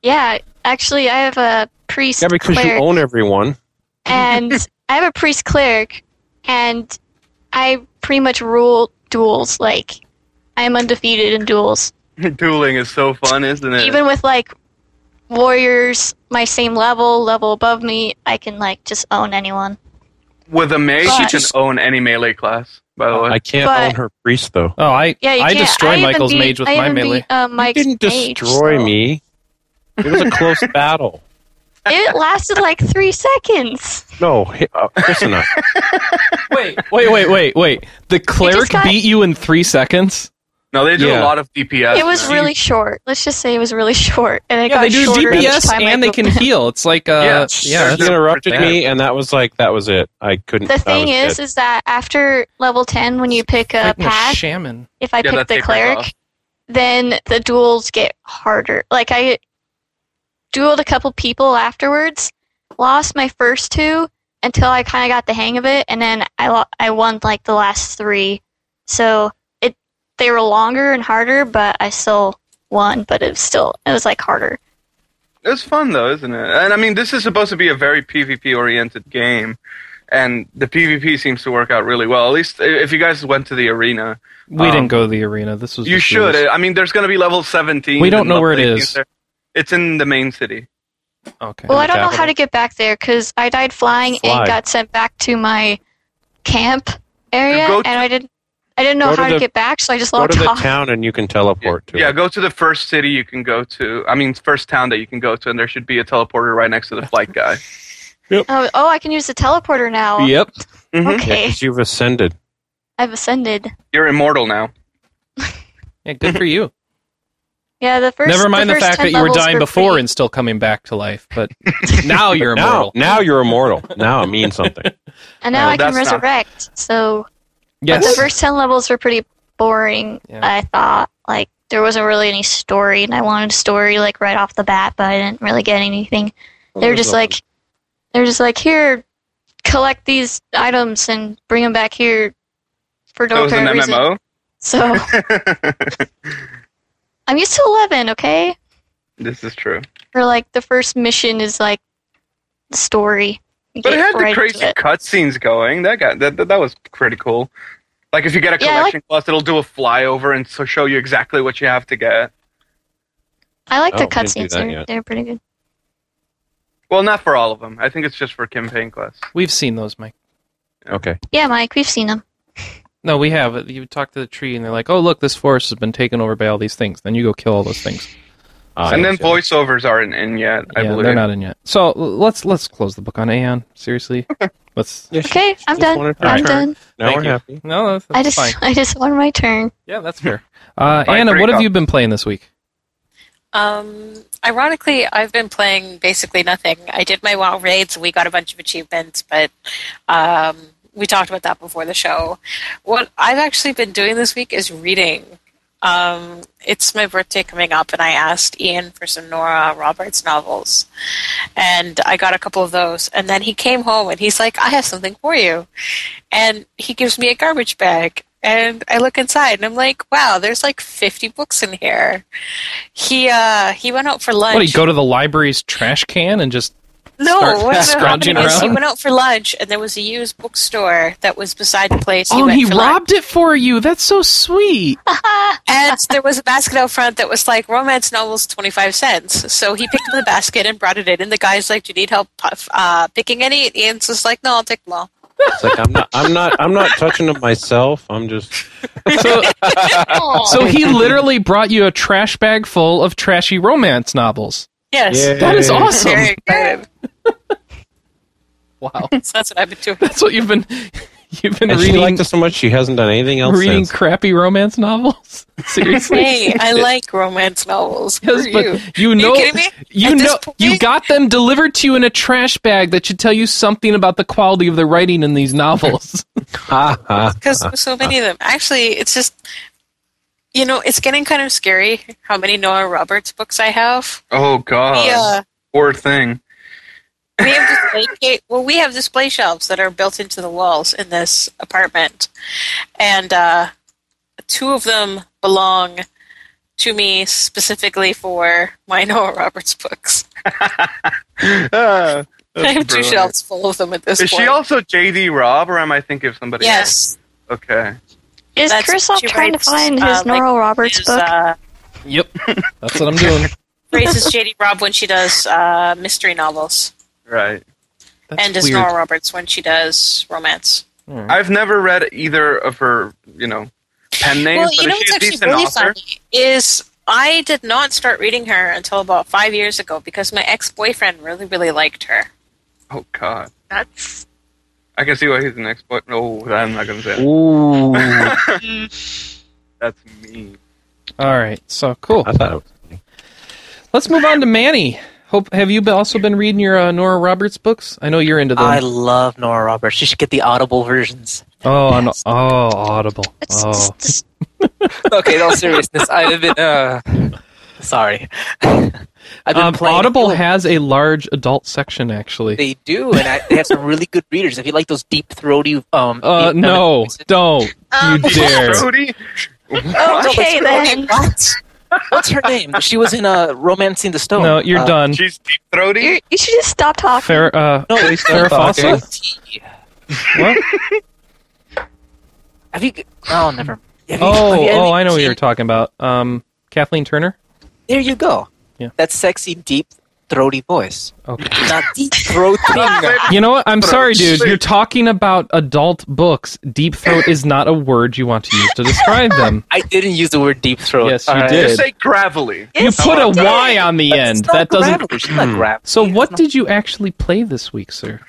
S6: yeah. Actually I have a priest
S2: Yeah, because
S6: cleric
S2: you own everyone.
S6: and I have a priest cleric and I pretty much rule duels, like I'm undefeated in duels.
S5: Dueling is so fun, isn't it?
S6: even with like warriors my same level level above me i can like just own anyone
S5: with a mage,
S6: But-
S5: you can own any melee class. By the way,
S2: I can't
S6: But-
S2: own her priest though.
S1: Oh, I
S6: yeah you
S1: I
S6: can't.
S1: destroyed
S6: even
S1: Michael's
S6: beat-
S1: mage with
S6: I
S1: my
S6: even
S1: melee.
S6: beat, uh,
S2: You
S6: Mike's
S2: didn't
S6: mage,
S2: destroy
S6: so-
S2: me. It was a close battle.
S6: it lasted like three seconds
S2: No, hey, uh, listen up.
S1: wait, wait, wait, wait, wait. The cleric
S6: got-
S1: beat you in three seconds.
S5: no, they do
S2: yeah.
S5: a lot of DPS.
S6: it was
S5: man.
S6: really short let's just say it was really short and it
S1: Yeah,
S6: got
S1: they do
S6: shorter each
S1: DPS
S6: time I
S1: and they
S6: go-
S1: can heal. It's like uh,
S5: Yeah.
S1: yeah,
S5: Sure.
S2: She
S1: that's-
S2: interrupted
S5: Yeah.
S2: me, and that was like that was it. I couldn't.
S6: the
S2: that
S6: thing
S2: was
S6: is
S2: it.
S6: is that after level 10 when you pick a
S1: fighting a
S6: path
S1: shaman.
S6: if I
S5: Yeah,
S6: pick
S5: that
S6: the
S5: tapers
S6: cleric,
S5: off.
S6: then the duels get harder. Like I dueled a couple people afterwards, lost my first two until I kind of got the hang of it, and then I lo- I won like the last three. So it they were longer and harder, but I still won. But it was still it was like harder.
S5: It was fun though, isn't it? And I mean, this is supposed to be a very PvP oriented game, and the PvP seems to work out really well. At least i- if you guys went to the arena,
S1: We
S5: Um,
S1: didn't go to the arena. This was
S5: you
S1: just
S5: should.
S1: Noodles.
S5: I mean, there's going to be level 17.
S1: We don't
S5: and
S1: know
S5: level
S1: where it
S5: 18
S1: is.
S5: there. It's in the main city.
S1: Okay.
S6: Well,
S2: the
S6: I don't know how
S2: capital.
S6: to get back there because I died flying
S2: Fly.
S6: and got sent back to my camp area,
S5: Go
S6: and
S5: to-
S6: I didn't I didn't know
S2: Go to
S6: how to
S2: the-
S6: get back, so I just
S2: Go to
S6: logged
S2: the
S6: off.
S2: town and you can teleport to
S5: yeah,
S2: it.
S5: go to the first city you can go to. I mean, first town that you can go to, and there should be a teleporter right next to the flight guy.
S6: Oh, oh, I can use the teleporter now.
S1: Yep.
S5: Mhm.
S6: Okay,
S2: Because you've ascended.
S6: I've ascended.
S5: You're immortal now.
S1: Yeah, good for you.
S6: Yeah, the first.
S1: Never mind the,
S6: first
S1: fact
S6: 10
S1: that you were
S6: levels
S1: dying before
S6: free.
S1: and still coming back to life, but now you're
S2: Now,
S1: immortal.
S2: now you're immortal. Now it means something.
S6: and now
S5: Oh,
S6: I can
S5: that's not-
S6: resurrect. So but the
S1: Yes.
S6: first ten levels were pretty boring.
S1: Yeah.
S6: I thought like there wasn't really any story, and I wanted a story like right off the bat, but I didn't really get anything. they're just like they're just like here collect these items and bring them back here for
S5: That
S6: no
S5: was an
S6: apparent reason
S5: MMO.
S6: so i'm used to 11 okay
S5: this is true.
S6: or like the first mission is like the story You
S5: But it
S6: get
S5: had the
S6: right
S5: crazy
S6: into it.
S5: cutscenes going. That got that, that that was pretty cool. Like if you get a
S6: Yeah, I
S5: collection plus, it'll do a flyover and so show you exactly what you have to get.
S6: i like
S2: Oh,
S6: the
S2: we didn't do
S6: cutscenes
S2: that
S6: they're,
S2: yet.
S6: they're pretty good
S5: Well, not for all of them. I think it's just for campaign quests.
S1: We've seen those, Mike.
S2: Okay.
S6: yeah mike we've seen them
S1: No, we have. You talk to the tree and they're like, oh, look, this forest has been taken over by all these things. Then you go kill all those things.
S2: Ah,
S5: and
S2: I
S5: then
S2: see.
S5: voiceovers aren't in yet. I
S1: yeah,
S5: believe.
S1: they're not in yet. So l- let's let's close the book on Aeon. Seriously, let's.
S6: okay i'm
S2: Just
S6: done
S2: wanted to
S6: i'm
S2: return.
S6: done
S2: Now
S1: Thank
S2: we're
S1: you.
S2: happy.
S1: No, that's,
S6: i
S1: that's
S6: just
S1: fine.
S6: i just won my turn
S1: Yeah, that's fair. Uh,
S5: All right,
S1: Anna,
S5: break
S1: what have
S5: up.
S1: you been playing this week?
S4: Um, ironically, I've been playing basically nothing. I did my WoW raids. We got a bunch of achievements, but um, we talked about that before the show. What I've actually been doing this week is reading. Um, it's my birthday coming up, and I asked Ian for some Nora Roberts novels, and I got a couple of those. And then he came home, and he's like, "I have something for you," and he gives me a garbage bag. And I look inside, and I'm like, "Wow, there's like 50 books in here." He uh, he went out for lunch.
S1: What do you go to the library's trash can and just?
S4: No,
S1: start
S4: what ended up
S1: scrounging
S4: happening is He
S1: around?
S4: went out for lunch, and there was a used bookstore that was beside the place.
S1: oh,
S4: went
S1: he
S4: for
S1: robbed it for you. That's so sweet.
S4: lunch. and there was a basket out front that was like romance novels, twenty five cents. So he picked up the basket and brought it in. And the guy's like, "Do you need help uh, picking any?" And Ian's just like, "No, I'll take them all."
S2: It's like I'm not. I'm not. I'm not touching them myself. I'm just.
S1: So, so he literally brought you a trash bag full of trashy romance novels.
S4: Yes,
S2: Yay.
S1: That is
S2: Hey.
S1: awesome.
S4: very excited.
S1: Wow,
S4: So that's what I've been doing.
S1: that's what you've been you've been
S2: And she
S1: reading.
S2: liked it so much. She hasn't done anything else
S1: reading
S2: since.
S1: crappy romance novels. Seriously.
S4: Hey, I like romance novels.
S1: Yes,
S4: Screw you.
S1: but you know,
S4: kidding me?
S1: you
S4: At this
S1: know,
S4: point-
S1: you got them delivered to you in a trash bag that should tell you something about the quality of the writing in these novels.
S2: ha Ah, ha.
S4: because
S5: Uh-huh.
S4: there were so many of them. Actually, it's just you know, it's getting kind of scary how many Nora Roberts books I have.
S5: Oh god.
S4: we, uh,
S5: Poor thing.
S4: we have display ca- well, we have display shelves that are built into the walls in this apartment, and uh, two of them belong to me specifically for my Nora Roberts books. I
S5: Ah,
S4: have
S5: that's
S4: two
S5: brilliant.
S4: shelves full of them at this
S5: Is
S4: point.
S5: she also JD Robb, or am I thinking of somebody?
S4: yes,
S5: else? Okay.
S6: is
S4: That's-
S6: chris off
S4: she
S6: trying
S4: writes,
S6: to find his
S4: uh, like,
S6: nora roberts
S4: is,
S6: book
S4: uh,
S1: yep, that's what I'm doing.
S4: raises JD Robb when she does uh, mystery novels.
S5: Right.
S1: That's
S4: and is
S1: weird.
S4: Nora Roberts when she does romance.
S1: Hmm.
S5: I've never read either of her, you know, pen names,
S4: well, you
S5: but
S4: know
S5: is
S4: what's
S5: she a
S4: actually
S5: decent
S4: really
S5: author?
S4: funny is I did not start reading her until about five years ago because my ex boyfriend really, really liked her.
S5: Oh god.
S3: That's
S5: I can see why he's the next boy. Oh, I'm not gonna say it.
S7: Ooh.
S5: That's mean.
S1: All right, so cool.
S2: I thought it was funny.
S1: Let's move on to Manny. Hope have you been, also been reading your uh, Nora Roberts books? I know you're into them.
S7: I love Nora Roberts. She should get the audible versions.
S1: oh, on, oh, Audible.
S6: It's-
S1: Oh,
S6: it's-
S7: Okay, in all seriousness, I've been uh, sorry. I've been
S1: um,
S7: playing
S1: Audible has a large adult section actually.
S7: They do, and I, they have some really good readers. If you like those deep throaty, um,
S1: Uh,
S7: deep-
S1: no, don't you
S3: Um,
S1: dare.
S5: Brody?
S6: Oh, okay then
S7: What? What's her name? She was in uh, 'Romancing the Stone.
S1: No, you're
S7: Uh,
S1: done.
S5: She's deep throaty.
S6: You're- you should just stop talking
S1: Fair, uh,
S7: No,
S1: Farrah Fawcett? What?
S7: Have you? Oh, never. Have you-
S1: Oh,
S7: have you- have
S1: oh,
S7: you
S1: I know what
S7: seen-
S1: you're talking about. Um, Kathleen Turner.
S7: There you go.
S1: Yeah.
S7: That sexy, deep throaty voice.
S1: Okay.
S7: Not deep throating.
S1: You know what? I'm
S5: Throat.
S1: sorry, dude.
S5: Sleep.
S1: You're talking about adult books. Deep throat is not a word you want to use to describe them.
S7: I didn't use the word deep throat.
S1: Yes, you
S7: All right.
S1: did.
S5: Just say gravelly.
S4: Yes,
S1: you put
S4: you
S1: a
S4: did.
S1: Y on the
S7: That's
S1: end.
S7: not
S1: That doesn't.
S7: gravelly. It's not gravelly.
S1: So,
S7: It's
S1: what
S7: not-
S1: did you actually play this week, sir?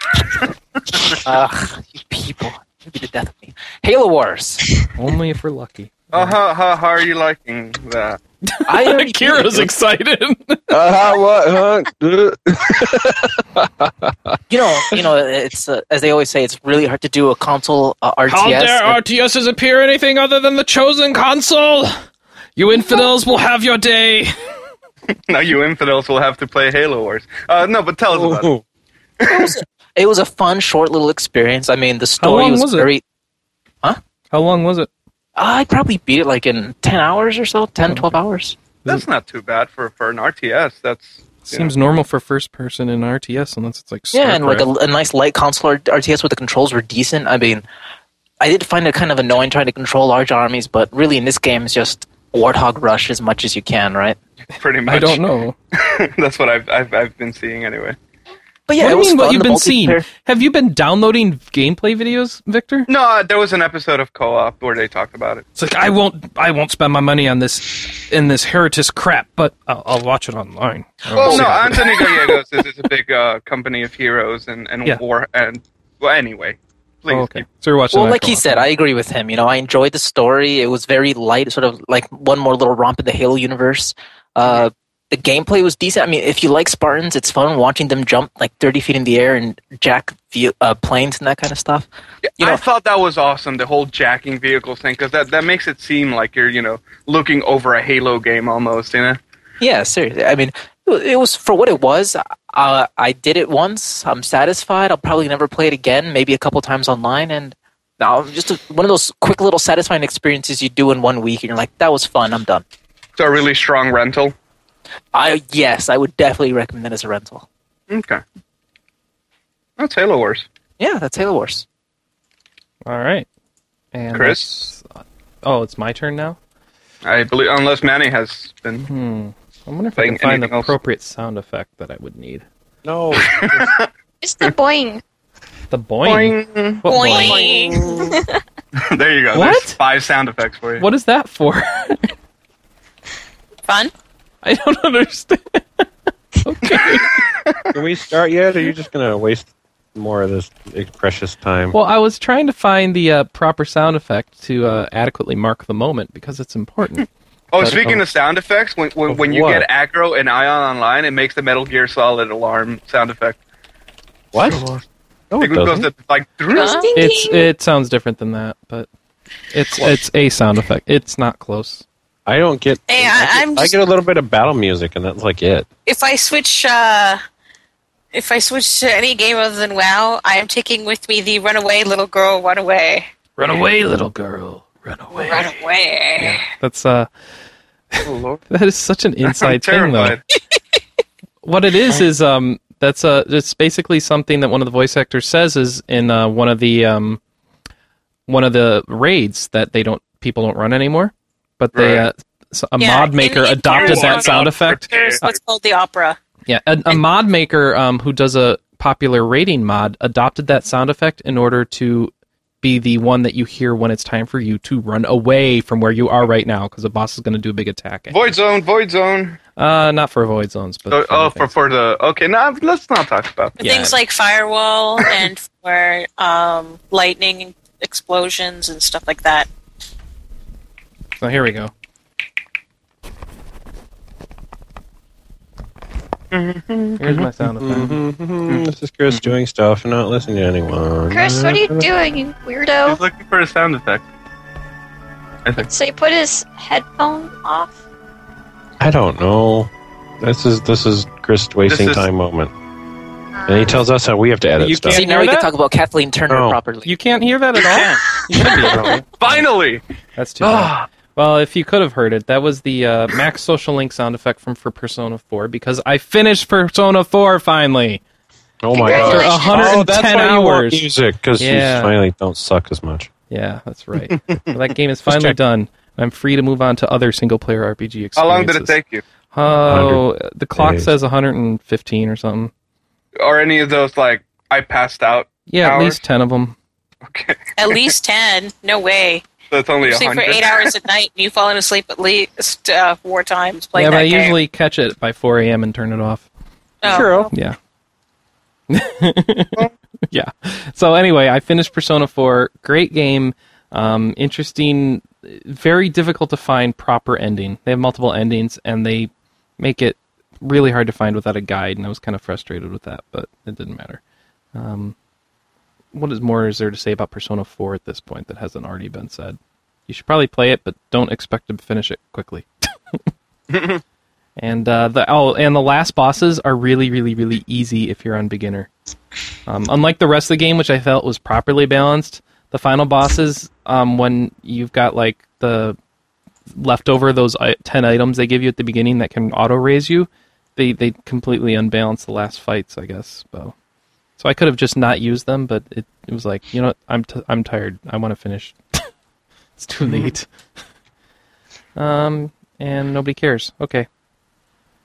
S7: Ugh, you people. You'll be the death of me. Halo Wars.
S1: Only if we're lucky.
S5: Uh huh. How, how are you liking that?
S7: I already beat
S1: Kira's
S7: it.
S1: excited.
S2: Uh, what? Huh?
S7: You know, you know, it's uh, as they always say, it's really hard to do a console uh, RTS.
S1: How dare RTSs appear anything other than the chosen console? You infidels will have your day.
S5: Now you infidels will have to play Halo Wars. Uh, no, but tell us about
S1: Oh.
S5: it.
S7: it was a fun, short little experience. I mean, the story
S1: long
S7: was,
S1: was it?
S7: very.
S1: How long was it?
S7: I probably beat it like in 10 hours or so,
S1: Oh.
S7: 10, 12 hours.
S5: That's not too bad for for an RTS. That's
S1: Seems normal for first person in RTS unless it's like
S7: Yeah, and like
S1: StarCraft.
S7: a, a nice light console R- RTS where the controls were decent. I mean, I did find it kind of annoying trying to control large armies, but really in this game, it's just Warthog Rush as much as you can, right?
S5: pretty much.
S1: I don't know.
S5: That's what I've, I've I've been seeing anyway.
S7: But yeah,
S1: what do
S7: it
S1: you
S7: was
S1: mean? What
S7: fun,
S1: you've
S7: the
S1: been seeing?
S7: multiplayer-
S1: Have you been downloading gameplay videos, Victor?
S5: No, uh, there was an episode of Co-op where they talked about it.
S1: It's like I won't, I won't spend my money on this, in this heritage crap. But I'll, I'll watch it online. I'll
S5: Well,
S1: see
S5: Oh, no,
S1: how it-
S5: Anthony Gallegos is, is a big uh, company of heroes and and
S1: Yeah.
S5: war and well anyway. Please
S1: Oh, okay. So you're watching.
S7: Well,
S1: that
S7: like
S1: for
S7: he
S1: a
S7: said, I agree with him. You know, I enjoyed the story. It was very light, sort of like one more little romp in the Halo universe. Uh, the gameplay was decent. I mean, if you like Spartans, it's fun watching them jump like 30 feet in the air and jack ve- uh, planes and that kind of stuff. You know,
S5: I thought that was awesome, the whole jacking vehicles thing, because that, that makes it seem like you're, you know, looking over a Halo game almost, you know?
S7: yeah, seriously. I mean, it wa- it was for what it was. Uh, I did it once. I'm satisfied. I'll probably never play it again. Maybe a couple times online, and now just a, one of those quick little satisfying experiences you do in one week, and you're like, that was fun. I'm done.
S5: It's a really strong rental.
S7: I yes, I would definitely recommend it as a rental.
S5: Okay. That's Halo Wars.
S7: Yeah, that's Halo Wars.
S1: while. All right. And
S5: Chris?
S1: that's- Oh, it's my turn now.
S5: I believe, unless Manny has been.
S1: Hmm. I wonder if I
S5: Playing
S1: can find the
S5: anything else?
S1: appropriate sound effect that I would need.
S2: no.
S6: Just the boing.
S1: The boing.
S5: Boing.
S1: What boing?
S5: there you go.
S1: What?
S5: There's five sound effects for you.
S1: What is that for?
S4: Fun.
S1: I don't understand. okay.
S2: Can we start yet? Or are you just gonna waste more of this precious time?
S1: Well, I was trying to find the uh, proper sound effect to uh, adequately mark the moment because it's important.
S5: Oh,
S1: But-
S5: speaking
S1: oh.
S5: of sound effects, when when,
S1: Of
S5: when you
S1: what?
S5: get aggro and Ion online, it makes the Metal Gear Solid alarm sound effect.
S2: what? No, it
S5: it goes
S2: doesn't.
S5: to, like,
S4: Huh?
S1: It's it sounds different than that, but it's it's a sound effect. It's not close.
S2: I don't get.
S4: Hey,
S2: I,
S4: I-
S2: get
S4: I'm
S2: I
S4: just-
S2: get a little bit of battle music, and that's like it.
S4: If I switch, uh, if I switch to any game other than WoW, I am taking with me the Runaway Little Girl Runaway.
S1: Run away, little girl. Run away.
S4: Runaway.
S1: That's uh
S5: oh, Lord.
S1: that is such an
S5: I'm
S1: inside thing though.
S5: terrified.
S1: What it is is um that's uh it's basically something that one of the voice actors says is in uh, one of the um one of the raids that they don't people don't run anymore, but they
S5: Right.
S1: uh, s- a
S4: Yeah,
S1: mod maker
S4: and- and
S1: adopted
S4: there's-
S1: that sound effect.
S4: There's what's called the opera.
S1: Yeah, a, a mod maker um, who does a popular rating mod adopted that sound effect in order to be the one that you hear when it's time for you to run away from where you are right now because the boss is going to do a big attack.
S5: Void Zone, Void Zone.
S1: Uh, not for void zones, but
S5: Oh,
S1: for
S5: oh
S1: other
S5: for,
S1: things.
S5: for the. Okay, now let's not talk about
S4: For
S1: Yeah.
S4: Things like firewall and for um, lightning explosions and stuff like that.
S1: so here we go.
S4: Mm-hmm.
S1: Here's
S5: Mm-hmm.
S1: my sound effect.
S2: Mhm, This is Chris doing stuff and not listening to anyone.
S6: Chris, what are you doing, you
S5: He's
S4: Mm-hmm.
S6: weirdo?
S5: looking for a sound effect. I think.
S6: So he put his headphone off.
S2: I don't know. This is this is Chris wasting
S5: is-
S2: time moment, and he tells us how we have to edit
S1: You
S2: stuff.
S7: See,
S1: can't-
S7: now
S1: hear
S7: we
S1: that?
S7: can talk about Kathleen Turner
S2: No.
S7: properly.
S1: You can't hear that at all. You should be.
S5: Finally!
S1: That's too bad. Well, if you could have heard it, that was the uh, max social link sound effect from for Persona 4 because I finished Persona 4 finally.
S2: Oh my
S1: After
S2: god!
S6: Congratulations.
S1: 110
S2: Oh, that's why you want
S1: hours.
S2: music because
S1: Yeah.
S2: you finally don't suck as much.
S1: Yeah, that's right. Well, that game is finally
S2: check.
S1: done. and I'm free to move on to other single player RPG experiences.
S5: How long did it take you?
S1: Oh, the clock
S2: days.
S1: says 115 or something.
S5: Are any of those like I passed out?
S1: Yeah,
S5: Hours?
S1: at least 10 of them.
S5: Okay,
S4: At least 10. No way.
S5: so it's only
S4: You
S5: a
S4: sleep for
S5: hundred.
S4: eight hours at night and you've fallen asleep at least uh, four times playing
S1: yeah, but
S4: that
S1: I
S4: game.
S1: usually catch it by 4 a.m. and turn it off.
S4: Oh.
S2: True.
S1: Yeah. yeah. So anyway, I finished Persona 4. Great game. Um, interesting. Very difficult to find proper ending. They have multiple endings, and they make it really hard to find without a guide. And I was kind of frustrated with that, but it didn't matter. Um, what is more is there to say about Persona 4 at this point that hasn't already been said? You should probably play it, but don't expect to finish it quickly. And uh, the oh, and the last bosses are really, really, really easy if you're on beginner. Um, unlike the rest of the game, which I felt was properly balanced, the final bosses, um, when you've got like the leftover those I- ten items they give you at the beginning that can auto raise you, they they completely unbalance the last fights, I guess. So, so I could have just not used them, but it, it was like you know what, I'm t- I'm tired. I want to finish. it's too late. um, and nobody cares. Okay.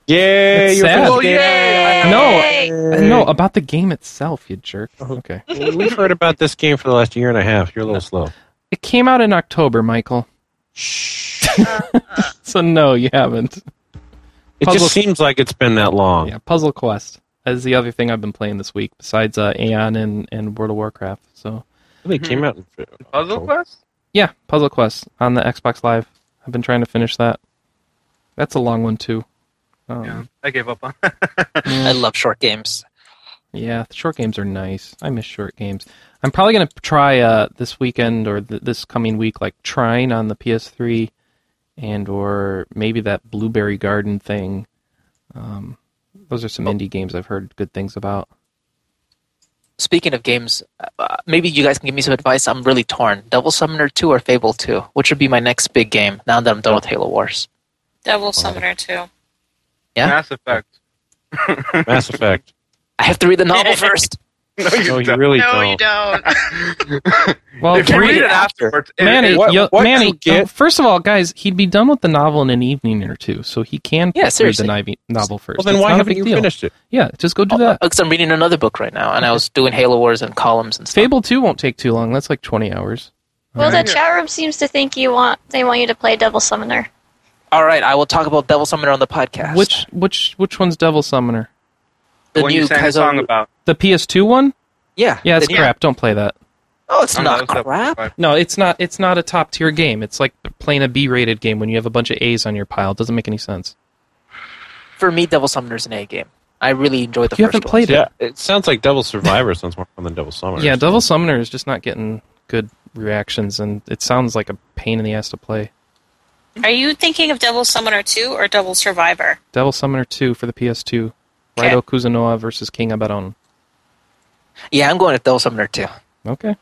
S2: Yay!
S1: It's
S2: you
S1: sad.
S2: finished
S1: Well,
S5: Oh,
S2: the game.
S1: No, uh, no, about the game itself, you jerk. Okay.
S2: We've heard about this game for the last year and a half. You're a little slow.
S1: It came out in October, Michael. so no, you haven't.
S2: It
S1: Puzzle-
S2: just seems like it's been that long.
S1: Yeah, Puzzle Quest is the other thing I've been playing this week besides uh, Aeon and, and World of Warcraft. So
S2: They came out. In, Oh.
S5: Puzzle Quest.
S1: yeah, Puzzle Quest on the Xbox Live. I've been trying to finish that. That's a long one too.
S5: Yeah,
S1: Um,
S5: I gave up on.
S7: I love short games.
S1: Yeah, the short games are nice. I miss short games. I'm probably gonna try uh, this weekend or th- this coming week, like Trine on the PS3, and or maybe that Blueberry Garden thing. Um, those are some
S2: Oh.
S1: indie games I've heard good things about.
S7: Speaking of games, uh, maybe you guys can give me some advice. I'm really torn. Double Summoner 2 or Fable 2? Which would be my next big game now that I'm done with Halo Wars?
S4: Double Summoner too.
S7: Yeah.
S5: Mass Effect.
S2: Mass Effect.
S7: I have to read the novel first.
S5: No, you
S2: No, Oh, you
S5: don't.
S2: really
S3: No,
S2: don't.
S3: you don't.
S1: Well,
S5: If you
S7: Read
S5: read
S7: it
S5: it
S7: after.
S5: afterwards, it-
S1: Manny,
S5: it-
S2: what-
S1: you'll-
S2: what
S1: Manny,
S2: you get-
S1: uh, first of all, guys, he'd be done with the novel in an evening or two, so he can
S7: Yeah,
S1: read the
S7: seriously.
S1: ni- novel first.
S2: Well, then
S1: It's
S2: why
S1: not a
S2: haven't
S1: big
S2: you
S1: deal.
S2: finished Oh, uh, it?
S1: Yeah, just go do that.
S7: Because I'm reading another book right now, and I was doing Halo Wars and columns and stuff.
S1: Fable two won't take too long. That's like 20 hours.
S6: Well,
S1: Alright.
S6: the chat room seems to think you want they want you to play Devil Summoner.
S7: All right, I will talk about Devil Summoner on the podcast.
S1: which which which one's Devil Summoner?
S7: the
S5: when
S7: new
S5: you sang a
S7: Kaizo-
S5: song about.
S1: The PS2 one?
S7: Yeah,
S1: Yeah, it's
S7: the-
S1: crap. Don't play that.
S7: Oh, it's
S5: I don't know,
S7: not
S5: it was
S7: crap.
S5: that-
S1: No, it's not. It's not a top tier game. It's like playing a B rated game when you have a bunch of A's on your pile. It doesn't make any sense.
S7: For me, Devil Summoner's an A game. I really enjoyed the
S1: You
S7: first
S1: haven't
S7: one.
S1: played
S2: Yeah, it sounds like Double Survivor sounds more fun than Double Summoner.
S1: Yeah, Devil Summoner is just not getting good reactions, and it sounds like a pain in the ass to play.
S4: Are you thinking of Double Summoner 2 or Double Survivor?
S1: Devil Summoner Two for the PS2.
S4: Okay.
S1: Raido Kuzunoa versus King Abaddon.
S7: Yeah, I'm going with Devil Summoner too.
S1: Okay,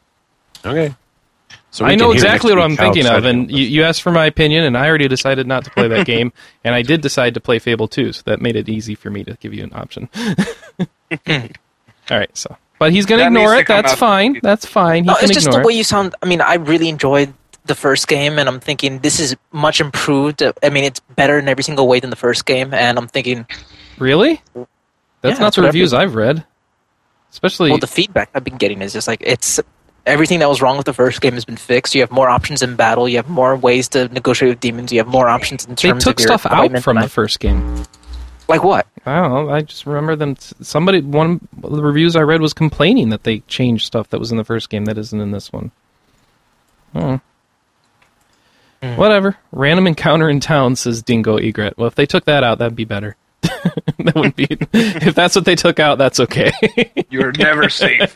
S2: Okay. So we
S1: I
S2: can
S1: know
S2: hear
S1: exactly
S2: next
S1: what
S2: week
S1: I'm
S2: how
S1: thinking of,
S2: excited
S1: and
S2: it
S1: you,
S2: was.
S1: you asked for my opinion, and I already decided not to play that game, and I did decide to play Fable 2, so that made it easy for me to give you an option. All right, so. But he's going to
S5: That needs
S1: ignore
S5: to
S1: it.
S5: come
S1: That's
S5: out.
S1: fine. That's fine. He
S7: No,
S1: can
S7: it's just
S1: ignore
S7: the
S1: it.
S7: way you sound. I mean, I really enjoyed the first game, and I'm thinking this is much improved. I mean, it's better in every single way than the first game, and I'm thinking,
S1: Really? That's
S7: Yeah,
S1: not
S7: that's
S1: the
S7: what
S1: reviews I've read. Especially,
S7: well, the feedback I've been getting is just like it's everything that was wrong with the first game has been fixed. You have more options in battle. You have more ways to negotiate with demons. You have more options in
S1: they
S7: terms
S1: took
S7: of your
S1: stuff out
S7: equipment
S1: from
S7: and
S1: the first game.
S7: I- like what?
S1: I don't know. I just remember them. Somebody, one of the reviews I read was complaining that they changed stuff that was in the first game that isn't in this one. Hmm.
S5: Hmm.
S1: Whatever. Random encounter in town says Dingo Egret. Well, if they took that out, that'd be better. that would be. if that's what they took out, that's okay.
S5: You're never safe.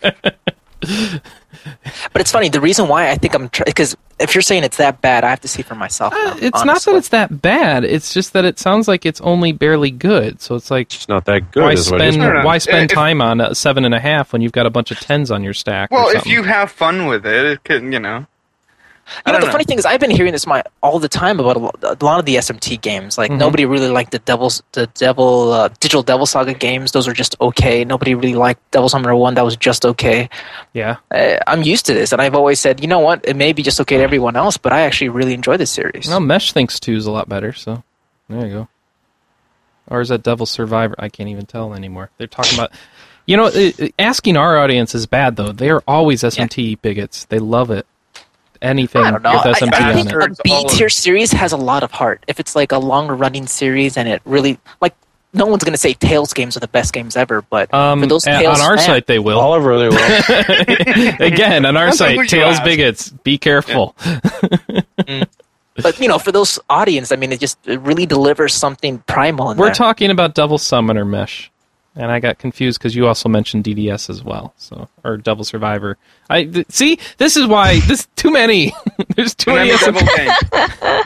S7: But it's funny. The reason why I think I'm because if you're saying it's that bad, I have to see for myself. now,
S1: Uh, it's not
S7: honestly.
S1: that it's that bad. It's just that it sounds like it's only barely good. So it's like
S2: It's not that good.
S1: why
S2: is what it is.
S1: spend
S5: No, no, no.
S1: why spend
S5: If-
S1: time on a seven and a half when you've got a bunch of tens on your stack? or
S5: Well, if
S1: something?
S5: you have fun with it, it can, you know. I
S7: You know,
S5: don't
S7: the
S5: know.
S7: funny thing is, I've been hearing this my all the time about a lot, a lot of the SMT games. Like
S1: Mhm.
S7: nobody really liked the Devil's the Devil uh, Digital Devil Saga games; those were just okay. Nobody really liked Devil Summoner One; that was just okay.
S1: yeah,
S7: Uh, I'm used to this, and I've always said, you know what? It may be just okay to everyone else, but I actually really enjoy this series.
S1: well, Mesh thinks two is a lot better. So there you go. or is that Devil Survivor? I can't even tell anymore. They're talking about. You know, i- i- asking our audience is bad though. They are always SMT bigots. They love it. Anything
S7: I don't know.
S1: with
S7: I,
S1: SMT
S7: I
S1: on
S7: think
S1: it.
S5: Or
S7: a
S5: it's
S7: B
S5: all of-
S7: tier series has a lot of heart. If it's like a longer running series and it really like no one's gonna say Tails games are the best games ever, but
S1: Um,
S7: for those
S1: a-
S7: Tails
S1: on our
S7: fans-
S1: site, they will.
S2: Oliver, they will.
S1: Again, on our
S5: Depends on who
S1: site,
S5: you
S1: Tails
S5: ask.
S1: bigots. Be careful.
S7: but you know, for those audience, I mean, it just it really delivers something primal. In
S1: We're
S7: there.
S1: talking about Devil Summoner Mesh, and I got confused because you also mentioned DDS as well, so or Devil Survivor. I th- see. This is why this too many. There's too many.
S5: Remember Devil Game.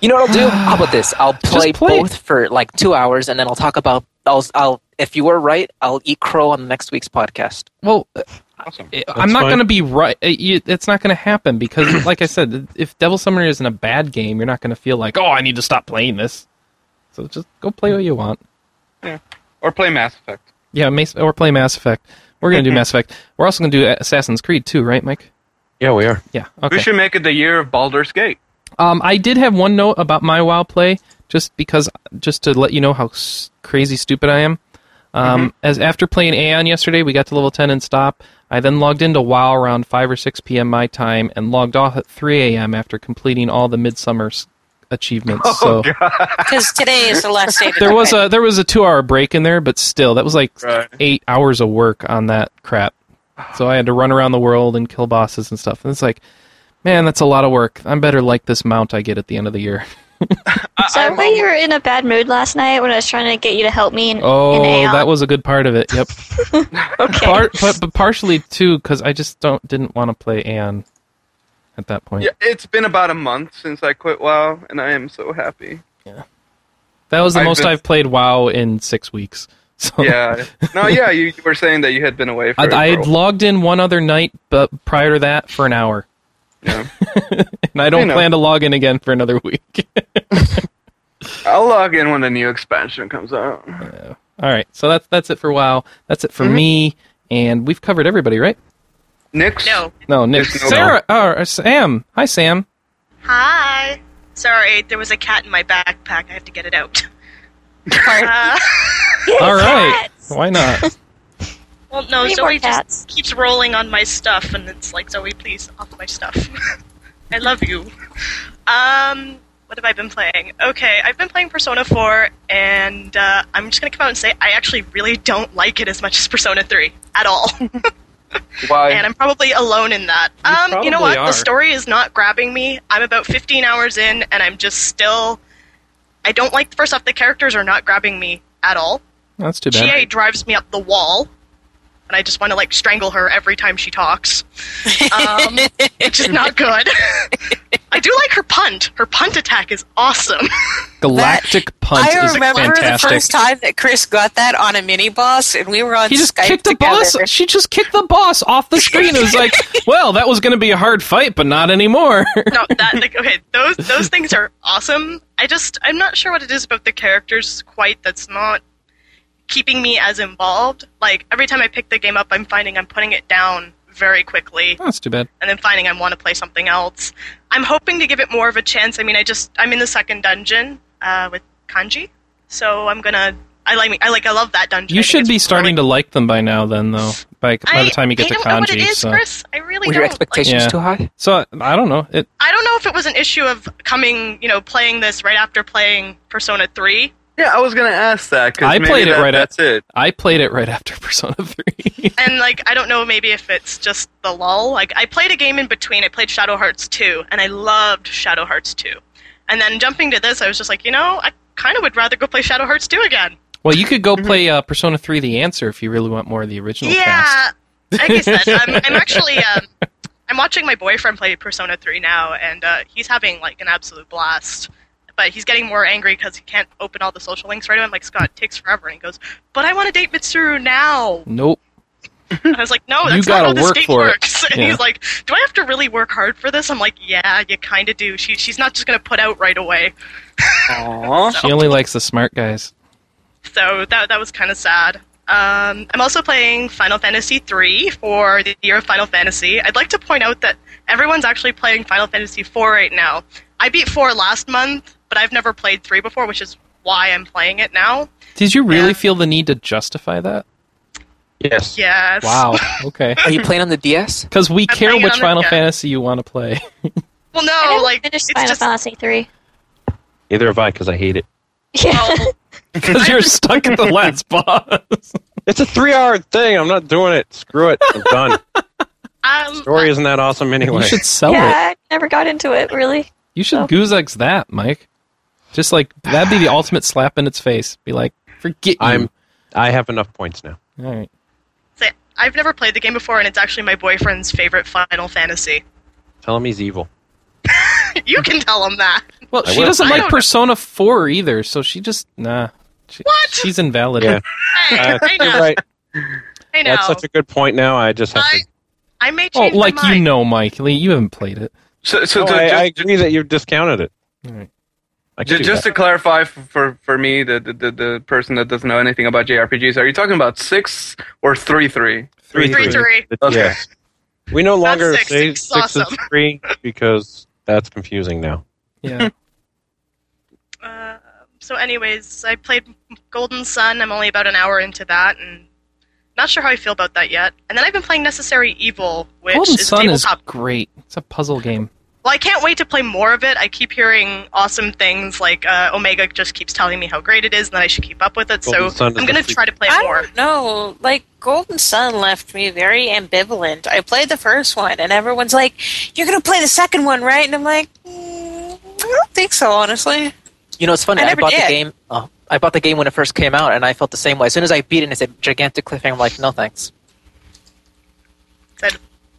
S7: You know what I'll do? How about this? I'll play,
S1: play it.
S7: both for like two hours, and then I'll talk about. I'll, I'll if you were right, I'll eat crow on the next week's podcast.
S4: Oh
S1: Well,
S5: Awesome.
S1: I- I'm not
S2: fine.
S1: going to be right. uh, you- It's not going to happen because, like I said, if Devil Summoner isn't a bad game, you're not going to feel like, oh, I need to stop playing this. So just go play what you want.
S5: Or play Mass Effect.
S1: Yeah, Mace, or play Mass Effect. We're going to do Mass Effect. We're also going to do Assassin's Creed too, right, Mike?
S2: yeah, we are.
S1: Yeah. Okay.
S5: We should make it the year of Baldur's Gate.
S1: Um, I did have one note about my WoW play, just because, just to let you know how s- crazy stupid I am. Um, As after playing Aeon yesterday, we got to level ten and stop. I then logged into WoW around five or six p.m. my time, and logged off at three a.m. after completing all the midsummer s- achievements. so
S4: Because today is the last day. to
S1: there
S4: do
S1: was
S4: it.
S1: a there was a two hour break in there, but still, that was like
S5: Right.
S1: eight hours of work on that crap. So I had to run around the world and kill bosses and stuff. And it's like, man, that's a lot of work. I'm better like this mount I get at the end of the year.
S6: Is that why you were in a bad mood last night when I was trying to get you to help me? In,
S1: Oh,
S6: in Aeon?
S1: that was a good part of it. Yep.
S6: okay.
S1: Part, but, but partially too, because I just don't didn't want to play Anne at that point.
S5: Yeah, it's been about a month since I quit WoW, and I am so happy.
S1: That was the
S5: I've
S1: most
S5: been-
S1: I've played WoW in six weeks. So
S5: Yeah. no, yeah, you, you were saying that you had been away for
S1: I, I
S5: for a
S1: had
S5: while.
S1: logged in one other night, but prior to that for an hour,
S5: Yeah.
S1: and I don't
S5: know.
S1: plan to log in again for another week.
S5: I'll log in when the new expansion comes out.
S1: All right, so that's that's it for WoW. That's it for
S5: Mm-hmm.
S1: me, and we've covered everybody, right?
S5: Nick's?
S3: No.
S1: No, Nick,
S5: There's no-
S1: Sarah, uh, or Sam. Hi, Sam.
S3: Hi. Sorry, there was a cat in my backpack. I have to get it out. Uh,
S1: All right,
S6: cats.
S1: why not?
S3: well, no,
S6: Three more
S3: Zoe just
S6: cats.
S3: keeps rolling on my stuff, and it's like, Zoe, please off my stuff. I love you. Um, what have I been playing? Okay, I've been playing Persona 4, and uh, I'm just gonna come out and say I actually really don't like it as much as Persona 3 at all.
S5: Why?
S3: and I'm probably alone in that.
S1: You
S3: um, you know
S1: probably
S3: what?
S1: are.
S3: The story is not grabbing me. I'm about 15 hours in, and I'm just still. I don't like. First off, the characters are not grabbing me at all.
S1: That's too bad.
S3: GA drives me up the wall, and I just want to like strangle her every time she talks. Um, it's just not good. I do like her punt. Her punt attack is awesome.
S1: Galactic Punt
S4: I
S1: is
S4: remember
S1: fantastic.
S4: the first time that Chris got that on a mini boss, and we were on
S1: he just
S4: Skype
S1: kicked the
S4: together.
S1: boss. She just kicked the boss off the screen. It was like, well, that was going to be a hard fight, but not anymore.
S3: no, that like okay, those those things are awesome. I just I'm not sure what it is about the characters quite that's not keeping me as involved. Like every time I pick the game up, I'm finding I'm putting it down very quickly,
S1: That's too bad.
S3: and then finding I want to play something else. I'm hoping to give it more of a chance. I mean, I just I'm in the second dungeon uh, with Kanji, so I'm gonna. I like I like I love that dungeon.
S1: You should be starting to like them by now, then, though. By by the time you get
S3: I
S1: to
S3: don't know what it
S1: Kanji,
S3: is,
S1: so
S3: Chris. I really don't.
S7: Were your
S3: Like,
S7: expectations
S1: Yeah.
S7: too high?
S1: so I don't know. It
S3: I don't know if it was an issue of coming, you know, playing this right after playing Persona 3.
S5: yeah, I was going to ask that. 'cause
S1: I
S5: maybe
S1: played it
S5: that-
S1: right
S5: That's it.
S1: I played it right after Persona Three.
S3: And, like, I don't know maybe if it's just the lull. Like, I played a game in between. I played Shadow Hearts 2, and I loved Shadow Hearts 2. And then jumping to this, I was just like, you know, I kind of would rather go play Shadow Hearts 2 again.
S1: well, you could go play uh, Persona Three: The Answer if you really want more of the original cast.
S3: Mm-hmm. yeah. Like I said, I'm, I'm actually. Um, I'm watching my boyfriend play Persona 3 now, and uh, he's having, like, an absolute blast. But he's getting more angry because he can't open all the social links right away. I'm like, Scott, it takes forever. And he goes, but I want to date Mitsuru now.
S1: Nope.
S3: And I was like, no,
S1: You
S3: that's
S1: gotta
S3: not how this
S1: work
S3: game
S1: for it.
S3: works. And
S1: Yeah.
S3: he's like, do I have to really work hard for this? I'm like, yeah, you kind of do. She, she's not just going to put out right away.
S5: Aw.
S1: She only likes the smart guys.
S3: So that, that was kind of sad. Um, I'm also playing Final Fantasy III for the year of Final Fantasy. I'd like to point out that everyone's actually playing Final Fantasy IV right now. I beat 4 last month, but I've never played 3 before, which is why I'm playing it now.
S1: Did you really
S3: Yeah.
S1: feel the need to justify that?
S2: Yes.
S3: Yes.
S1: Wow. Okay.
S7: Are you playing on the DS?
S1: Because we
S3: I'm
S1: care
S3: playing it
S1: which
S3: on the-
S1: Final
S3: yeah.
S1: Fantasy you want to play.
S3: Well,
S6: I
S3: no,
S6: haven't
S3: Oh, like it's
S6: finished Final
S3: just
S6: Fantasy three.
S2: Neither have I because I hate it.
S6: Yeah,
S3: well,
S1: Because you're stuck at the last boss.
S2: It's a three-hour thing. I'm not doing it. Screw it. I'm done.
S3: um,
S2: Story isn't that awesome
S1: You
S2: anyway.
S1: should sell it.
S6: yeah, I never got into it really.
S1: You should
S6: Oh.
S1: goose eggs that, Mike. Just like that'd be the ultimate slap in its face. Be like, forget you.
S2: I'm. I have enough points now.
S1: All right.
S3: say- I've never played the game before, and it's actually my boyfriend's favorite Final Fantasy.
S2: Tell him he's evil.
S3: you can tell him that.
S1: Well,
S2: I
S1: she
S2: will.
S1: doesn't
S3: I
S1: like
S3: don't-
S1: Persona Four either, so she just nah. She,
S3: What?
S1: She's invalid.
S2: Yeah.
S3: Hey,
S2: Uh,
S3: I know.
S2: you're right.
S3: I know.
S2: That's such a good point. Now I just have
S3: I,
S2: to.
S3: I may
S1: Oh,
S3: change my
S1: like you
S3: mind.
S1: know, Mike. Lee, You haven't played it.
S5: So, so
S2: No,
S5: to-
S2: Oh, I,
S5: just,
S2: I agree that you've discounted it.
S1: All right.
S2: I
S5: ju-
S2: can do
S5: just
S2: that.
S5: to clarify for, for, for me, the, the, the, the person that doesn't know anything about JRPGs, are you talking about six or three three?
S2: Three,
S3: Three, three.
S5: Okay.
S2: Yeah. We no
S3: That's
S2: longer
S3: six.
S2: say
S3: Six
S2: six,
S3: is
S2: and
S3: awesome.
S2: three because that's confusing now.
S1: Yeah.
S3: Uh, so, anyways, I played Golden Sun. I'm only about an hour into that, and not sure how I feel about that yet. And then I've been playing Necessary Evil, which
S1: Golden
S3: is
S1: Sun is
S3: tabletop.
S1: great. It's a puzzle game.
S3: Well, I can't wait to play more of it. I keep hearing awesome things, like uh, Omega just keeps telling me how great it is, and that I should keep up with it.
S2: Golden
S3: so
S2: Sun is
S3: I'm gonna
S2: the freak-
S3: try to play
S4: I
S3: more.
S4: don't know. Like Golden Sun left me very ambivalent. I played the first one, and everyone's like, "You're gonna play the second one, right?" And I'm like, mm, "I don't think so, honestly."
S7: You know, it's funny.
S4: I
S7: I,
S4: never
S7: bought
S4: did.
S7: the game. Oh, I bought the game when it first came out, and I felt the same way. As soon as I beat it, and it's a gigantic cliffhanger. I'm like, no thanks.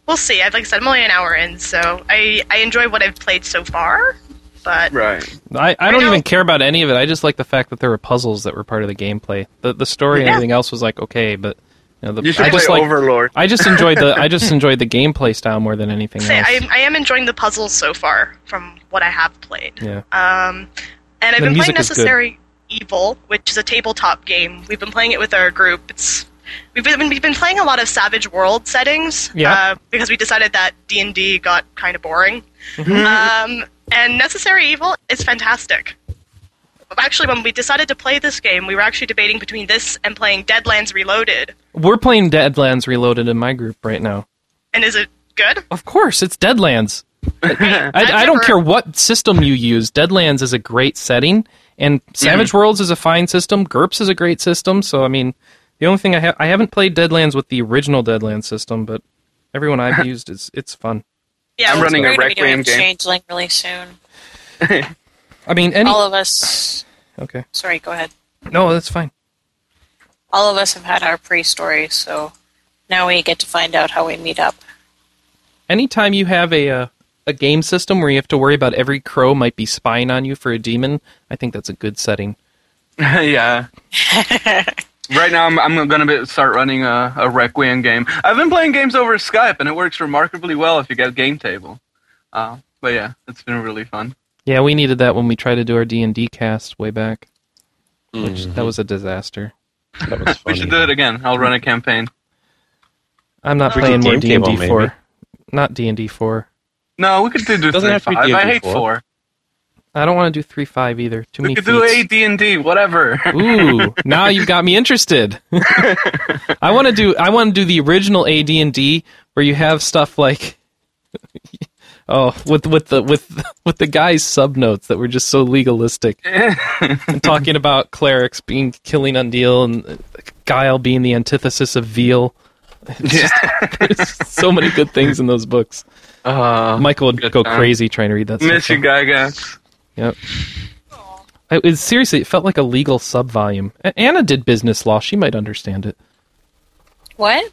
S3: We'll see. I've like I said, I'm only an hour in, so I I enjoy what I've played so far. But
S5: Right.
S1: I, I don't
S3: know.
S1: even care about any of it. I just like the fact that there were puzzles that were part of the gameplay. The the story and
S3: Yeah.
S1: everything else was like okay, but you know, the,
S5: You should
S1: I just
S5: play
S1: like
S5: Overlord.
S1: I just enjoyed the I just enjoyed the gameplay style more than anything
S3: say
S1: else.
S3: I, I am enjoying the puzzles so far from what I have played.
S1: Yeah.
S3: Um, and I've
S1: The
S3: been playing
S1: music is good.
S3: Necessary Evil, which is a tabletop game. We've been playing it with our group. It's we've been, we've been playing a lot of Savage World settings
S1: Yeah.
S3: uh, because we decided that D and D got kind of boring.
S1: Mm-hmm.
S3: Um, and Necessary Evil is fantastic. Actually, when we decided to play this game, we were actually debating between this and playing Deadlands Reloaded.
S1: We're playing Deadlands Reloaded in my group right now.
S3: And is it good?
S1: Of course, it's Deadlands. I,
S3: I've
S1: I don't
S3: never-
S1: care what system you use. Deadlands is a great setting, and Savage Worlds is a fine system. GURPS is a great system. So I mean, the only thing I have I haven't played Deadlands with the original Deadlands system, but everyone I've used is it's fun.
S3: Yeah,
S5: I'm
S3: it was
S5: running a
S3: great.
S4: We're gonna be doing
S5: Requiem game.
S4: Changeling really soon.
S1: I mean, any
S4: All of us.
S1: okay,
S4: Sorry, go ahead.
S1: no, that's fine.
S4: All of us have had our pre-story, so now we get to find out how we meet up.
S1: anytime you have a uh, a game system where you have to worry about every crow might be spying on you for a demon, I think that's a good setting.
S5: yeah. right now, I'm, I'm going to start running a, a Requiem game. I've been playing games over Skype, and it works remarkably well if you get a game table. Uh, but yeah, it's been really fun.
S1: Yeah, we needed that when we tried to do our D and D cast way back. Which
S2: Mm-hmm.
S1: that was a disaster.
S2: That was
S5: We
S2: funny.
S5: should do it again. I'll run a campaign.
S1: I'm not
S3: We
S1: playing
S2: could
S1: more D
S2: game
S1: and D
S2: table,
S1: four.
S2: maybe.
S1: Not D and D four.
S5: No, we could do, do
S2: Doesn't
S5: three
S2: have to be
S5: five. I hate
S2: D&D4.
S5: four.
S1: I don't want to do three five either. Too
S5: We
S1: many.
S5: could do
S1: feats.
S5: eight D and D, whatever.
S1: Ooh, now you've got me interested. I want to do I want to do the original AD and D where you have stuff like oh with with the with with the guys sub notes that were just so legalistic and talking about clerics being killing undeal and uh, guile being the antithesis of veal. It's just- there's so many good things in those books.
S5: Uh,
S1: Michael would
S5: good
S1: go
S5: time.
S1: crazy trying to read that.
S5: miss
S1: stuff.
S5: you, Gaga.
S1: Yep. It was, seriously, it felt like a legal subvolume. A- Anna did business law; she might understand it.
S4: What?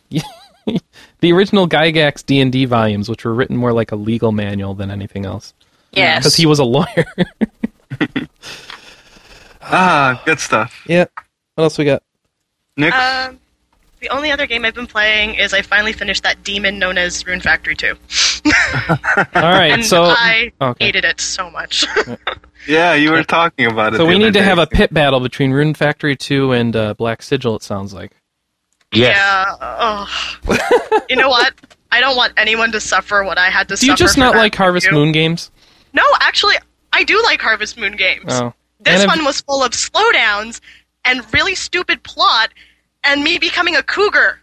S1: The original Gygax D and D volumes, which were written more like a legal manual than anything else,
S4: Yes.
S1: because he was a lawyer.
S5: Ah, good stuff.
S1: yeah. What else we got?
S5: Nick,
S3: Um, the only other game I've been playing is I finally finished that demon known as Rune Factory 2.
S1: All right.
S3: and
S1: so
S3: I
S1: okay.
S3: hated it so much.
S5: yeah, you were talking about it.
S1: so
S5: the
S1: we
S5: other
S1: need to
S5: day.
S1: have a pit battle between Rune Factory Two and uh, Black Sigil. It sounds like.
S2: Yes.
S3: Yeah. Oh. you know what? I don't want anyone to suffer what I had to
S1: Do
S3: suffer.
S1: you just
S3: for
S1: not
S3: that
S1: like Harvest
S3: review.
S1: Moon games?
S3: No, actually, I do like Harvest Moon games.
S1: Oh,
S3: This
S1: And if-
S3: one was full of slowdowns and really stupid plot and me becoming a cougar.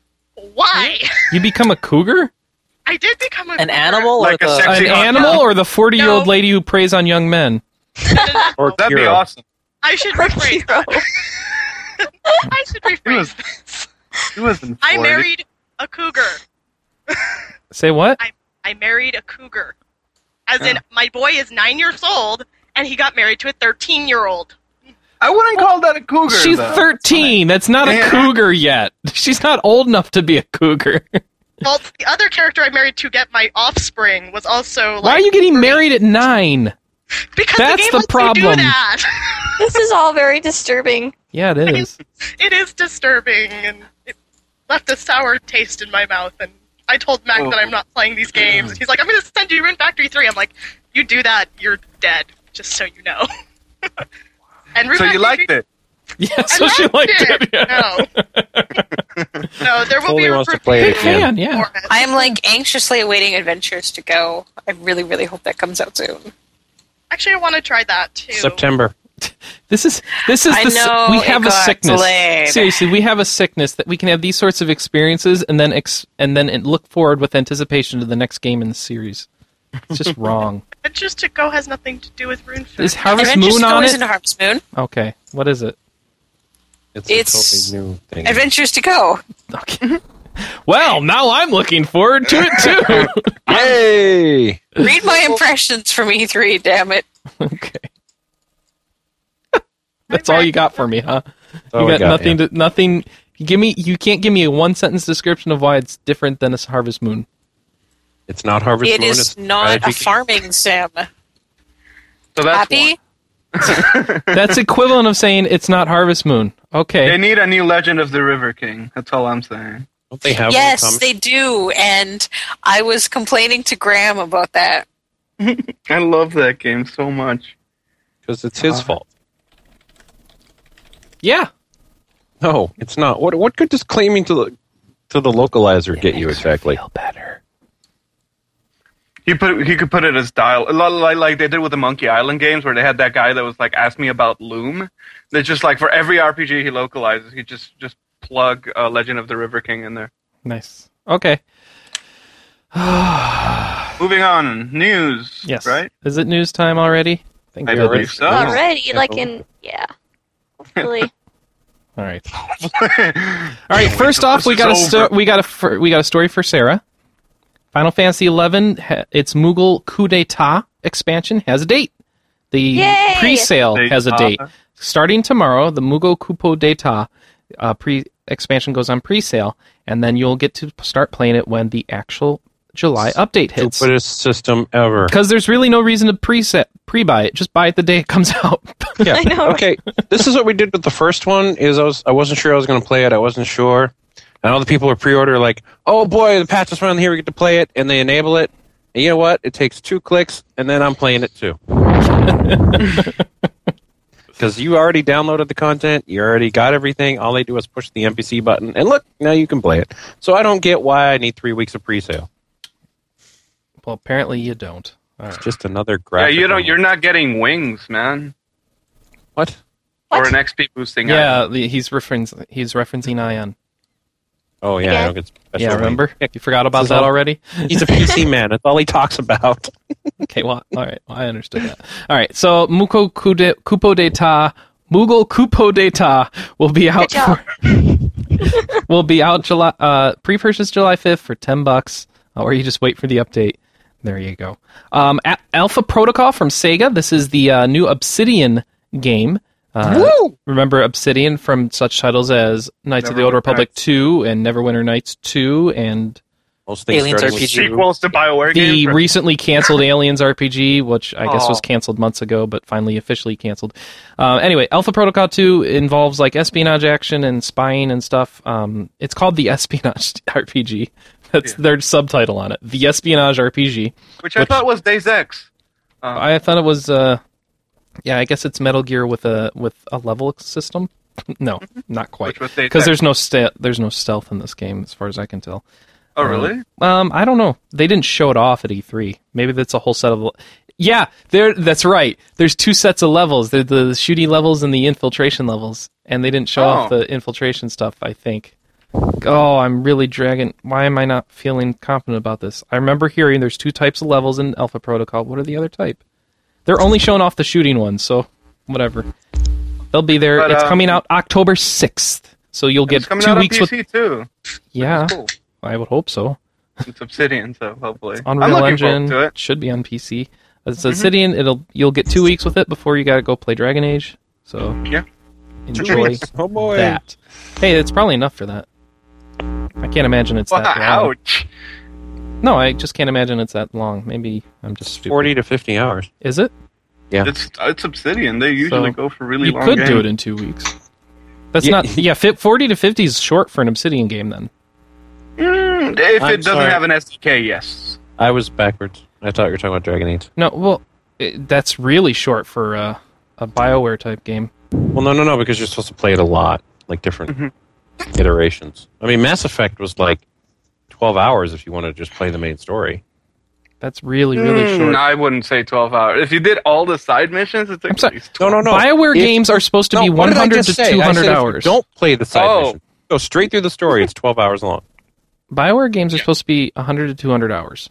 S3: Why?
S1: You become a cougar?
S3: I did become a
S7: An
S3: cougar.
S7: animal
S5: Like
S7: or
S5: a
S7: the-
S5: sex-
S1: An
S5: Actually, uh,
S1: animal or the 40 year old
S3: No.
S1: lady who preys on young men?
S2: Or
S5: That'd be
S2: Kira.
S5: awesome.
S3: I should rephrase.
S6: hero.
S3: I should
S5: was-
S3: rephrase this.
S5: She wasn't
S3: I
S5: 40.
S3: married a cougar.
S1: Say what?
S3: I married a cougar. As in, my boy is nine years old, and he got married to a 13 year old.
S5: I wouldn't call that a cougar.
S1: She's
S5: though.
S1: 13. That's not a
S5: Yeah.
S1: cougar yet. She's not old enough to be a cougar.
S3: Well, the other character I married to get my offspring was also like.
S1: Why are you getting married at nine?
S3: Because
S1: That's
S3: the game
S1: the
S3: lets You do
S1: problem.
S3: that.
S6: this is all very disturbing.
S1: Yeah, it is.
S3: it is disturbing, and it left a sour taste in my mouth. And I told Mac
S5: Oh.
S3: that I'm not playing these games. He's like, "I'm going to send you Rune Factory 3." I'm like, "You do that, you're dead." Just so you know. and Rune
S5: So
S3: Factory
S5: you liked
S3: 3
S5: it.
S1: Yeah,
S3: I
S1: so she liked it. Yeah.
S3: No. no, there will be
S2: Totally
S3: a
S2: wants to play it
S1: Big
S2: again.
S1: fan, yeah.
S3: for it.
S4: I am like anxiously awaiting Adventures to go. I really, really hope that comes out soon.
S3: Actually, I want to try that too.
S2: September.
S1: This is this is
S4: I
S1: the si-
S4: know,
S1: we
S4: it
S1: have a
S4: got
S1: sickness.
S4: delayed.
S1: Seriously, we have a sickness that we can have these sorts of experiences and then ex- and then and look forward with anticipation to the next game in the series. It's just wrong.
S3: Adventures to Go has nothing to do with Rune
S1: Is
S3: Factory.
S1: Harvest
S4: Adventures
S1: Moon
S4: to go
S1: on
S4: isn't
S1: it?
S4: Harvest Moon.
S1: Okay, what is it?
S2: It's,
S4: It's-
S2: a totally new thing.
S4: Adventures to go.
S1: Okay. Well, now I'm looking forward to it too.
S2: Yay!
S4: Read my impressions from E3. Damn it.
S1: okay, that's all you got for me, huh?
S2: Oh,
S1: you
S2: we
S1: got, nothing
S2: yeah.
S1: to nothing. Give me you can't give me a one sentence description of why it's different than a Harvest Moon.
S2: It's not Harvest
S4: It
S2: Moon.
S4: is
S2: it's
S4: not a
S2: strategy.
S4: farming sim.
S5: So that's one.
S4: Happy?
S1: That's equivalent of saying it's not Harvest Moon.
S5: They
S1: Okay.
S5: need a new Legend of the River King. That's all I'm saying.
S2: Don't they have one
S4: Yes,
S2: coming?
S4: they do. And I was complaining to Graham about that.
S5: I love that game so much.
S2: Because it's his fault.
S1: Yeah.
S2: No, it's not. What what good does claiming to the to the localizer get you exactly?
S1: better.
S5: He put he could put it as dial a lot like, like they did with the Monkey Island games where they had that guy that was like ask me about Loom. That just like for every RPG he localizes, he just just plug uh, Legend of the River King in there.
S1: Nice. Okay.
S5: Moving on, news.
S1: Yes.
S5: right.
S1: Is it news time already? Thank
S5: I
S1: goodness.
S5: believe so.
S6: Already, like in yeah. Hopefully.
S1: All right. All right. First off, we
S5: is
S1: got a
S5: over.
S1: sto- we got a fir- we got a story for Sarah. Final Fantasy XI, ha- its Moogle Coup d'Etat expansion has a date. The
S6: Yay!
S1: pre-sale
S5: Date,
S1: has a date.
S5: uh,
S1: Starting tomorrow, the Moogle Coup d'Etat uh, pre expansion goes on pre-sale, and then you'll get to start playing it when the actual July update hits.
S2: Stupidest system ever.
S1: Because there's really no reason to pre-set, pre-buy it. Just buy it the day it comes out.
S2: Yeah.
S6: I know.
S2: Okay. this is what we did with the first one. Is I was I wasn't sure I was going to play it. I wasn't sure. And all the people who pre-order like, oh boy, the patch is running here. We get to play it, and they enable it. And you know what? It takes two clicks, and then I'm playing it too. Because you already downloaded the content, you already got everything. All they do is push the NPC button, and look, now you can play it. So I don't get why I need three weeks of pre-sale.
S1: well, apparently you don't. All right.
S2: It's just another
S5: Yeah,
S2: graphic.
S5: you don't. You're not getting wings, man,
S2: what?
S5: or
S6: What?
S5: an XP boosting. item.
S1: Yeah, the- he's referencing he's referencing Ion.
S2: Oh yeah, I
S6: Again?
S2: don't get special
S1: Yeah,
S2: wings.
S1: remember? You forgot about
S2: So-
S1: that already?
S2: He's a PC man. That's all he talks about.
S1: Okay, well, all right. Well, I understood that. All right. So, Muko Kude- Kupo d'Etat, Mughal Kupo d'Etat will be out
S6: job.
S1: for will be out July uh pre-purchase July 5th for 10 bucks uh, or you just wait for the update. There you go. Um A- Alpha Protocol from Sega. This is the uh, new Obsidian game. Uh, remember Obsidian from such titles as Knights of the Old
S5: Neverwinter
S1: Republic
S5: Nights.
S1: 2 and Neverwinter Nights 2 and
S2: Most
S7: Aliens
S2: starting with
S7: RPG.
S5: Sequels to Bioware
S1: the
S5: games. right?
S1: recently canceled Aliens RPG, which I guess was
S5: Aw.
S1: canceled months ago, but finally officially canceled. Uh, anyway, Alpha Protocol 2 involves like espionage action and spying and stuff. Um, it's called the Espionage RPG. That's their subtitle on it. The Espionage RPG.
S5: which I thought was Days X. Uh-huh.
S1: I thought it was, uh, yeah, I guess it's Metal Gear with a with a level system. no, not quite.
S5: Mm-hmm. Which was Deus
S1: Because
S5: Ex.
S1: there's no ste- there's no stealth in this game, as far as I can tell. Uh,
S5: Oh, really?
S1: E Um, I don't know. They didn't show it off at E3. Maybe that's a whole set of. yeah, there. That's right. There's two sets of levels: the the shooting levels and the infiltration levels. And they didn't show off
S5: Oh.
S1: the infiltration stuff. I think. Oh, I'm really dragging. Why am I not feeling confident about this? I remember hearing there's two types of levels in Alpha Protocol. What are the other type? They're only showing off the shooting ones, so whatever. They'll be there.
S5: But,
S1: it's
S5: um,
S1: coming out October sixth, so you'll get
S5: It's coming
S1: two
S5: out
S1: weeks
S5: on
S1: with.
S5: PC too.
S1: Yeah,
S5: Cool.
S1: I would hope so.
S5: It's Obsidian, so hopefully. I'm
S1: Unreal
S5: looking
S1: Engine
S5: forward to Mm-hmm.
S1: should be on PC. As Obsidian, it'll you'll get two weeks with it before you gotta go play Dragon Age. So
S5: Yeah.
S1: enjoy
S2: Oh boy.
S1: that. Hey, that's probably enough for that. I can't imagine it's
S5: it. Wow,
S1: that long.
S5: ouch.
S1: No, I just can't imagine it's that long. Maybe I'm just stupid.
S2: Forty to fifty hours.
S1: Is it?
S2: Yeah.
S5: It's it's Obsidian. They usually
S1: So,
S5: go for really
S1: you
S5: long
S1: could
S5: games.
S1: do it in two weeks. That's
S2: Yeah.
S1: not yeah. Fit forty to fifty is short for an Obsidian game. Then
S5: Mm, if
S2: I'm
S5: it doesn't
S2: sorry.
S5: have an SDK, yes.
S2: I was backwards. I thought you were talking about Dragon Age.
S1: no, well, it, that's really short for uh, a Bioware type game.
S2: Well, no, no, no, because you're supposed to play it a lot, like different Mm-hmm. iterations. I mean, Mass Effect was like twelve hours if you want to just play the main story.
S1: That's really really
S5: Mm,
S1: short.
S5: I wouldn't say 12 hours. If you did all the side missions, it's like
S1: sorry.
S5: at least
S2: No, no, no.
S1: Bioware
S2: If-
S1: games are supposed to be
S2: No, what did I
S1: 100
S2: just
S1: to
S2: say? I
S1: 200
S2: said if you
S1: hours.
S2: Don't play the side
S5: Oh.
S2: mission. Go straight through the story. It's twelve hours long.
S1: Bioware games are supposed to be 100 to 200 hours.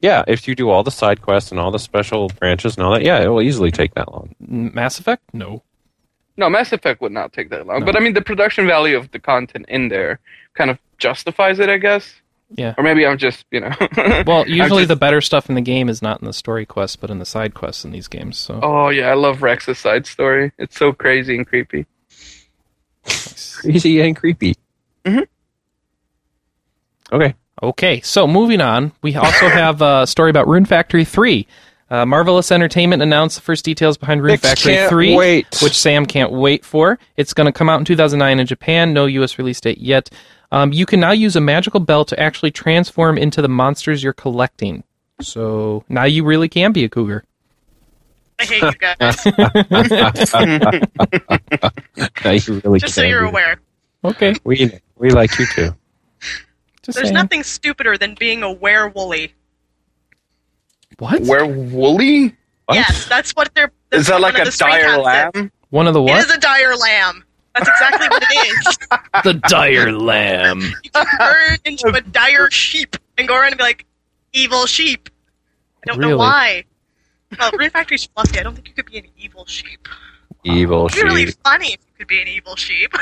S2: Yeah, if you do all the side quests and all the special branches and all that, yeah, it will easily take that long.
S1: N- Mass Effect? No.
S5: No, Mass Effect would not take that long.
S1: No.
S5: But I mean, the production value of the content in there kind of justifies it, I guess.
S1: Yeah.
S5: Or maybe I'm just, you know.
S1: Well, usually
S5: just-
S1: the better stuff in the game is not in the story quests, but in the side quests in these games. So
S5: oh, yeah, I love Rex's side story. It's so crazy and creepy.
S2: Easy and creepy. Mm-hmm.
S5: Mhm.
S2: Okay.
S1: okay, so moving on, we also have a story about Rune Factory 3. Uh, Marvelous Entertainment announced the first details behind Rune
S2: Nick
S1: Factory
S2: can't
S1: 3,
S2: wait.
S1: which Sam can't wait for. It's going to come out in 2009 in Japan. No U.S. release date yet. Um, you can now use a magical bell to actually transform into the monsters you're collecting. So now you really can be a cougar.
S3: I hate you guys.
S2: Now you really
S3: Just so
S2: can
S3: you're
S2: do it.
S3: aware.
S1: Okay,
S2: We we like you too.
S1: just
S3: There's
S1: saying.
S3: nothing stupider than being a werewolly.
S1: What?
S5: Where Wooly?
S2: What?
S3: Yes, that's what they're. That's
S5: Is that
S3: what
S5: like
S3: one of
S5: a
S3: the stray
S5: dire
S3: cats
S5: lamb?
S3: is.
S1: One of the
S3: It
S1: what?
S3: is a dire lamb. That's exactly what it is.
S1: the dire lamb.
S3: You can turn into a dire sheep and go around and be like, evil sheep. I don't
S1: Really?
S3: know why. Well, Rune Factory's fluffy. I don't think you could be an evil sheep.
S2: Evil
S3: It'd be really
S2: shit.
S3: funny if you could be an evil sheep.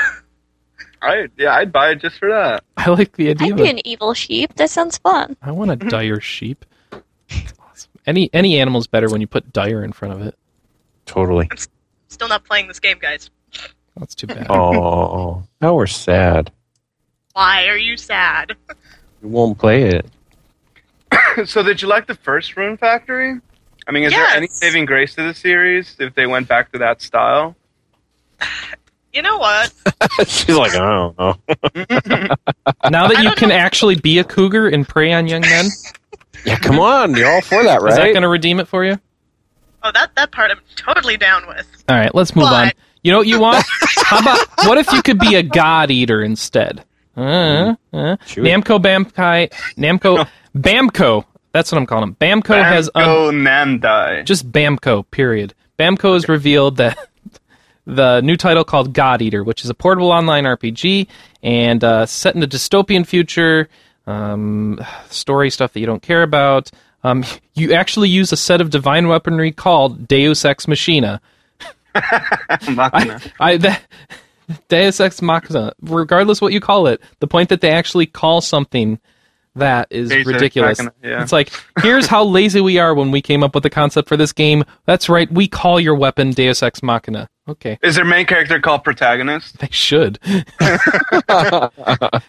S5: I, yeah, I'd buy it just for that.
S1: I like the idea.
S6: I'd
S1: of
S6: be
S1: a-
S6: an evil sheep. That sounds fun.
S1: I want a dire sheep. That's awesome. Any any animal's better when you put dire in front of it.
S2: Totally.
S3: Still not playing this game, guys.
S1: That's too bad.
S2: Oh, now we're sad.
S3: Why are you sad?
S2: We won't play it.
S5: so, did you like the first Rune Factory? I mean, is
S3: Yes.
S5: there any saving grace to the series if they went back to that style?
S3: You know what?
S2: She's like, I don't know.
S1: now that
S3: I
S1: you
S3: don't
S1: can
S3: know.
S1: actually be a cougar and prey on young men,
S2: Yeah, come on. You're all for that,
S1: is that
S2: right?
S1: going to redeem it for you?
S3: Oh, that that part I'm totally down with.
S1: All right, let's move on.
S3: But-
S1: You know what you want? How about what if you could be a god eater instead? Uh, uh.
S2: Chewy.
S1: Namco Bamkai, Namco Bamco. That's what I'm calling him. Bamco, has un-
S5: Banco Namdai.
S1: just Bamco, period. Bamco has revealed that the new title called God Eater, which is a portable online RPG and uh, set in a dystopian future, um, story stuff that you don't care about. Um, you actually use a set of divine weaponry called Deus Ex Machina.
S5: Machina.
S1: I that, Deus Ex Machina. Regardless what you call it, the point that they actually call something that is
S5: Deus Ex
S1: ridiculous.
S5: Machina, yeah.
S1: It's like here's how lazy we are when we came up with the concept for this game. That's right, we call your weapon Deus Ex Machina. Okay,
S5: Is their main character called Protagonist?
S1: they should.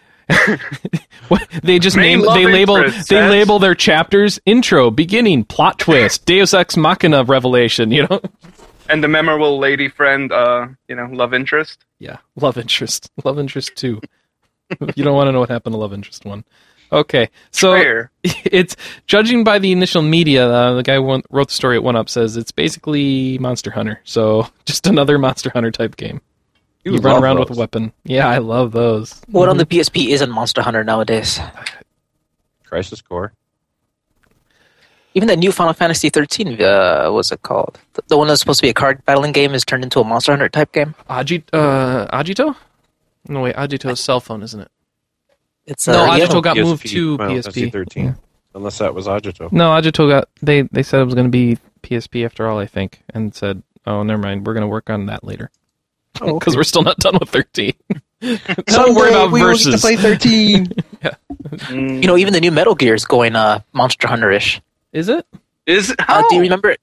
S1: What- they just
S5: Main
S1: name
S5: love
S1: they label
S5: interest,
S1: they
S5: yes.
S1: label their chapters intro beginning plot twist Deus Ex Machina revelation you know
S5: And the memorable lady friend, uh, you know, love interest?
S1: Yeah, love interest. Love interest two. you don't want to know what happened to love interest one. Okay, so
S5: Fair.
S1: it's judging by the initial media. Uh, the guy who won- wrote the story at One Up says it's basically Monster Hunter. So just another Monster Hunter type game. You, run
S2: love
S1: around with
S2: those.
S1: a weapon. Yeah, I love those.
S7: What on the PSP isn't Monster Hunter nowadays?
S2: Crisis Core.
S7: even that new Final Fantasy 13 uh, what's it called? The, the one that's supposed to be a card battling game is turned into a Monster Hunter type game.
S1: Aji, Mm-hmm. uh, Ajito? No, wait, Ajito's cell phone, isn't it?
S7: It's uh,
S1: No,
S7: yeah,
S1: Ajito got
S2: PSP,
S1: moved to
S2: Final Fantasy
S1: PSP.
S2: 13. Unless that was Ajito.
S1: No, Ajito got. They, they said it was going to be PSP after all, I think, and said, oh, never mind. We're going to work on that later. Because we're still not done with 13. Don't worry about verses.
S7: 13.
S5: Mm.
S7: you know, even the new Metal Gear is going uh, Monster Hunter ish.
S1: Is it?
S5: Is how
S7: Uh, do you remember?
S5: Do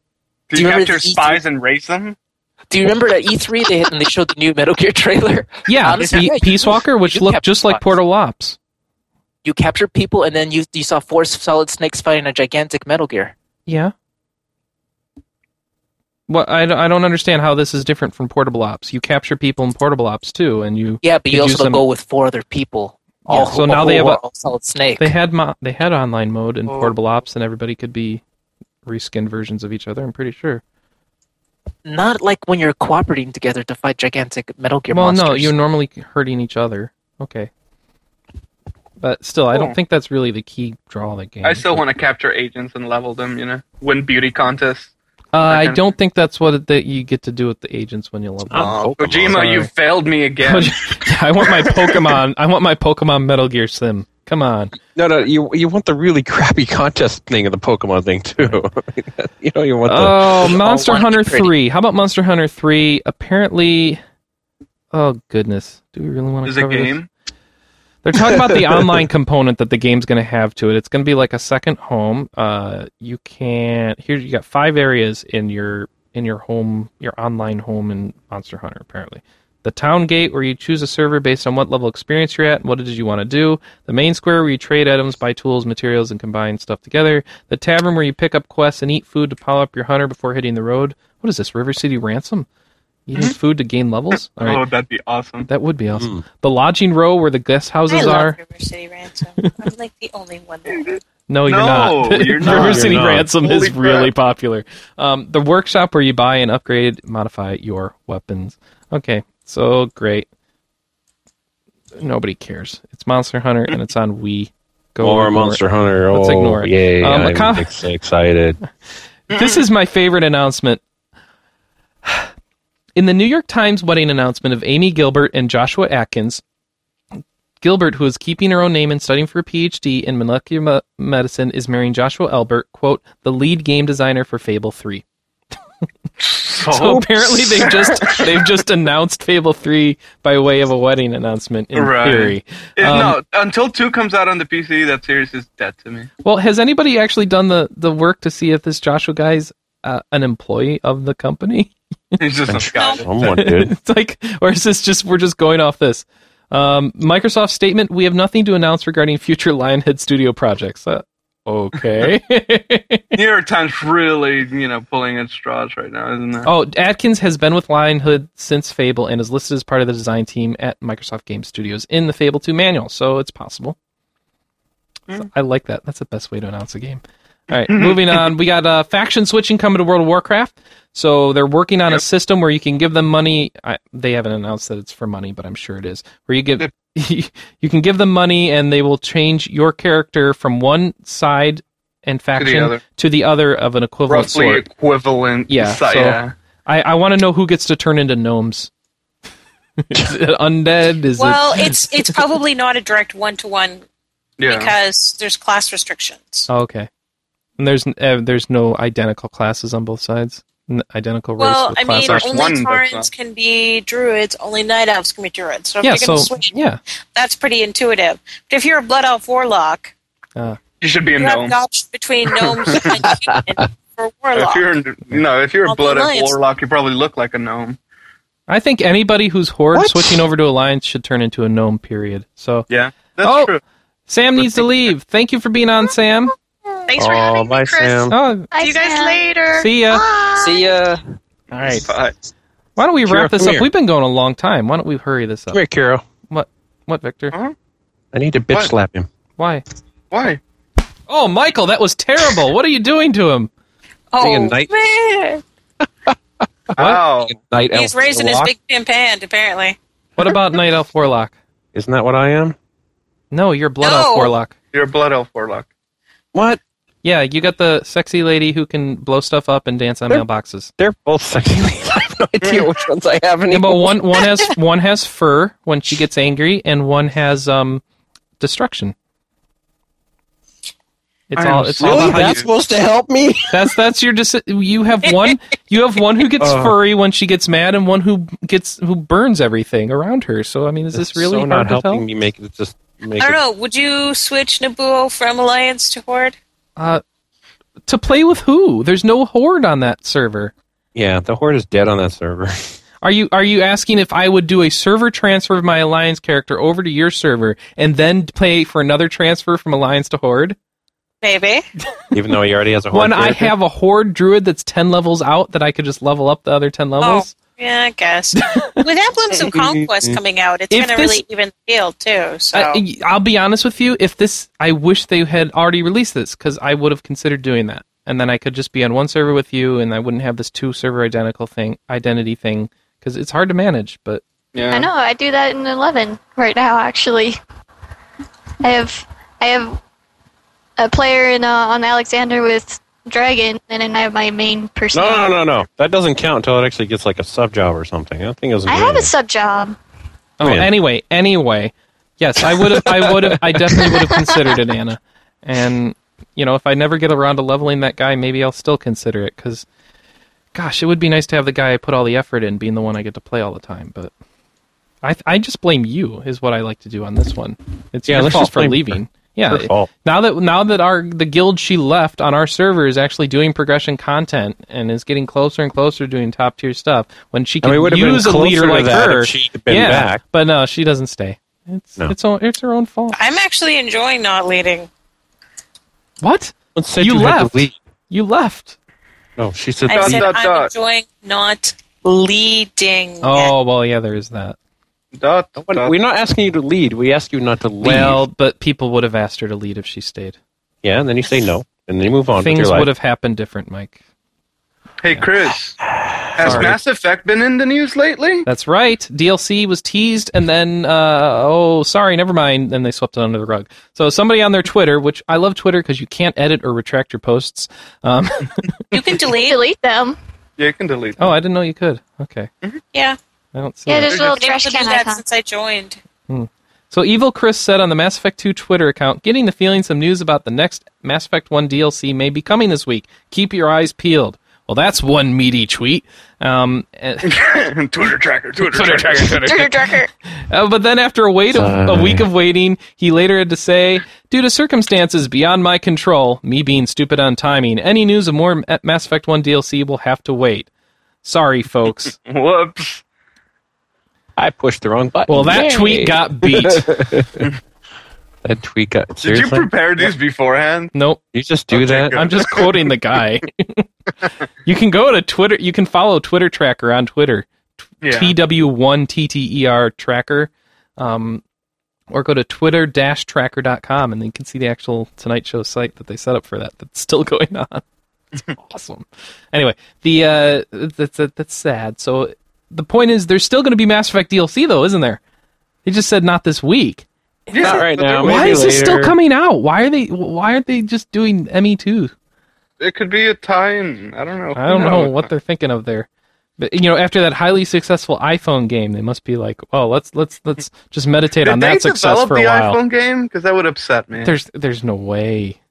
S7: do
S5: you
S7: you remember
S5: capture
S7: the E3?
S5: spies and raise them?
S7: Do you remember at E3 they and they showed the new Metal Gear trailer?
S1: Yeah,
S7: Honestly,
S1: Pe-
S7: yeah, you-
S1: Peace Walker, which
S7: you
S1: looked
S7: kept
S1: just like
S7: spots.
S1: Portal Ops.
S7: You capture people and then you you saw four solid snakes fighting a gigantic Metal Gear.
S1: Yeah. Well, I, don't- I don't understand how this is different from Portable Ops. You capture people in Portable Ops too, and you
S7: Yeah, but
S1: Did
S7: you
S1: you
S7: also
S1: some-
S7: go with four other people.
S1: Yeah, so now they have a-
S7: a solid snake.
S1: they had mo- they had online mode in
S5: Oh.
S1: Portable Ops, and everybody could be reskinned versions of each other. I'm pretty sure.
S7: Not like when you're cooperating together to fight gigantic Metal Gear
S1: well,
S7: monsters.
S1: no, you're normally hurting each other. Okay, but still, I don't
S5: Cool.
S1: think that's really the key draw of the game.
S5: I still want to capture agents and level them. You know, win beauty contests.
S1: Uh, I
S5: Okay.
S1: don't think that's what it, that you get to do with the agents when you level up.
S2: Oh, Pokemon.
S5: Kojima,
S1: Sorry.
S5: you failed me again.
S1: I want my Pokemon. I want my Pokemon Metal Gear Sim. Come on.
S2: No, no, you you want the really crappy contest thing of the Pokemon thing too. you know, you want the
S1: Oh, Monster
S7: one
S1: Hunter
S7: pretty.
S1: 3. How about Monster Hunter 3? Apparently. Oh, goodness. Do we really want to
S5: Is a
S1: cover this?
S5: game.
S1: They're talking about the online component that the game's going to have to it. It's going to be like a second home. Uh, you can here you got five areas in your in your home, your online home in Monster Hunter. Apparently, the town gate where you choose a server based on what level experience you're at and what it is you want to do. The main square where you trade items, buy tools, materials, and combine stuff together. The tavern where you pick up quests and eat food to pile up your hunter before hitting the road. What is this? River City Ransom? Eating
S4: Mm-hmm.
S1: food to gain levels. All right.
S5: Oh, that'd be awesome.
S1: That would be awesome. The lodging row where the guest
S4: Hmm. I
S1: houses
S4: love
S1: are.
S4: River City Ransom. I'm like the only one there.
S1: No, you're
S5: No,
S1: not.
S5: you're
S1: River
S5: not. You're
S1: City
S2: not.
S1: Ransom is
S5: Holy crap.
S1: really popular. Um, the workshop where you buy and upgrade, modify your weapons. Okay, so great. Nobody cares. It's Monster Hunter and it's on Wii. Go ignore
S2: more
S1: it.
S2: Monster Hunter.
S1: Let's
S2: oh,
S1: ignore it.
S2: Yay,
S1: Um, a
S2: I'm
S1: com-
S2: ex- excited.
S1: This is my favorite announcement. In the New York Times wedding announcement of Amy Gilbert and Joshua Atkins, Gilbert, who is keeping her own name and studying for a PhD in molecular me- medicine, is marrying Joshua Elbert, quote, the lead game designer for Fable 3.
S5: Oh,
S1: So apparently they've just they've just announced Fable three by way of a wedding announcement in
S5: Right.
S1: theory.
S5: If-
S1: Um,
S5: no, until two comes out on the PC, that series is dead to me.
S1: Well, has anybody actually done the the work to see if this Joshua guy's uh, an employee of the company?
S5: It's just
S2: I'm
S5: a
S2: sure
S5: scout.
S2: Someone did.
S1: it's like, or is this just we're just going off this? Um, Microsoft statement: We have nothing to announce regarding future Lionhead Studio projects. Uh, okay.
S5: New York Times really, you know, pulling at straws right now, isn't it?
S1: oh, Atkins has been with Lionhead since Fable and is listed as part of the design team at Microsoft Game Studios in the Fable 2 manual, so it's possible. So I like that. That's the best way to announce a game. All right, moving on. We got uh, faction switching coming to World of Warcraft. So they're working on a system where you can give them money. I, they haven't announced that it's for money, but I'm sure it is. Where you give you can give them money and they will change your character from one side and faction to the
S5: other.
S1: other, of an equivalent
S5: Roughly
S1: sort.
S5: equivalent.
S1: Yeah,
S5: si-
S1: so-
S5: yeah.
S1: I, I want to know who gets to turn into gnomes. is it undead? Is
S4: Well,
S1: it?
S4: it's it's probably not a direct one to one
S5: yeah.
S4: because there's class restrictions.
S1: Oh, okay. And there's uh, there's no identical classes on both sides. N- identical race
S4: Well,
S1: with
S4: I mean,
S1: class.
S5: There's one,
S4: only
S5: but,
S4: Taurans
S5: uh,
S4: can be druids, only night elves can be druids. So if
S1: yeah.
S4: you're going
S1: So
S4: to switch,
S1: yeah.
S4: that's pretty intuitive. But if you're a blood elf warlock,
S5: you should be a
S4: you have
S5: gnome.
S4: an option between gnomes and human for warlock.
S5: If you're a- no, if you're a
S4: Well,
S5: blood elf
S4: alliance-
S5: warlock, you probably look like a gnome.
S1: I think anybody who's horde
S2: What?
S1: switching over to alliance should turn into a gnome. Period. So
S5: Yeah, that's
S1: Oh.
S5: true.
S1: Sam needs to leave. Thank you for being on, Sam.
S3: Thanks for
S2: Aw,
S3: having
S2: bye,
S3: me, Chris.
S2: Sam.
S1: Oh,
S6: I
S3: See you guys
S6: said-
S3: later.
S1: see ya.
S7: See ya.
S1: All right.
S5: But
S1: Why don't we
S2: Kira,
S1: wrap this
S2: come
S1: up?
S2: here.
S1: We've been going a long time. Why don't we hurry this up?
S2: Come here, Kiro.
S1: What? What, Victor?
S2: I need to bitch
S5: What?
S2: slap him.
S1: Why?
S5: why?
S1: Oh, Michael, that was terrible. what are you doing to him?
S2: Being a
S4: oh
S2: night,
S4: man,
S5: Wow.
S2: night elf
S4: he's raising his
S2: warlock?
S4: big pimp hand apparently.
S1: What about Night Elf Warlock?
S2: Isn't that what I am?
S1: No, you're Blood
S4: No.
S1: Elf Warlock.
S5: You're a blood elf warlock.
S2: What?
S1: Yeah, you got the sexy lady who can blow stuff up and dance on
S2: They're-
S1: mailboxes.
S2: They're both sexy. I have no idea which ones I have
S1: Yeah, but
S2: anymore.
S1: one one has one has fur when she gets angry, and one has um destruction. It's
S5: I
S1: all
S5: am
S1: it's all
S2: Really?
S1: about how you,
S2: That's supposed to help me?
S1: that's that's your deci- you have one you have one who gets
S2: Ugh.
S1: furry when she gets mad, and one who gets who burns everything around her. So I mean, is this
S2: It's
S1: really
S2: so
S1: hard
S2: not
S1: to
S2: helping
S1: tell?
S2: me make it just make
S4: I
S2: it
S4: don't know. Would you switch Nabuo from Alliance to Horde?
S1: Uh, to play with who? There's no horde on that server.
S2: Yeah, the horde is dead on that server.
S1: Are you are you asking if I would do a server transfer of my alliance character over to your server and then play for another transfer from alliance to horde?
S4: Maybe.
S2: Even though he already has a horde.
S1: when
S2: character.
S1: I have a horde druid that's ten levels out that I could just level up the other ten levels.
S4: Yeah, I guess. With Emblems of Conquest coming out, it's
S1: If
S4: going to
S1: this- Uh, e-
S4: really even the field, too. So
S1: I, I'll be honest with you. If this, I wish they had already released this because I would have considered doing that, and then I could just be on one server with you, and I wouldn't have this two server identical thing, identity thing, because it's hard to manage. But
S5: Yeah.
S6: I know. I do that in eleven right now. Actually, I have I have a player in uh, on Alexander with dragon, and then I have my main person.
S2: No, no, no, no. That doesn't count until it actually gets like a sub job or something. That thing doesn't.
S6: I
S2: do
S6: have a
S2: anything.
S6: sub job.
S1: oh,
S2: Yeah.
S1: anyway, anyway, yes, I would have, I would have, I definitely would have considered it, Anna, and you know, if I never get around to leveling that guy, maybe I'll still consider it because. Gosh, it would be nice to have the guy I put all the effort in being the one I get to play all the time, but I I just blame you is what I like to do on this one. It's
S2: Yeah,
S1: your
S2: let's
S1: fault
S2: just
S1: for
S2: blame
S1: leaving.
S2: her.
S1: Yeah.
S2: Her fault.
S1: Now that now that our the guild she left on our server is actually doing progression content and is getting closer and closer to doing top tier stuff when she
S2: And
S1: can
S2: we would've been
S1: use a
S2: closer
S1: leader
S2: to
S1: like
S2: that
S1: her.
S2: if she'd been
S1: yeah,
S2: back.
S1: but no, she doesn't stay. It's
S2: No.
S1: it's, own, it's her own fault.
S4: I'm actually enjoying not leading.
S1: What?
S2: Let's say
S1: You
S2: you had to
S1: left.
S2: leave.
S1: You left.
S2: No, she said.
S4: I
S5: Dot,
S4: said
S5: dot,
S4: I'm
S5: dot.
S4: enjoying not leading.
S1: Oh, well, yeah, there is that.
S5: Dot, dot.
S2: We're not asking you to lead. We ask you not to leave.
S1: Uh, Well, but people would have asked her to lead if she stayed.
S2: yeah, and then you say no, and then you move on. with
S1: Things
S2: your life.
S1: would have happened different, Mike.
S5: Hey, Chris. Has
S1: Sorry.
S5: Mass Effect been in the news lately?
S1: That's right. DLC was teased, and then uh, oh, sorry, never mind. And they swept it under the rug. So somebody on their Twitter, which I love Twitter because you can't edit or retract your posts. Um,
S4: You can delete.
S6: Delete them.
S5: Yeah, you can delete.
S1: oh, I didn't know you could. Okay,
S4: yeah.
S1: I don't see.
S6: Yeah,
S1: that.
S6: there's a little
S4: I've been able
S6: trash
S4: to do
S6: can
S4: that
S6: icon.
S4: since I joined.
S1: So Evil Chris said on the Mass Effect 2 Twitter account, getting the feeling some news about the next Mass Effect 1 DLC may be coming this week. Keep your eyes peeled. Well, that's one meaty tweet. Um, and-
S5: Twitter tracker, Twitter, tracker.
S6: Dirter Drucker.
S1: Uh, but then after a wait of, a week of waiting, he later had to say, "Due to circumstances beyond my control, me being stupid on timing, any news of more M- Mass Effect 1 DLC will have to wait." Sorry, folks.
S5: Whoops.
S2: I pushed the wrong button.
S1: Well, that
S2: Yay.
S1: tweet got beat.
S2: that tweet got.
S5: Did you
S2: Seriously, you,
S5: prepare these beforehand?
S1: Nope,
S2: just do that.
S5: good.
S1: I'm just quoting the guy. you can go to Twitter. You can follow Twitter Tracker on Twitter.
S5: Yeah.
S1: TW1TTER E tracker. Um, or go to twitter tracker.com and then you can see the actual Tonight Show site that they set up for that that's still going on. It's awesome. Anyway, the uh, that's, that, that's sad. So the point is, there's still going to be Mass Effect DLC, though, isn't there? They just said not this week.
S2: Not right
S5: but there
S2: now.
S5: was-
S1: Why
S2: Maybe
S1: is this still
S2: later.
S1: coming out? Why are they? Why aren't they just doing E ME2?
S5: It could be a tie-in. I don't know.
S1: I don't
S5: Who
S1: know
S5: knows?
S1: what they're thinking of there. But you know, after that highly successful iPhone game, they must be like, "Oh, let's let's let's just meditate
S5: Did
S1: on
S5: they
S1: that success
S5: develop
S1: for a
S5: the
S1: while."
S5: iPhone game? Because that would upset me.
S1: There's there's no way.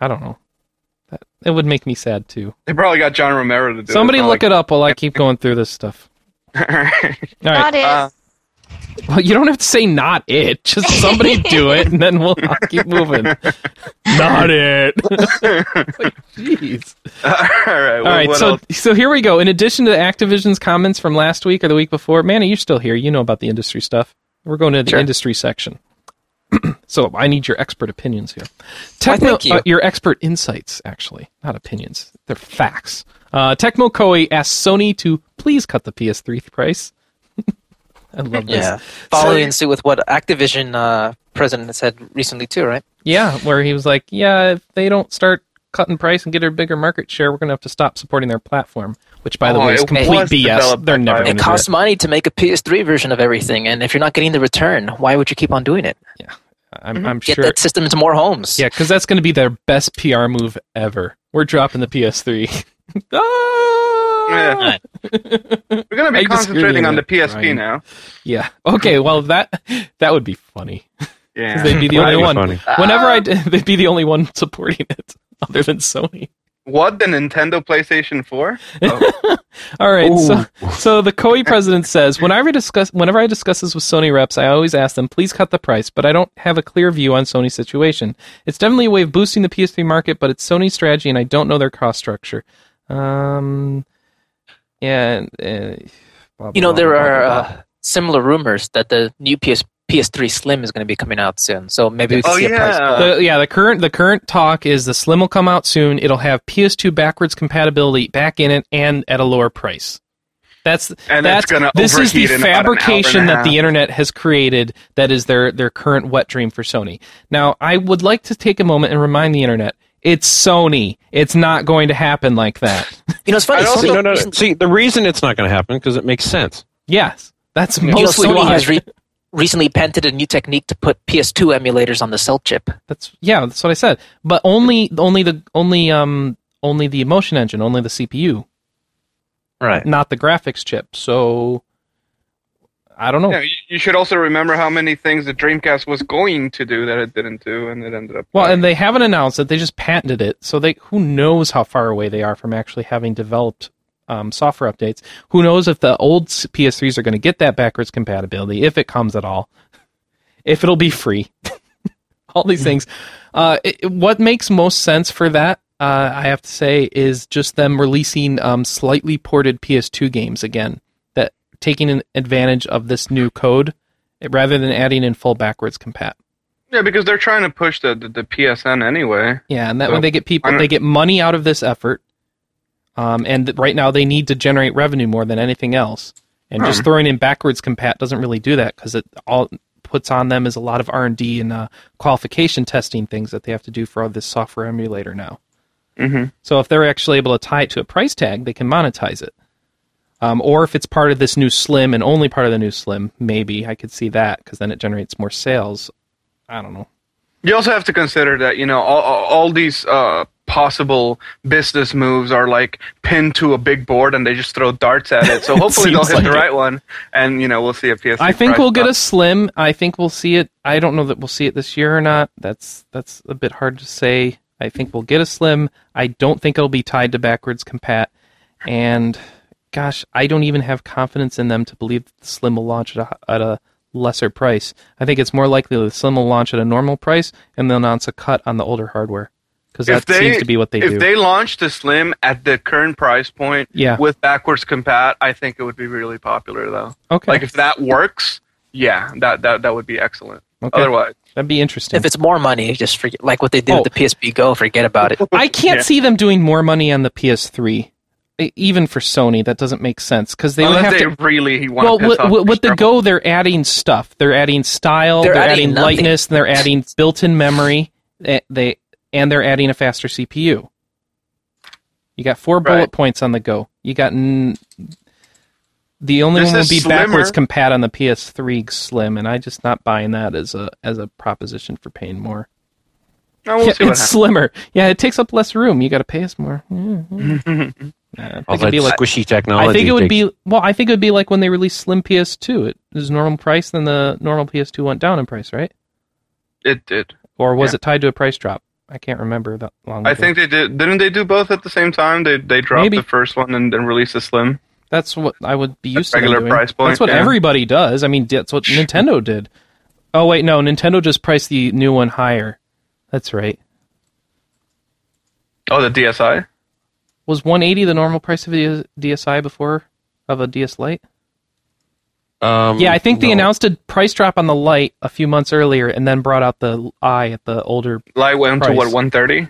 S1: I don't know. That it would make me sad too.
S5: They probably got John Romero to do
S1: Somebody
S5: it.
S1: look it up while I keep going through this stuff.
S5: it.
S1: All right.
S6: Not it.
S5: Uh,
S1: Well, you don't have to say not it. Just somebody do it, and then we'll I'll keep moving. not it. It's like, Jeez.
S5: All right.
S1: All
S5: Well,
S1: right,
S5: what
S1: so
S5: else?
S1: so here we go. In addition to Activision's comments from last week or the week before, Manny, you're still here. You know about the industry stuff. We're going to the
S7: Sure.
S1: industry section. so I need your expert opinions here.
S7: Why, thank you.
S1: uh, your expert insights, actually, not opinions. They're facts. Uh, Tecmo Koei asked Sony to please cut the PS3 price. I love this.
S7: Yeah, following suit with what Activision uh, president said recently too, right?
S1: Yeah, where he was like, "Yeah, if they don't start cutting price and get a bigger market share, we're going to have to stop supporting their platform." Which, by the
S5: Oh,
S1: way, is
S5: it
S1: complete
S5: was
S1: BS.
S5: developed
S1: They're
S5: by
S1: never.
S5: Bioware.
S1: gonna
S7: It
S1: do
S7: costs money to make a PS3 version of everything, and if you're not getting the return, why would you keep on doing it?
S1: I'm,
S7: Mhm.
S1: I'm
S7: Get
S1: sure.
S7: that system into more homes.
S1: Yeah, because that's going to be their best PR move ever. We're dropping the PS3. ah!
S5: We're gonna
S1: I disagree
S5: be concentrating
S1: with
S5: on the
S1: that,
S5: PSP
S1: Ryan.
S5: now.
S1: Yeah. Okay. Well, that that would be funny. 'Cause
S5: Yeah.
S1: They'd be the only
S2: That'd be
S1: one.
S2: funny.
S1: Whenever
S7: Ah.
S1: I, d- they'd be the only one supporting it, other than Sony.
S5: What the Nintendo PlayStation 4?
S1: All right. So, so the COE president says, whenever I discuss, whenever I discuss this with Sony reps, I always ask them, please cut the price. But I don't have a clear view on Sony's situation. It's definitely a way of boosting the PS3 market, but it's Sony's strategy, and I don't know their cost structure. Um, yeah. and, Uh, blah,
S7: You
S1: blah, blah,
S7: know, there
S1: blah,
S7: are
S1: blah, blah.
S7: uh, similar rumors that the new PS PS3 Slim is going to be coming out soon. So maybe we can
S5: Oh,
S7: see a price.
S5: yeah.
S7: point.
S1: the, yeah, the current the current talk is the Slim will come out soon. It'll have PS2 backwards compatibility back in it and at a lower price. That's
S5: And
S1: that's
S5: it's gonna
S1: this is the
S5: overheat in about an hour and a
S1: fabrication that
S5: half.
S1: the internet has created. That is their their current wet dream for Sony. Now, I would like to take a moment and remind the internet it's Sony. It's not going to happen like that.
S7: You know, it's funny.
S2: And also,
S7: Sony-
S2: no, no, no. See, the reason it's not going to happen because it makes sense.
S1: yes, that's
S7: you know,
S1: mostly
S7: Sony
S1: why.
S7: has re- recently patented a new technique to put PS2 emulators on the cell chip.
S1: That's yeah, that's what I said. But only only the only um only the motion engine, only the CPU,
S7: Right.
S1: not the graphics chip. So I don't know.
S5: Yeah, you- you should also remember how many things the Dreamcast was going to do that it didn't do, and it ended up.
S1: Well, and they haven't announced it; they just patented it. So they who knows how far away they are from actually having developed um, software updates. Who knows if the old s- PS3s are going to get that backwards compatibility, if it comes at all, if it'll be free. all these things. Uh, it- it- what makes most sense for that, uh, I have to say, is just them releasing um, slightly ported PS2 games again, that taking an advantage of this new code eh, rather than adding in full backwards compat.
S5: yeah, because they're trying to push the the, the PSN anyway.
S1: Yeah, and that
S5: So,
S1: way they get people,
S5: why not-
S1: they get money out of this effort. Um, and th- right now they need to generate revenue more than anything else. And just throwing in backwards compat doesn't really do that because it all puts on them is a lot of R and D and uh, qualification testing things that they have to do for all this software emulator now.
S5: Mm-hmm.
S1: So if they're actually able to tie it to a price tag, they can monetize it. Um, or if it's part of this new Slim and only part of the new Slim, maybe I could see that because then it generates more sales. I don't know.
S5: You also have to consider that you know all all, all these uh, possible business moves are like pinned to a big board, and they just throw darts at it. So hopefully they'll
S1: seems
S5: hit the
S1: like it.
S5: right one, and you know we'll see a PSN.
S1: I think we'll get a slim. I think we'll see it. I don't know that we'll see it this year or not. That's that's a bit hard to say. I think we'll get a slim. I don't think it'll be tied to backwards compat. And gosh, I don't even have confidence in them to believe that the slim will launch at a, at a lesser price. I think it's more likely that the slim will launch at a normal price and they'll announce a cut on the older hardware because
S5: If
S1: that seems to be what they
S5: if
S1: do.
S5: they launched the Slim at the current price point
S1: Yeah.
S5: with backwards compat, I think it would be really popular though.
S1: okay,
S5: Like if that works, yeah, that that, that would be excellent.
S1: okay.
S5: Otherwise,
S1: that'd be interesting.
S7: If it's more money, just forget like what they did
S1: Oh.
S7: with the PSP Go. Forget about it.
S1: I can't
S5: Yeah.
S1: see them doing more money on the PS3, E- even for Sony. That doesn't make sense because they would
S5: unless
S1: have
S5: they
S1: to.
S5: really want
S1: Well,
S5: to piss
S1: with,
S5: off
S1: with, with the
S5: Sherman.
S1: Go, they're adding stuff. They're adding style. They're,
S7: They're
S1: adding,
S7: adding nothing.
S1: lightness. And they're adding built-in memory. eh, They and they're adding a faster CPU. You got four bullet
S5: Right.
S1: points on the Go. You got n- the only
S5: This
S1: one will
S5: is
S1: be
S5: slimmer.
S1: backwards compat on the PS3 Slim, and I just not buying that as a as a proposition for paying more.
S5: No, we'll
S1: Yeah,
S5: see what
S1: it's slimmer. Yeah, it takes up less room. You got to pay us more. Yeah, yeah.
S5: happens.
S1: Nah, I,
S2: All
S1: think it'd
S2: that
S1: be like,
S2: squishy
S1: I
S2: technology.
S1: think it would
S2: takes-
S1: be well. I think it would be like when they released Slim PS2. It was normal price, then the normal PS2 went down in price, right?
S5: it did.
S1: Or was
S5: Yeah.
S1: it tied to a price drop? I can't remember that long.
S5: I
S1: ago.
S5: think they did. Didn't they do both at the same time? They they dropped
S1: Maybe.
S5: the first one and then released the Slim.
S1: that's what I would be used to. them
S5: regular
S1: doing.
S5: price point,
S1: That's what
S5: yeah.
S1: everybody does. I mean, that's what Nintendo did. Oh wait, no, Nintendo just priced the new one higher. That's right.
S5: Oh, the DSi.
S1: Was 180 the normal price of a DSi before of a DS Lite?
S2: Um,
S1: Yeah, I think they
S2: no.
S1: announced a price drop on the light a few months earlier, and then brought out the eye at the older.
S5: Light went to
S1: Price.
S5: what one thirty.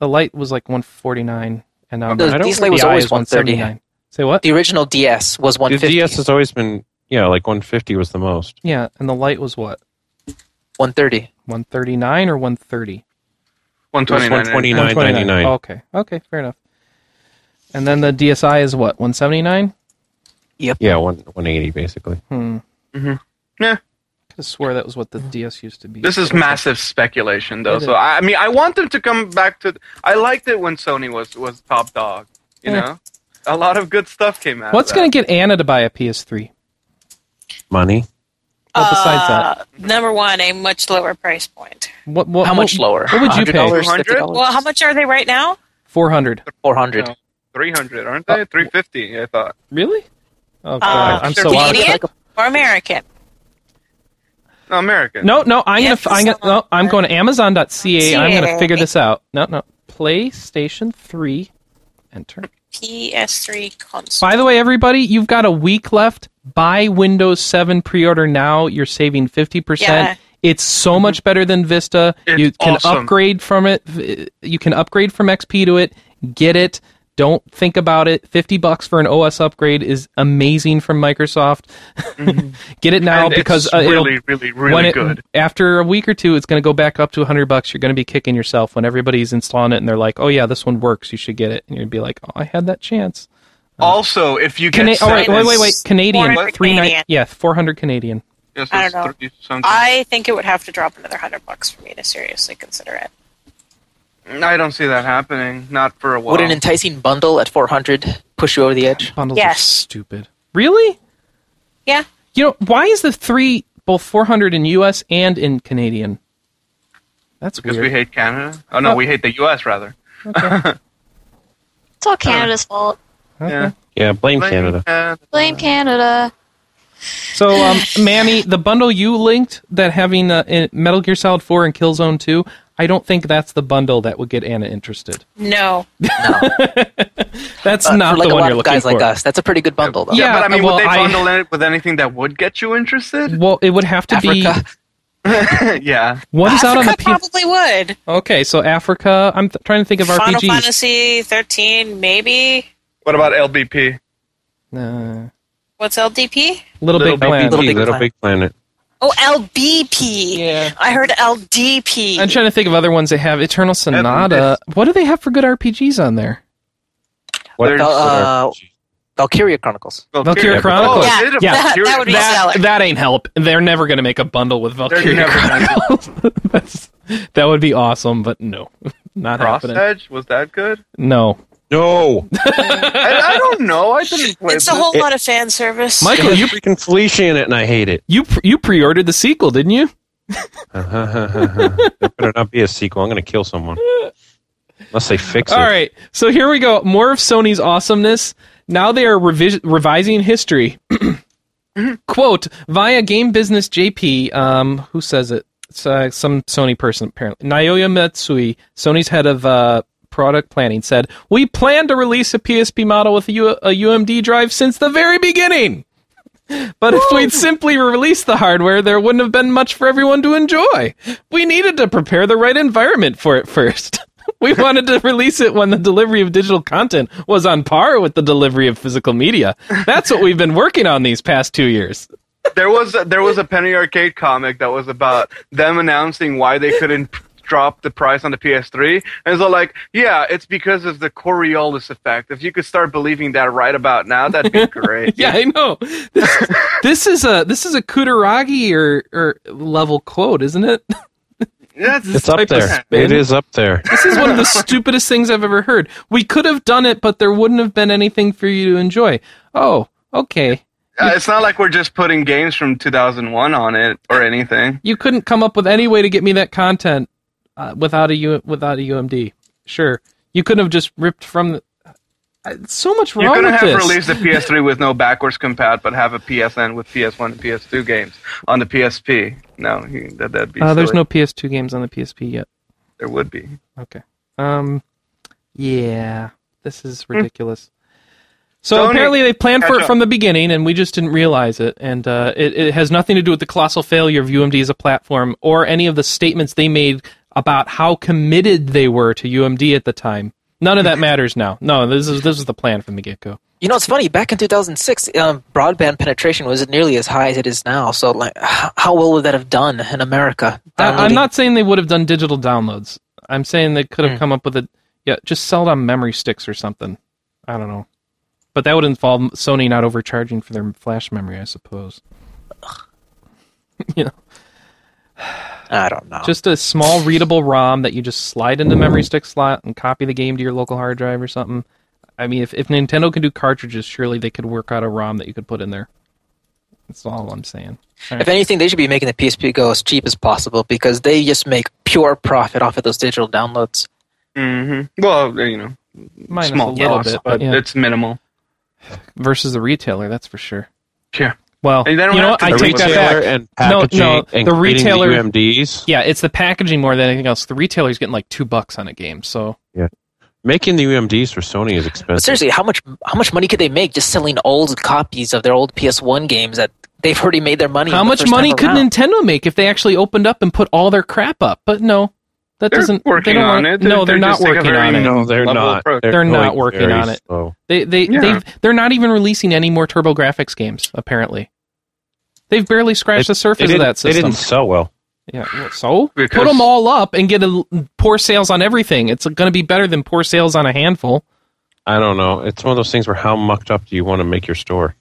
S1: The light was like one forty nine, and now
S7: The
S1: I don't
S7: DS
S1: know
S7: Lite was
S1: the eye
S7: always
S1: is 179.
S7: 139.
S1: Say what?
S7: The original DS was
S2: The
S7: 150.
S2: DS has always been, yeah, like 150 was the most.
S1: Yeah, and the light was what
S7: 130.
S1: one thirty nine or one thirty? Oh,
S5: One twenty nine.
S2: 129. 99.
S1: Okay, okay, fair enough. And then the DSi is what one seventy nine?
S2: Yeah, one, 180 basically.
S7: Mm-hmm.
S1: Hmm.
S5: Mhm. Yeah.
S1: I swear that was what the DS used to be.
S5: This is massive speculation, though.
S1: It
S5: So
S1: is.
S5: I, I mean, I want them to come back to. I liked it when Sony was was top dog. You
S1: Yeah.
S5: know, a lot of good stuff came out.
S1: What's
S5: going
S1: going to get Anna to buy a PS3?
S2: Money.
S1: Well, besides that,
S4: Uh, number one, a much lower price point.
S1: what, what
S7: Uh, How
S1: what-
S7: much lower?
S1: What would you pay?
S7: $100, $50?
S4: Well, how much Oh. are they right now?
S1: Four hundred.
S7: Four hundred.
S5: No. Three hundred, aren't
S1: Uh,
S5: they? Three fifty, I thought.
S1: Really?
S5: Uh,
S1: Oh god, I'm so out of
S4: Canadian or American?
S5: No, American.
S1: No, no, I'm gonna,
S4: Yes,
S1: I'm gonna, no, I'm going to Amazon.ca. I'm gonna
S4: CA.
S1: figure this out. No, no, PlayStation Three. Enter.
S4: PS3 console.
S1: By the way, everybody, you've got a week left. Buy Windows 7 pre-order now. You're saving 50%.
S4: Yeah.
S1: It's so much better than Vista.
S5: It's
S1: you can
S5: awesome.
S1: upgrade from it. You can upgrade from XP to it. Get it. Don't think about it. 50 bucks for an OS upgrade is amazing from Microsoft. Get it now
S5: Mm-hmm. And it's
S1: because uh, it'll-
S5: really, really, really
S1: when it-
S5: good.
S1: after a week or two, it's going to go back up to 100 bucks. You're going to be kicking yourself when everybody's installing it and they're like, "Oh yeah, this one works. You should get it." And you'd be like, "Oh, I had that chance."
S5: also, if you
S1: Cana-
S5: get
S1: oh, wait, wait,
S5: seven-
S1: wait, wait. Canadian.
S4: 400
S1: Three nine.
S4: Canadian.
S1: Yeah, four hundred Canadian.
S5: Yes,
S4: I
S5: it's
S4: don't know.
S5: three something. I,
S4: I think it would have to drop another hundred bucks for me to seriously consider it.
S5: don't see that happening. Not for a while.
S7: Would an enticing bundle at four hundred push you over the edge?
S1: Bundles
S4: Yes.
S1: are stupid. Really?
S4: Yeah.
S1: You know why is the three both four hundred in U.S. and in Canadian? That's
S5: because
S1: weird.
S5: we hate Canada. Oh no,
S1: Oh.
S5: we hate the U.S. rather.
S6: It's all Canada's fault.
S1: Okay.
S5: Yeah.
S2: Yeah, blame
S5: Blame
S2: Canada.
S6: Blame Canada.
S1: So, um, Manny, the bundle you linked that having uh, in Metal Gear Solid Four and Killzone Two, I don't think that's the bundle that would get Anna interested.
S4: No,
S1: That's
S7: Uh,
S1: not
S7: for like
S1: the
S7: a
S1: one
S7: lot
S1: you're
S7: of
S1: looking
S7: guys
S1: for.
S7: like us, that's a pretty good bundle. Though.
S1: Yeah,
S5: but I mean,
S1: well,
S5: would they
S1: I-
S5: bundle it with anything that would get you interested?
S1: Well, it would have to
S7: Africa.
S5: yeah.
S1: be one's out on the
S4: Africa
S1: P-
S4: probably would.
S1: Okay, so Africa. I'm th- trying to think of
S4: Final
S1: RPGs.
S4: Fantasy 13, maybe.
S5: What about LBP?
S1: Uh,
S4: What's LDP?
S1: Little,
S5: Little
S1: Big
S5: Big
S1: Planet.
S2: Little,
S7: Little
S2: Big,
S7: Big
S2: Little
S7: Planet.
S2: Big Planet.
S4: Oh, LBP.
S1: Yeah.
S4: I heard LDP.
S1: I'm trying to think of other ones that have Eternal Sonata. What do they have for good RPGs on there?
S2: What,
S5: There's,
S2: what
S7: uh,
S2: are-
S7: Valkyria Chronicles.
S1: Valkyria Chronicles.
S5: Oh,
S4: Yeah,
S5: did a
S1: yeah,
S5: Valkyria
S4: that would be
S5: Chronicles.
S4: sad. Valak.
S1: that ain't help. They're never going to make a bundle with
S5: They're
S1: Valkyria.
S5: never gonna do
S1: That's, that would be awesome, but no, not
S5: Cross
S1: happening.
S5: Edge was that good?
S1: No,
S2: no,
S5: I, I don't know. I didn't play.
S4: it's a
S5: this.
S4: whole
S2: It-
S4: lot of fan service.
S1: Michael, you
S2: you freaking Felicia in it, and I hate it.
S1: you pre- you pre-ordered the sequel, didn't you?
S2: there Uh-huh. better not be a sequel. I'm going to kill someone unless they fix it.
S1: All right, so here we go. More of Sony's awesomeness. Now they are revis- revising history. Quote via Game Business JP. Um, who says it? It's uh, some Sony person apparently. Naoya Matsui, Sony's head of uh, product planning, said, "We plan to release a PSP model with a, U- a UMD drive since the very beginning." But if we'd simply released the hardware, there wouldn't have been much for everyone to enjoy. We needed to prepare the right environment for it first. We wanted to release it when the delivery of digital content was on par with the delivery of physical media. That's what we've been working on these past two years.
S5: There was a, there was a Penny Arcade comic that was about them announcing why they couldn't drop the price on the PS3, and so like, yeah, it's because of the Coriolis effect. If you could start believing that right about now, that'd be great.
S1: Yeah, I know. This, this is a this is a Kutaragi or, or level quote, isn't it?
S5: that's
S2: It's up
S1: Type of
S2: there.
S1: spin.
S2: It is up there.
S1: This is one of the stupidest things I've ever heard. We could have done it, but there wouldn't have been anything for you to enjoy. Oh, okay.
S5: uh, it's not like we're just putting games from 2001 on it or anything.
S1: You couldn't come up with any way to get me that content uh, without a U- without a UMD. Sure, you couldn't have just ripped from. The, I- so much
S5: You're
S1: wrong
S5: gonna
S1: with
S5: have
S1: this.
S5: released the PS3 with no backwards compat, but have a PSN with PS1 and PS2 games on the PSP. No, you- that, that'd be.
S1: Uh, there's
S5: silly.
S1: no PS2 games on the PSP yet.
S5: There would be.
S1: Okay. Um. Yeah, this is ridiculous. So
S5: Sony,
S1: apparently they planned for
S5: Hmm. catch
S1: it
S5: up.
S1: from the beginning, and we just didn't realize it. And uh, it, it has nothing to do with the colossal failure of UMD as a platform or any of the statements they made about how committed they were to UMD at the time. None of that matters now. No, this is this is the plan from the get go.
S7: You know, it's funny. Back in 2006, um, broadband penetration wasn't nearly as high as it is now. So, like, h- how well would that have done in America?
S1: I'm
S7: Downloading-
S1: not saying they would have done digital downloads. I'm saying they could have
S7: Hmm.
S1: come up with a yeah, just sell it on memory sticks or something. I don't know, but that would involve Sony not overcharging for their flash memory, I suppose.
S7: I don't
S5: Oh.
S7: know.
S1: Just a small readable ROM that you just slide into the memory stick slot and copy the game to your local hard drive or something. I mean, if, if Nintendo can do cartridges, surely they could work out a ROM that you could put in there. That's all I'm saying.
S7: if anything, they should be making the PSP go as cheap as possible because they just make pure profit off of those digital downloads.
S5: Mm-hmm. Well, you know,
S1: Minus
S5: small
S1: a little
S5: loss,
S1: bit,
S5: but
S1: yeah.
S5: it's minimal.
S1: versus the retailer, that's for sure.
S5: Yeah.
S1: Well, you
S5: And they don't
S1: know,
S5: have
S1: what?
S5: to
S1: I
S5: do
S1: take
S5: it.
S1: that
S2: retailer
S1: back.
S2: and
S1: No,
S2: packaging
S1: no,
S2: and
S1: the
S2: creating
S1: retailer-
S2: the UMDs.
S1: Yeah, it's the packaging more than anything else. The retailer's getting like two bucks on a game, so
S2: Making the UMDs for Sony is expensive.
S7: But seriously, how much how much money could they make just selling old copies of their old PS1 games that they've already made their money?
S1: how
S7: on the
S1: much
S7: first
S1: money
S7: time
S1: could
S7: around?
S1: Nintendo make if they actually opened up and put all their crap up? But no, that
S5: They're
S1: doesn't.
S5: working
S1: they don't
S5: on
S1: want,
S5: it.
S1: No, they're,
S5: They're- they're
S1: not
S5: just taking a
S1: working
S5: very-
S1: on it.
S2: no, they're
S5: Level
S2: not.
S5: approach.
S1: They're not
S2: going
S1: working
S2: very
S1: on it.
S2: slow.
S1: They they
S5: Yeah.
S1: they've they're not even releasing any more TurboGrafx games apparently. They've barely scratched
S2: They-
S1: the surface
S2: they
S1: of
S2: didn't-
S1: that
S2: They
S1: system.
S2: didn't sell well.
S1: Yeah, well, so put
S5: Because-
S1: them all up and get a l- poor sales on everything. It's going to be better than poor sales on a handful.
S2: I don't know. It's one of those things where how mucked up do you want to make your store?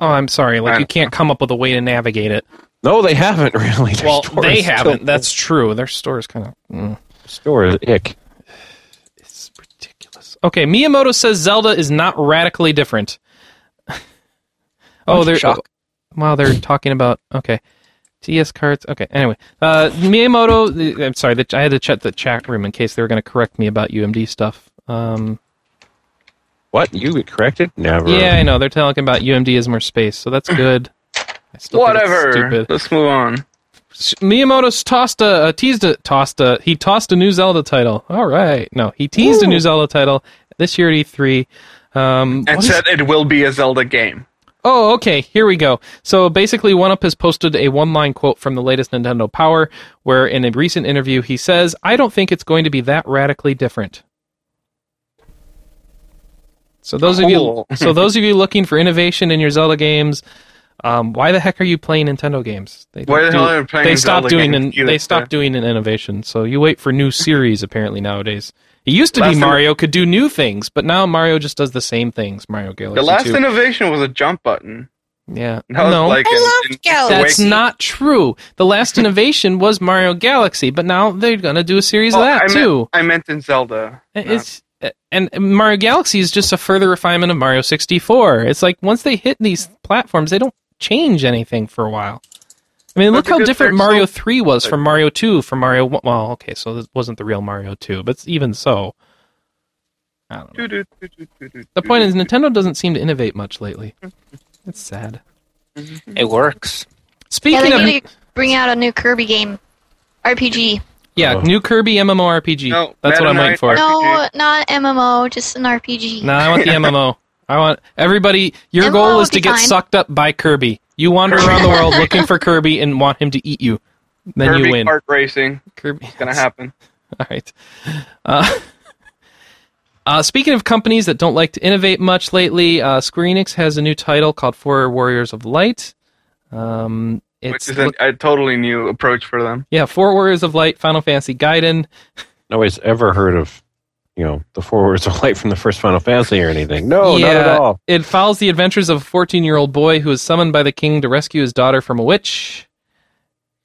S1: Oh, I'm sorry. Like
S5: I
S1: you can't come up with a way to navigate it.
S2: No, they haven't really. Their
S1: Well,
S2: store
S1: they
S2: is still-
S1: haven't. That's true. Their store is kind of mm,
S2: store is ick.
S1: it's ridiculous. Okay, Miyamoto says Zelda is not radically different. oh, they're
S7: Shock.
S1: Wow, they're talking about okay, TS cards. Okay, anyway, uh, Miyamoto. the- I'm sorry, the, I had to check the chat room in case they were going to correct me about UMD stuff. Um,
S2: What? You get corrected? Never.
S1: yeah, I know they're talking about UMD is more space, so that's good. I still think it's
S5: Whatever.
S1: stupid.
S5: Let's move on.
S1: S- Miyamoto's tossed a, uh, teased a tossed a he tossed a new Zelda title. All right, no, he teased a new Zelda title this year at E3. Um,
S5: And
S1: what is-
S5: said it will be a Zelda game.
S1: Oh, okay. Here we go. So basically, OneUp has posted a one line quote from the latest Nintendo Power, where in a recent interview he says, I don't think it's going to be that radically different. So those
S5: Cool.
S1: of you, so those of you looking for innovation in your Zelda games, um, why the heck are you playing Nintendo games? They
S5: Why
S1: don't
S5: the hell are you playing
S1: They stopped
S5: Zelda
S1: doing
S5: games?
S1: an,
S5: You
S1: they
S5: like
S1: stopped
S5: that?
S1: doing an innovation. So you wait for new series apparently nowadays. It used to
S5: Last
S1: be
S5: time-
S1: Mario could do new things, but now Mario just does the same things. Mario Galaxy.
S5: The last
S1: 2.
S5: innovation was a jump button.
S1: yeah.
S5: That was
S1: no.
S5: like
S4: I
S5: in-
S4: love
S5: in-
S4: Galaxy.
S1: That's
S4: Wait.
S1: not true. The last innovation was Mario Galaxy, but now they're gonna do a series
S5: Oh,
S1: of that
S5: I meant,
S1: too.
S5: I meant in Zelda.
S1: It's and Mario Galaxy is just a further refinement of Mario 64. It's like once they hit these platforms, they don't change anything for a while. I mean,
S5: But
S1: look how
S5: because
S1: different
S5: they're
S1: Mario
S5: so-
S1: 3 was from Mario 2, from Mario 1. Well, okay, so this wasn't the real Mario 2, but even so. I don't know. The point is, Nintendo doesn't seem to innovate much lately. It's sad.
S7: It works.
S6: Yeah,
S1: Speaking
S6: they
S1: of.
S6: need to bring out a new Kirby game, RPG.
S1: Yeah,
S2: Oh.
S1: new Kirby MMORPG.
S5: No,
S1: That's what
S5: Meta
S1: I'm waiting
S5: Knight
S1: for.
S5: RPG.
S6: No, not MMO, just an RPG.
S1: No, I want the MMO. I want everybody. Your
S6: MMO
S1: goal
S6: would
S1: is to
S6: be
S1: get
S6: fine.
S1: sucked up by Kirby. You wander around the world looking for Kirby and want him to eat you. Then
S5: Kirby
S1: you win.
S5: kart racing.
S1: Kirby.
S5: It's gonna happen.
S1: All right. Uh, uh, speaking of companies that don't like to innovate much lately, uh, Square Enix has a new title called Four Warriors of Light. Um, it's
S5: Which is an, a totally new approach for them.
S1: yeah, Four Warriors of Light, Final Fantasy Gaiden.
S2: Nobody's ever heard of, you know, the Four Words of Light from the first Final Fantasy or anything. No, not at
S1: Yeah.
S2: all.
S1: It follows the adventures of a 14 year old boy who is summoned by the king to rescue his daughter from a witch.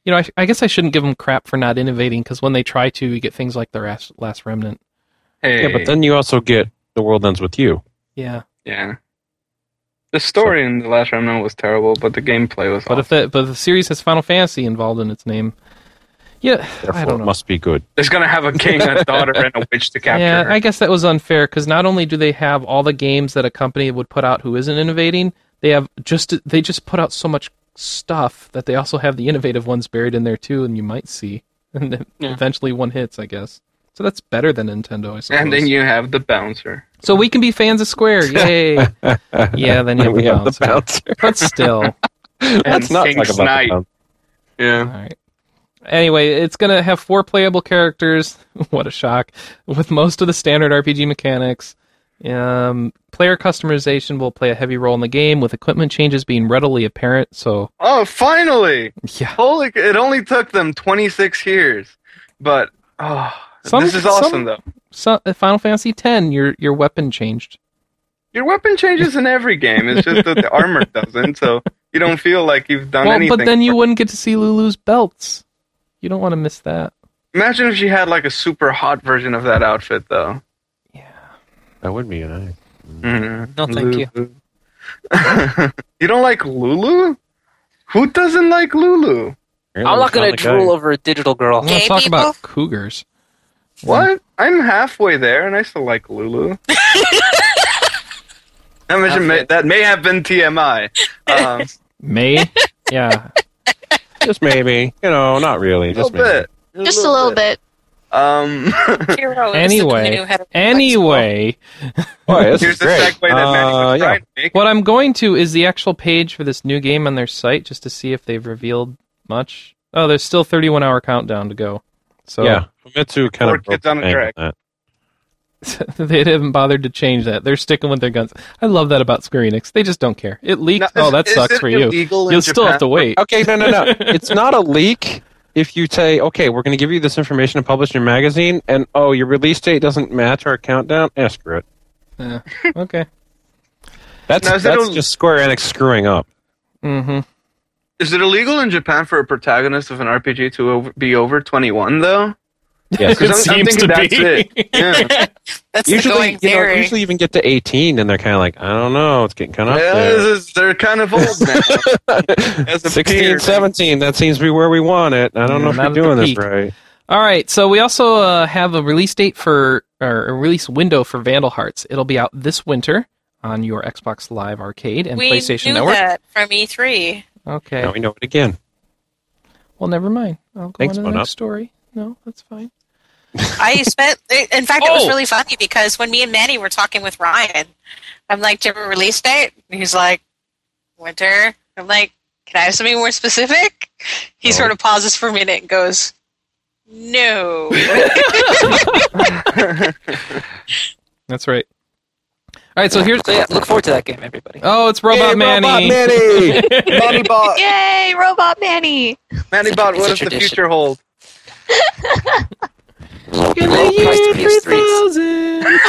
S1: You know, I, I guess I shouldn't give them crap for not innovating because when they try to, you get things like the Ras- Last Remnant.
S5: Hey,
S2: Yeah, but then you also get The World Ends With You.
S1: Yeah,
S5: yeah. The story in the Last Remnant was terrible, but the gameplay was.
S1: but if
S5: awesome.
S1: the but if the series has Final Fantasy involved in its name, yeah, I
S2: Therefore,
S1: don't
S2: it
S1: know.
S2: must be good.
S5: it's gonna have a king, a daughter, and a witch to capture.
S1: yeah,
S5: her.
S1: I guess that was unfair because not only do they have all the games that a company would put out who isn't innovating, they have just they just put out so much stuff that they also have the innovative ones buried in there too, and you might see, and then
S5: Yeah.
S1: eventually one hits, I guess. So that's better than Nintendo, I suppose.
S5: and then you have the bouncer.
S1: so we can be fans of Square, yay! yeah, then you have,
S2: we
S1: the,
S2: have the
S1: bouncer.
S2: bouncer.
S1: but still,
S2: Let's not
S5: King's
S2: talk about
S5: Knight.
S2: the bouncer.
S5: Yeah.
S1: All right. Anyway, it's going to have four playable characters. what a shock. With most of the standard RPG mechanics. Um, player customization will play a heavy role in the game, with equipment changes being readily apparent. So,
S5: Oh, finally!
S1: yeah.
S5: Holy! c- It only took them 26 years, but oh,
S1: Some-
S5: this is awesome
S1: some-
S5: though.
S1: So, Final Fantasy X, your your weapon changed.
S5: Your weapon changes in every game. It's just that the armor doesn't. So You don't feel like you've done
S1: well,
S5: anything.
S1: but then you
S5: for-
S1: wouldn't get to see Lulu's belts. You don't want to miss that.
S5: imagine if she had like a super hot version of that outfit, though.
S2: That would be nice.
S5: Mhm.
S7: No, thank you.
S5: Lulu. you don't like Lulu? Who doesn't like Lulu?
S7: I'm not gonna drool over a digital girl.
S1: Let's
S4: Gay
S1: talk
S4: people?
S1: about cougars.
S5: What? I'm halfway there, and I still like Lulu. that, may-
S7: Halfway.
S5: that may have been TMI. Um,
S1: May? Yeah.
S2: Just maybe. You know, not really.
S5: a little
S2: Just maybe.
S5: bit.
S6: Just a little bit.
S5: Um,
S4: Hero oh, is the
S1: Anyway.
S4: new head of-
S1: Anyway,
S2: Boy, this
S5: here's
S2: is
S5: the
S2: great.
S5: segue that Manny
S2: Uh,
S5: was
S2: yeah.
S5: trying to make.
S1: what I'm going to is the actual page for this new game on their site just to see if they've revealed much. Oh, there's still 31 hour countdown to go. So
S2: yeah. Famitsu kind
S5: Four
S2: of broke
S5: kids on
S2: the bank
S5: a track.
S2: on that.
S1: they haven't bothered to change that. They're sticking with their guns. I love that about Square Enix. They just don't care. It leaked.
S5: Now,
S1: oh,
S5: is-
S1: that
S5: is
S1: sucks
S5: it
S1: for you.
S5: illegal in
S1: You'll still
S5: Japan?
S1: have to wait.
S2: Okay, no, no, no. it's not a leak if you say, okay, we're going to give you this information and publish in your magazine, and oh, your release date doesn't match our countdown. Eh, screw it.
S1: Yeah. Okay.
S2: That's,
S5: Now, is that
S2: that's
S5: a-
S2: just Square Enix screwing up.
S1: Mm-hmm.
S5: Is it illegal in Japan for a protagonist of an RPG to over, be over 21, though?
S2: Yes.
S5: 'Cause I'm- I'm thinking that's it. Yeah.
S4: That's the
S2: usually,
S4: going
S2: you know,
S4: theory.
S2: usually even get to 18, and they're kind of like, I don't know, it's getting kind of
S5: Yeah,
S2: up
S5: this is- they're kind of old now.
S2: there.
S5: As a
S2: 16,
S5: peer.
S2: 17, that seems to be where we want it. I don't
S1: Yeah,
S2: know if
S1: not
S2: we're
S1: at the
S2: doing this
S1: peak.
S2: right.
S1: All right, so we also uh, have a release date for or a release window for Vandal Hearts. It'll be out this winter on your Xbox Live Arcade and
S4: we
S1: PlayStation
S4: knew
S1: Network.
S4: that from E E3.
S1: Okay.
S2: Now we know it again.
S1: Well, never mind. I'll go
S2: Thanks,
S1: on to the
S2: Mona.
S1: next story. No, that's fine.
S4: I spent. In fact, it was
S1: Oh.
S4: really funny because when me and Manny were talking with Ryan, I'm like, "Do you have a release date?" And he's like, "Winter." I'm like, "Can I have something more specific?" He
S2: Oh.
S4: sort of pauses for a minute and goes, "No."
S1: That's right. All right, so here's
S7: So yeah, look forward to that game, everybody.
S1: Oh, it's Robot
S2: Hey,
S1: Manny.
S2: Manny!
S5: Moneybot,
S6: Yay, Robot Manny!
S5: Moneybot, what does the
S7: Tradition.
S5: future hold?
S1: In the
S7: Roll price
S1: year
S7: to these threes.
S1: 3000.
S5: You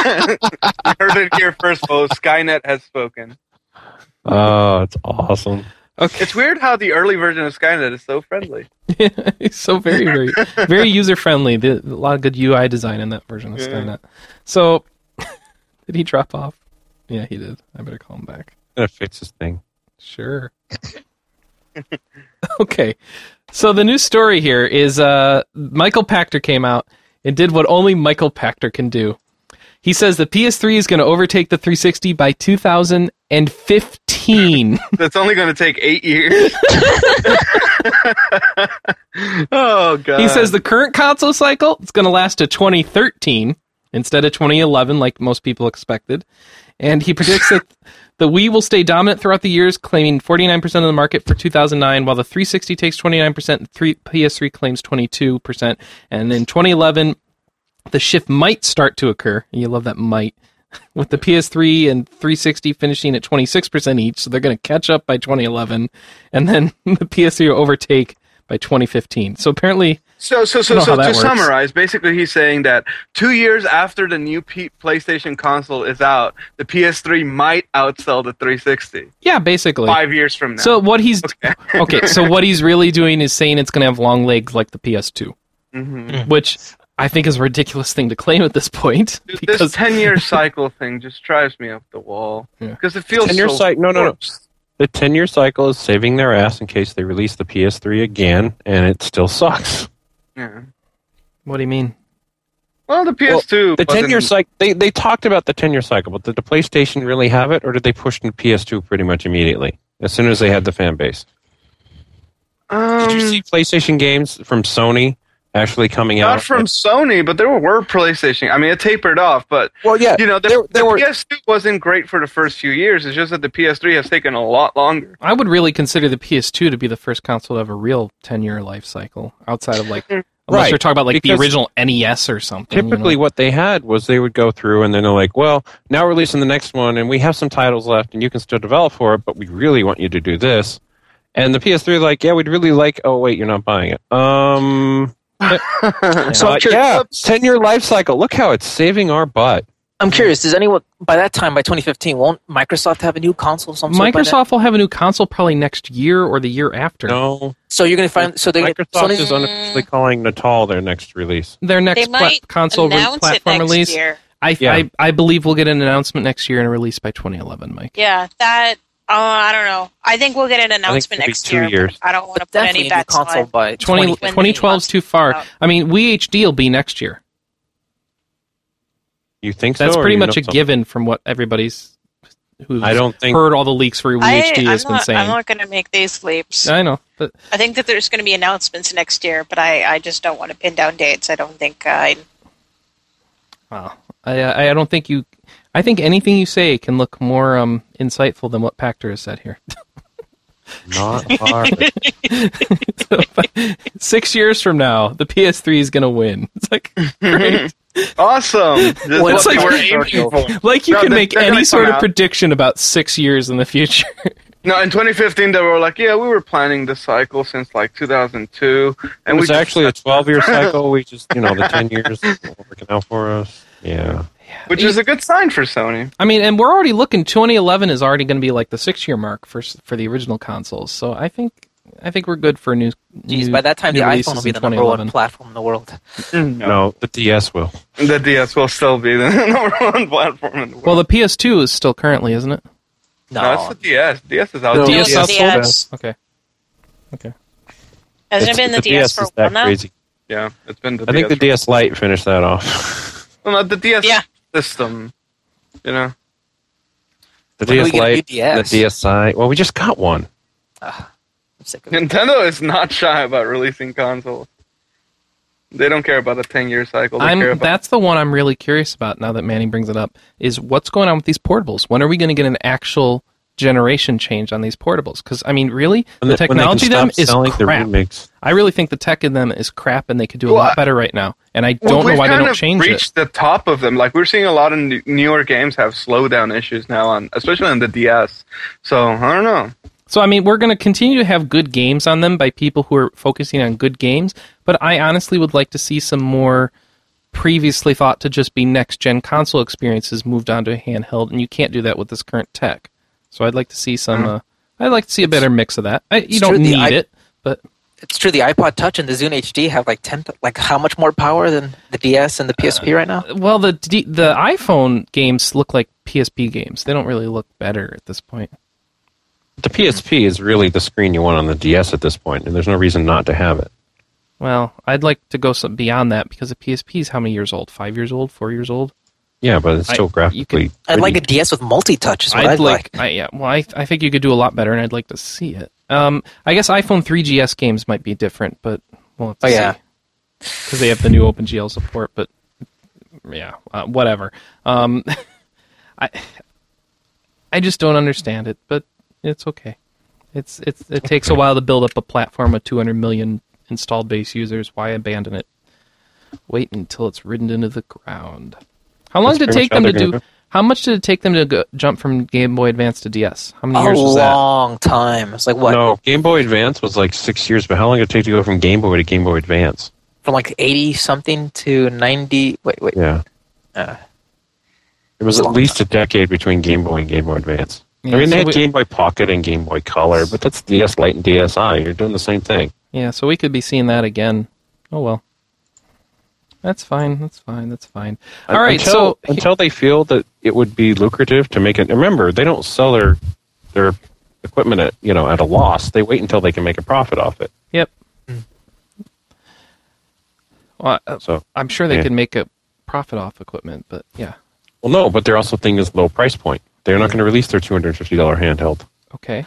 S5: heard it here first, folks. Skynet has spoken.
S2: oh, it's awesome.
S1: Okay.
S5: It's weird how the early version of Skynet is so friendly.
S1: it's so very, very, very user friendly. A lot of good UI design in that version of
S5: Yeah.
S1: Skynet. So, did he drop off? Yeah, he did. I better call him back.
S2: going to fix this thing.
S1: Sure. okay. So the new story here is uh, Michael Pachter came out and did what only Michael Pachter can do. He says the PS3 is going to overtake the 360 by 2015.
S5: That's only going to take eight years. oh, God.
S1: he says the current console cycle is going to last to 2013 instead of 2011, like most people expected. And he predicts that the Wii will stay dominant throughout the years, claiming 49% of the market for 2009, while the 360 takes 29%, the three, PS3 claims 22%. And in 2011, the shift might start to occur. And you love that might. With the PS3 and 360 finishing at 26% each, so they're going to catch up by 2011, and then the PS3 will overtake by 2015. So apparently,
S5: So, so, so,
S1: know
S5: so
S1: how
S5: to
S1: that works.
S5: summarize, basically, he's saying that two years after the new P- PlayStation console is out, the PS3 might outsell the 360.
S1: yeah, basically.
S5: Five years from now.
S1: So what he's okay. so what he's really doing is saying it's going to have long legs like the PS2,
S5: hmm
S1: which I think is a ridiculous thing to claim at this point
S5: Dude, this
S1: because
S5: 10 year cycle thing just drives me up the wall.
S1: Yeah.
S5: Because it feels
S2: 10-year
S5: so
S2: cycle- no, no, no.
S5: forced.
S2: The 10 year cycle is saving their ass in case they release the PS3 again and it still sucks.
S5: Yeah.
S1: what do you mean?
S5: Well, the PS2.
S2: The 10 year
S5: wasn't-
S2: cycle, they, they talked about the 10 year cycle, but did the PlayStation really have it or did they push the PS2 pretty much immediately as soon as they had the fan base?
S5: Um,
S2: did you see PlayStation games from Sony actually coming out?
S5: not from Sony, but there were PlayStation. I mean, it tapered off, but
S2: well, yeah.
S5: you know, the,
S2: Uh, There- there
S5: the
S2: were-
S5: PS2 wasn't great for the first few years. It's just that the PS3 has taken a lot longer.
S1: I would really consider the PS2 to be the first console to have a real ten-year life cycle outside of like unless
S2: Right,
S1: you're talking about like the
S2: because-
S1: original NES or something. you know?
S2: Typically, what they had was they would go through and then they're like, well, now we're releasing the next one and we have some titles left and you can still develop for it, but we really want you to do this. And the PS3 like, yeah, we'd really like. Oh wait, you're not buying it. Um, Uh,
S1: Yeah.
S2: so yeah, ten year life cycle. Look how it's saving our butt.
S7: I'm curious. Does anyone by that time by 2015 won't Microsoft have a new console? Of some sort by then?
S1: Microsoft will have a new console probably next year or the year after.
S2: No,
S7: So you're gonna find. So they're
S2: Microsoft
S7: Sony's,
S2: is unofficially calling Natal their next release.
S1: Their next
S8: They
S1: pla-
S8: might
S1: console re-
S8: announce it
S1: platform
S8: next
S1: release.
S8: year.
S1: I,
S2: Yeah.
S1: I I believe we'll get an announcement next year and a release by 2011, Mike.
S8: Yeah, that. Oh, I don't know. I think we'll get an announcement
S2: it'll be
S8: next
S2: two
S8: year. but
S2: years.
S8: I don't want to put
S7: definitely
S8: any
S7: a new
S8: bets
S7: console
S8: on.
S7: by
S1: 20,
S7: 2015.
S1: 2012 is too far.
S8: out.
S1: I mean, WeHD will be next year.
S2: You think so?
S1: That's
S2: or
S1: pretty
S2: you
S1: much
S2: know
S1: a
S2: something?
S1: given from what everybody's who's
S2: I don't think.
S1: heard all the leaks for
S8: I,
S1: WeHD
S8: I'm,
S1: has
S8: not,
S1: been saying.
S8: I'm not going to make these leaps.
S1: I know, but
S8: I think that there's going to be announcements next year, but I, I just don't want to pin down dates. I don't think uh, I.
S1: Wow. I uh, I I don't think you. I think anything you say can look more um, insightful than what Pactor has said here.
S2: Not far.
S1: So, six years from now, the PS3 is gonna win. It's like great.
S5: Awesome. This is
S7: Well,
S5: what
S1: it's
S5: we
S1: like-
S5: were aiming for.
S1: like you
S5: No,
S1: can
S5: they're-
S1: make
S5: they're
S1: any
S5: gonna
S1: sort
S5: come
S1: of
S5: out.
S1: prediction about six years in the future.
S5: No, in 2015, they were like, yeah, we were planning this cycle since like 2002,
S2: It
S5: and we
S2: was
S5: just-
S2: actually a 12 year cycle. We just, you know, the 10 years working out for us. Yeah.
S5: which is a good sign for Sony.
S1: I mean, and we're already looking. 2011 is already going to be like the six-year mark for s- for the original consoles. So I think I think we're good for new.
S7: Jeez,
S1: new
S7: by that time the
S1: new
S7: iPhone
S1: releases
S7: will be
S1: in
S7: the number one
S1: 2011.
S7: platform in the world.
S2: No. the DS will.
S5: The DS will still be the number one platform in the world.
S1: Well, the PS2 is still currently, isn't it?
S7: No,
S5: no, it's the DS. DS is out.
S1: The
S5: there.
S1: DS
S8: it's
S1: outsold?
S8: the DS.
S1: Okay.
S8: Hasn't it
S2: It's-
S8: been the, DS, for a
S2: is
S8: while
S2: that
S8: now?
S2: crazy.
S5: Yeah, it's been the
S2: I think the
S5: DS.
S2: DS Lite finished that off.
S5: well, not the DS
S8: Yeah.
S5: system. You know,
S2: The
S7: When do we
S2: DS
S7: get a new
S2: Lite, the
S7: DS?
S2: DSi. Well, we just got one.
S7: I'm sick of it.
S5: Nintendo is not shy about releasing consoles. They don't care about a 10 year cycle. They care
S1: I'm
S5: about
S1: that's the one I'm really curious about now that Manny brings it up is what's going on with these portables. When are we going to get an actual generation change on these portables? Because I mean, really,
S2: When
S1: the
S2: they- when
S1: technology in
S2: they
S1: them
S2: can
S1: is
S2: stop selling
S1: crap.
S2: The remix.
S1: I really think the tech in them is crap, and they could do a
S5: Well,
S1: lot
S5: I-
S1: better right now. And I
S5: Well,
S1: don't know
S5: we've
S1: why they
S5: kind
S1: don't
S5: of
S1: change it.
S5: reached the top of them. Like we're seeing a lot of n- newer games have slowdown issues now on, especially on the DS. So I don't know.
S1: So I mean, we're going to continue to have good games on them by people who are focusing on good games, but I honestly would like to see some more previously thought to just be next gen console experiences moved on to handheld, and you can't do that with this current tech. So I'd like to see some. Uh, I'd like to see a better mix of that. I, you
S7: Hmm. it's
S1: don't
S7: true, the
S1: need
S7: i-
S1: it, but
S7: It's true. The iPod Touch and the Zune HD have like ten, like how much more power than the DS and the PSP right now?
S1: well, the D, the iPhone games look like PSP games. They don't really look better at this point.
S2: The PSP is really the screen you want on the DS at this point, and there's no reason not to have it.
S1: Well, I'd like to go some beyond that because the PSP is how many years old? Five years old? Four years old?
S2: Yeah, but it's
S1: I-
S2: still
S1: you could-
S2: graphically.
S7: I'd like a
S2: pretty.
S7: DS with multi-touch. Is what I'd, like.
S1: I, yeah, well, I, I think you could do a lot better, and I'd like to see it. Um, I guess iPhone 3GS games might be different, but we'll have to
S7: Oh, yeah.
S1: because they have the new OpenGL support. But yeah, uh, whatever. Um, I I just don't understand it, but it's okay. It's it's it takes a while to build up a platform with 200 million installed base users. Why abandon it? Wait until it's ridden into the ground. How long
S2: That's
S1: did it
S2: pretty
S1: take
S2: much
S1: them
S2: how
S1: to
S2: they're
S1: do?
S2: gonna do.
S1: How much did it take them to go, jump from Game Boy Advance to DS? How many
S7: a
S1: years was that?
S7: long time. It's like what
S2: No, Game Boy Advance was like six years, but how long did it take to go from Game Boy to Game Boy Advance?
S7: from like eighty something to ninety. Wait, wait.
S2: Yeah.
S7: Uh,
S2: It was
S7: It's a
S2: at
S7: long
S2: least a decade between Game Boy and Game Boy Advance.
S1: Yeah,
S2: I mean,
S1: so
S2: they had
S1: we-
S2: Game Boy Pocket and Game Boy Color, but that's DS Lite and DSi. You're doing the same thing.
S1: Yeah, so we could be seeing that again. Oh well. That's fine. That's fine. That's fine. All right.
S2: until,
S1: so
S2: Uh, until they feel that it would be lucrative to make it. Remember, they don't sell their their equipment at you know at a loss. They wait until they can make a profit off it.
S1: Yep.
S2: Mm.
S1: Well, I- uh,
S2: So,
S1: I'm sure they
S2: Yeah.
S1: could make a profit off equipment, but yeah.
S2: well, no, but they're also thinking is low price point. They're not going to release their two hundred fifty dollar handheld.
S1: Okay.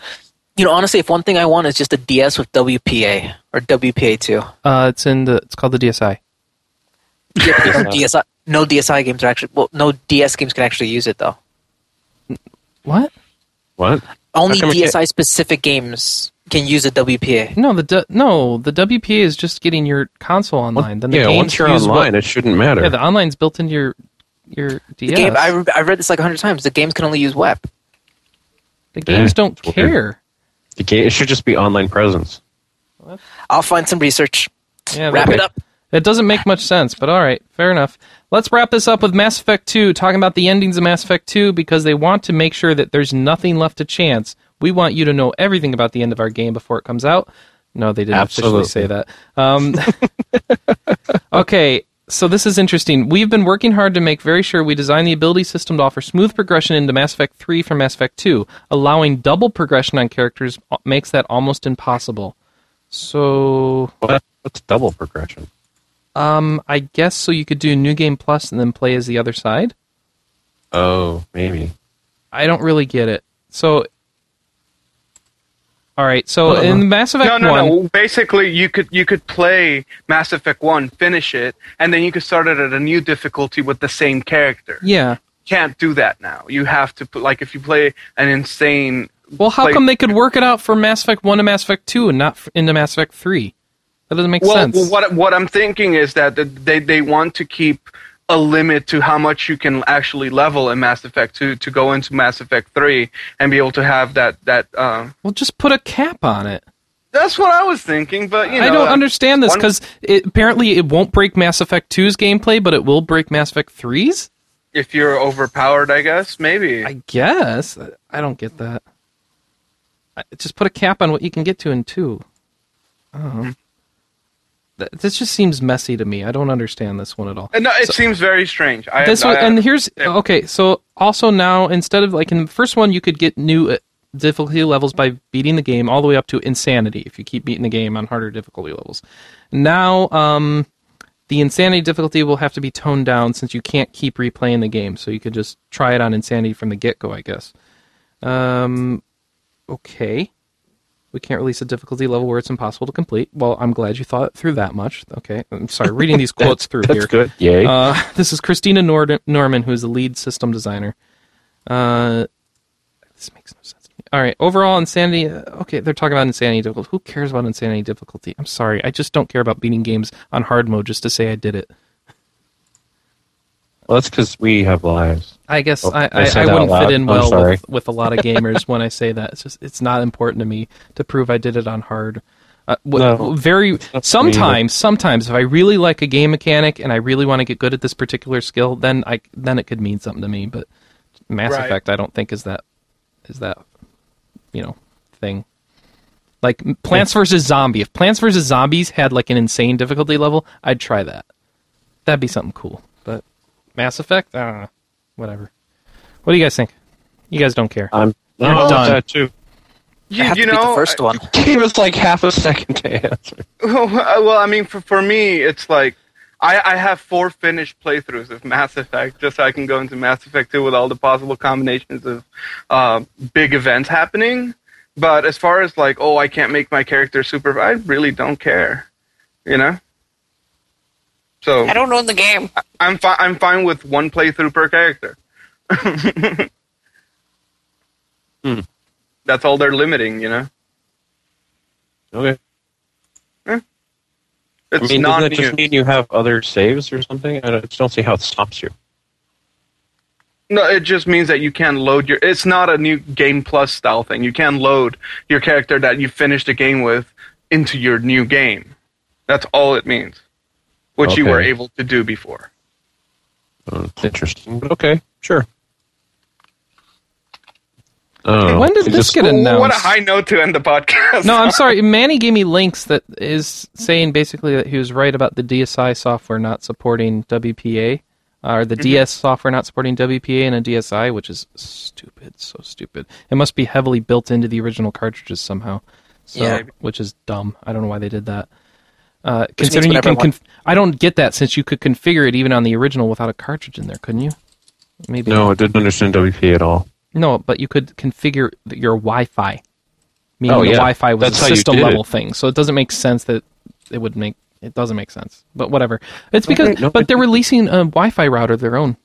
S7: you know, honestly, if one thing I want is just a DS with WPA or WPA two.
S1: Uh, it's in the. It's called the DSi.
S7: Yeah, no
S2: not.
S7: DSi, no DSi games are actually. Well, no DS games can actually use it though.
S1: What?
S2: What?
S7: Only
S2: come we can't-
S7: DSi specific games can use a WPA.
S1: No, the du- no the WPA is just getting your console online. then the
S2: yeah,
S1: games
S2: once you're
S1: use what-
S2: online, it shouldn't matter.
S1: yeah, the online's built into your your
S7: The
S1: DS.
S7: game I, re- I read this like hundred times. The games can only use E web.
S1: the games don't
S2: it's
S1: care.
S2: weird. The ga- it should just be online presence.
S7: I'll find some research.
S1: Yeah,
S7: Wrap
S1: that-
S7: it up.
S1: It doesn't make much sense, but all right, fair enough. Let's wrap this up with Mass Effect 2, talking about the endings of Mass Effect 2 because they want to make sure that there's nothing left to chance. We want you to know everything about the end of our game before it comes out. No, they didn't
S2: Absolutely.
S1: officially say that. Um, okay, so this is interesting. We've been working hard to make very sure we design the ability system to offer smooth progression into Mass Effect 3 from Mass Effect 2. Allowing double progression on characters makes that almost impossible. So,
S2: What? What's double progression?
S1: um, I guess so you could do New Game Plus and then play as the other side?
S2: Oh, maybe.
S1: I don't really get it. So, all right. So
S2: Uh-uh.
S1: in Mass Effect
S5: No, no,
S1: One,
S5: no. Basically, you could you could play Mass Effect One, finish it, and then you could start it at a new difficulty with the same character.
S1: yeah.
S5: Can't do that now. You have to put like if you play an insane.
S1: Well, how
S5: Like-
S1: come they could work it out for Mass Effect One and Mass Effect Two and not f- into Mass Effect Three? That doesn't make
S5: Well,
S1: sense.
S5: well, what what I'm thinking is that they they want to keep a limit to how much you can actually level in Mass Effect Two to go into Mass Effect Three and be able to have that that. Uh,
S1: Well, just put a cap on it.
S5: that's what I was thinking, but you know,
S1: I don't
S5: uh,
S1: understand this
S5: one-
S1: because apparently it won't break Mass Effect 2's gameplay, but it will break Mass Effect 3's.
S5: If you're overpowered, I guess maybe.
S1: I guess. I- I don't get that. I- Just put a cap on what you can get to in two. Um, th- this just seems messy to me. I don't understand this one at all.
S5: Uh, no, it seems very strange. I,
S1: this
S5: I,
S1: one, and here's
S5: yeah.
S1: okay. So also now, instead of like in the first one, you could get new uh, difficulty levels by beating the game all the way up to insanity if you keep beating the game on harder difficulty levels. Now, um, the insanity difficulty will have to be toned down since you can't keep replaying the game. So you could just try it on insanity from the get go, I guess. Um, okay. We can't release a difficulty level where it's impossible to complete. Well, I'm glad you thought through that much. Okay. I'm sorry, reading these quotes through
S2: That's
S1: here.
S2: good. Yay.
S1: Uh, this is Christina Nord- Norman, who is the lead system designer. Uh, this makes no sense. to me. All right. Overall, insanity. uh, Okay, they're talking about insanity difficulty. Who cares about insanity difficulty? I'm sorry. I just don't care about beating games on hard mode just to say I did it.
S2: well, that's because we have lives.
S1: I guess
S2: Oh,
S1: I,
S2: I
S1: I,
S2: said
S1: I
S2: that
S1: wouldn't
S2: out
S1: fit
S2: loud.
S1: in
S2: I'm
S1: well
S2: sorry.
S1: with, with a lot of gamers when I say that. It's just it's not important to me to prove I did it on hard. Uh, w-
S2: No,
S1: w- very
S2: not for me either.
S1: sometimes, sometimes if I really like a game mechanic and I really want to get good at this particular skill, then I then it could mean something to me. But Mass
S5: Right.
S1: Effect, I don't think is that is that you know thing. Like m- Plants vs Zombie. If Plants vs Zombies had like an insane difficulty level, I'd try that. That'd be something cool. But Mass Effect, I don't know. Whatever. What do you guys think? You guys don't care.
S2: I'm
S1: You're
S2: I'm
S1: done.
S2: That too.
S7: I
S5: you,
S7: have
S5: you
S7: to
S5: know,
S7: beat the first one.
S2: Gave us like half a second to answer.
S5: well, I mean, for, for me, it's like I, I have four finished playthroughs of Mass Effect, just so I can go into Mass Effect 2 with all the possible combinations of uh, big events happening. But as far as like, oh, I can't make my character super, I really don't care, you know. So
S8: I don't own the game.
S5: I'm fine. I'm fine with one playthrough per character.
S2: Hmm.
S5: That's all they're limiting, you know.
S2: Okay. I
S5: It's
S2: mean,
S5: not
S2: doesn't it just
S5: new.
S2: mean you have other saves or something? I don't- I just don't see how it stops you.
S5: No, it just means that you can load your. It's not a new Game Plus style thing. You can load your character that you finished the game with into your new game. That's all it means, which you
S2: Okay.
S5: were able to do before.
S2: Oh, it's interesting. But okay, sure. I don't know.
S1: when did
S2: Oh. It
S1: this
S2: just-
S1: get announced?
S5: What a high note to end the podcast.
S1: no, I'm sorry. Manny gave me links that is saying basically that he was right about the DSI software not supporting WPA, or
S7: Mm-hmm.
S1: the DS software not supporting WPA and a DSI, which is stupid, so stupid. It must be heavily built into the original cartridges somehow, so
S7: Yeah.
S1: which is dumb. I don't know why they did that. Uh,
S7: means
S1: considering you
S7: whatever
S1: can,
S7: one-
S1: conf- I don't get that since you could configure it even on the original without a cartridge in there, couldn't you? Maybe
S2: No, I didn't understand WP at all.
S1: no, but you could configure th- your Wi-Fi. Meaning
S2: Oh,
S1: the
S2: yeah.
S1: Wi-Fi was
S2: That's how
S1: a
S2: you
S1: system
S2: did
S1: level
S2: it.
S1: thing, so it doesn't make sense that it would make it doesn't make sense. But whatever, it's because
S2: Okay, no,
S1: but
S2: it-
S1: they're releasing a Wi-Fi router of their own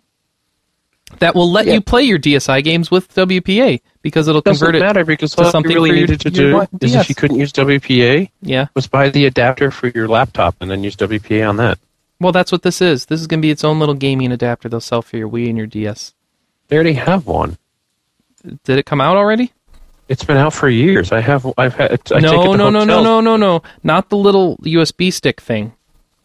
S1: that will let
S2: Yeah.
S1: you play your DSI games with WPA because it'll
S2: doesn't
S1: convert it.
S2: matter because
S1: to
S2: all you
S1: something
S2: really
S1: for your-
S2: needed to
S1: your
S2: do
S1: wi-
S2: is
S1: yes.
S2: if you couldn't use WPA,
S1: Yeah,
S2: was buy the adapter for your laptop and then use WPA on that.
S1: well, that's what this is. This is going to be its own little gaming adapter they'll sell for your Wii and your DS.
S2: They already have one.
S1: Did it come out already?
S2: It's been out for years. I have. I've had. I take it
S1: no,
S2: to
S1: no, no, no,
S2: hotels.
S1: no, no, no, not the little USB stick thing.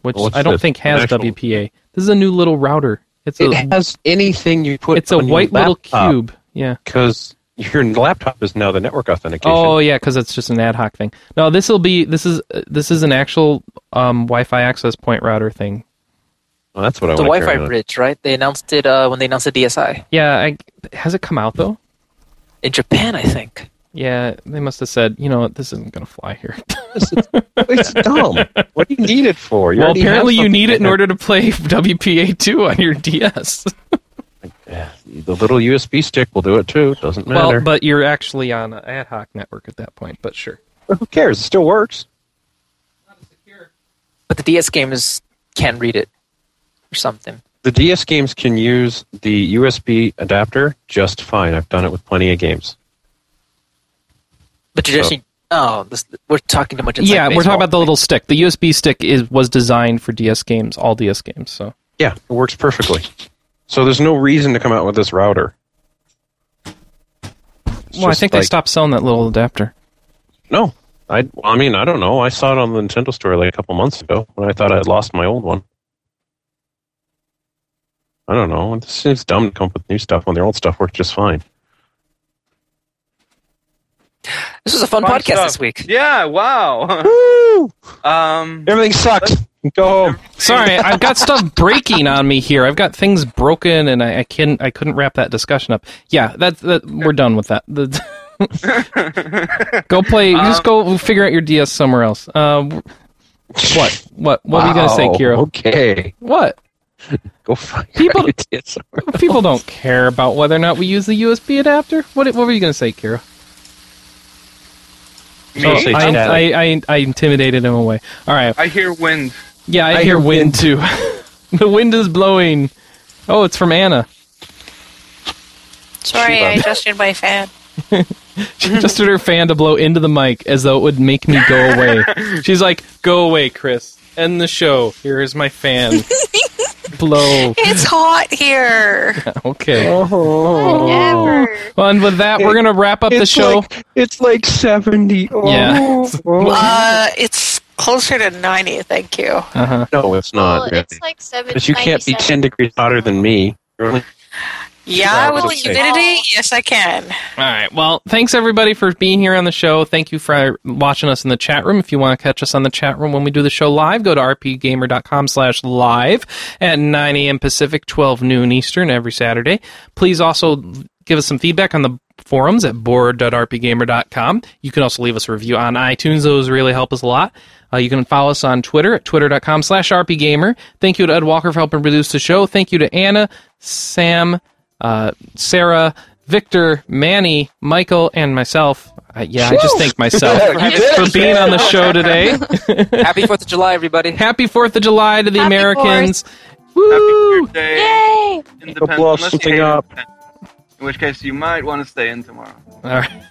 S1: which
S2: Well, what's
S1: I don't
S2: this?
S1: think
S2: An
S1: has
S2: actual-
S1: WPA. This is a new little router. It's a
S2: It has anything you put.
S1: it's a white little cube. Yeah.
S2: because your laptop is now the network authentication.
S1: Oh yeah, because it's just an ad hoc thing. No, this will be this is uh, this is an actual um, Wi-Fi access point router thing.
S2: Well, that's what I
S7: The
S2: want.
S7: Wi-Fi bridge, right? They announced it uh, when they announced the DSI
S1: Yeah, I, has it come out though?
S7: in Japan, I think.
S1: Yeah, they must have said, you know, what, this isn't gonna fly here.
S2: It's dumb. What do you need it for? You
S1: well,
S2: already have
S1: apparently you
S2: something
S1: need it in
S2: there.
S1: order to play WPA two on your DS.
S2: Yeah, The little USB stick will do it too. Doesn't matter.
S1: well, but you're actually on an ad hoc network at that point. But sure.
S2: who cares? It still works.
S7: But the DS game is can't read it or something.
S2: The DS games can use the USB adapter just fine. I've done it with plenty of games.
S7: But you're
S2: So-
S7: actually oh, this, we're talking too much. inside
S1: yeah, we're talking
S7: baseball.
S1: about the little stick. The USB stick is was designed for DS games, all DS games. So
S2: Yeah, it works perfectly. So there's no reason to come out with this router. It's
S1: well, I
S2: just
S1: think they
S2: like-
S1: stopped selling that little adapter.
S2: No, I. I mean, I don't know. I saw it on the Nintendo store like a couple months ago when I thought I'd lost my old one. I don't know. It seems dumb to come up with new stuff when their old stuff worked just fine.
S7: This was a fun,
S5: Fun
S7: podcast
S5: stuff.
S7: this week.
S5: Yeah, wow. um,
S2: Everything sucks. Go home.
S1: Sorry, I've got stuff breaking on me here. I've got things broken, and I, I can't. I couldn't wrap that discussion up. Yeah, that's that. We're done with that. The, go play. just
S2: Um,
S1: go figure out your DS somewhere else. Um, what? What? What were you gonna say,
S2: Wow,
S1: Kiro?
S2: Okay,
S1: What?
S2: go find
S1: People-
S2: your DS.
S1: People don't care about whether or not we use the USB adapter. What? What were you gonna say, Kira?
S5: Me?
S2: Say
S1: I,
S2: static.
S1: I, I, I intimidated him away. All right.
S5: I hear wind.
S1: Yeah, I,
S2: I
S1: hear
S2: hear
S1: wind too. the wind is blowing. Oh, it's from Anna.
S8: Sorry, I adjusted my fan.
S1: She adjusted her fan to blow into the mic as though it would make me go away. She's like, "Go away, Chris. End the show. Here is my fan. blow."
S8: It's hot here.
S1: Okay. Oh.
S2: Oh.
S6: Never.
S1: Well, and with that, we're gonna wrap up the show.
S2: it's like seventy. Oh,
S1: Yeah.
S8: Uh, it's closer to 90, thank you.
S1: Uh-huh.
S2: No, it's
S6: Well,
S2: not.
S6: it's like seven.
S2: But you can't be
S6: 97.
S2: ten degrees hotter than me. You're only-
S8: Yeah,
S2: Yeah,
S8: with
S2: I'll
S8: the
S2: just say-
S8: humidity, yes, I can.
S1: All right. Well, thanks everybody for being here on the show. Thank you for watching us in the chat room. If you want to catch us on the chat room when we do the show live, go to rpgamer.com slash live at 9 a.m. Pacific, 12 noon Eastern every Saturday. Please also give us some feedback on the forums at board.rpgamer.com. You can also leave us a review on iTunes. Those really help us a lot. Uh, you can follow us on Twitter at twitter.com slash rpgamer. Thank you to Ed Walker for helping produce the show. Thank you to Anna, Sam, uh, Sarah, Victor, Manny, Michael, and myself. Uh, yeah, I just thank myself for being on the show today.
S7: Happy Fourth of July, everybody.
S1: Happy 4th of July to the
S6: Happy
S1: Americans. Woo!
S5: Happy birthday.
S6: Yay!
S5: Independent-
S2: blow
S5: unless you
S2: something
S5: hate
S2: up.
S5: independence. In which case, you might want to stay in tomorrow.
S1: All right.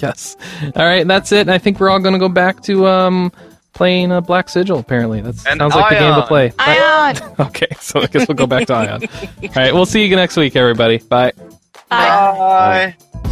S1: Yes. All right, that's it. I think we're all going to go back to um, playing uh, Black Sigil, apparently. That
S5: And
S1: sounds like the game to
S5: Ion.
S1: play. But-
S6: Ion.
S1: okay, so I guess we'll go back to Ion. All right, we'll see you next week, everybody. Bye.
S6: Bye.
S5: Bye.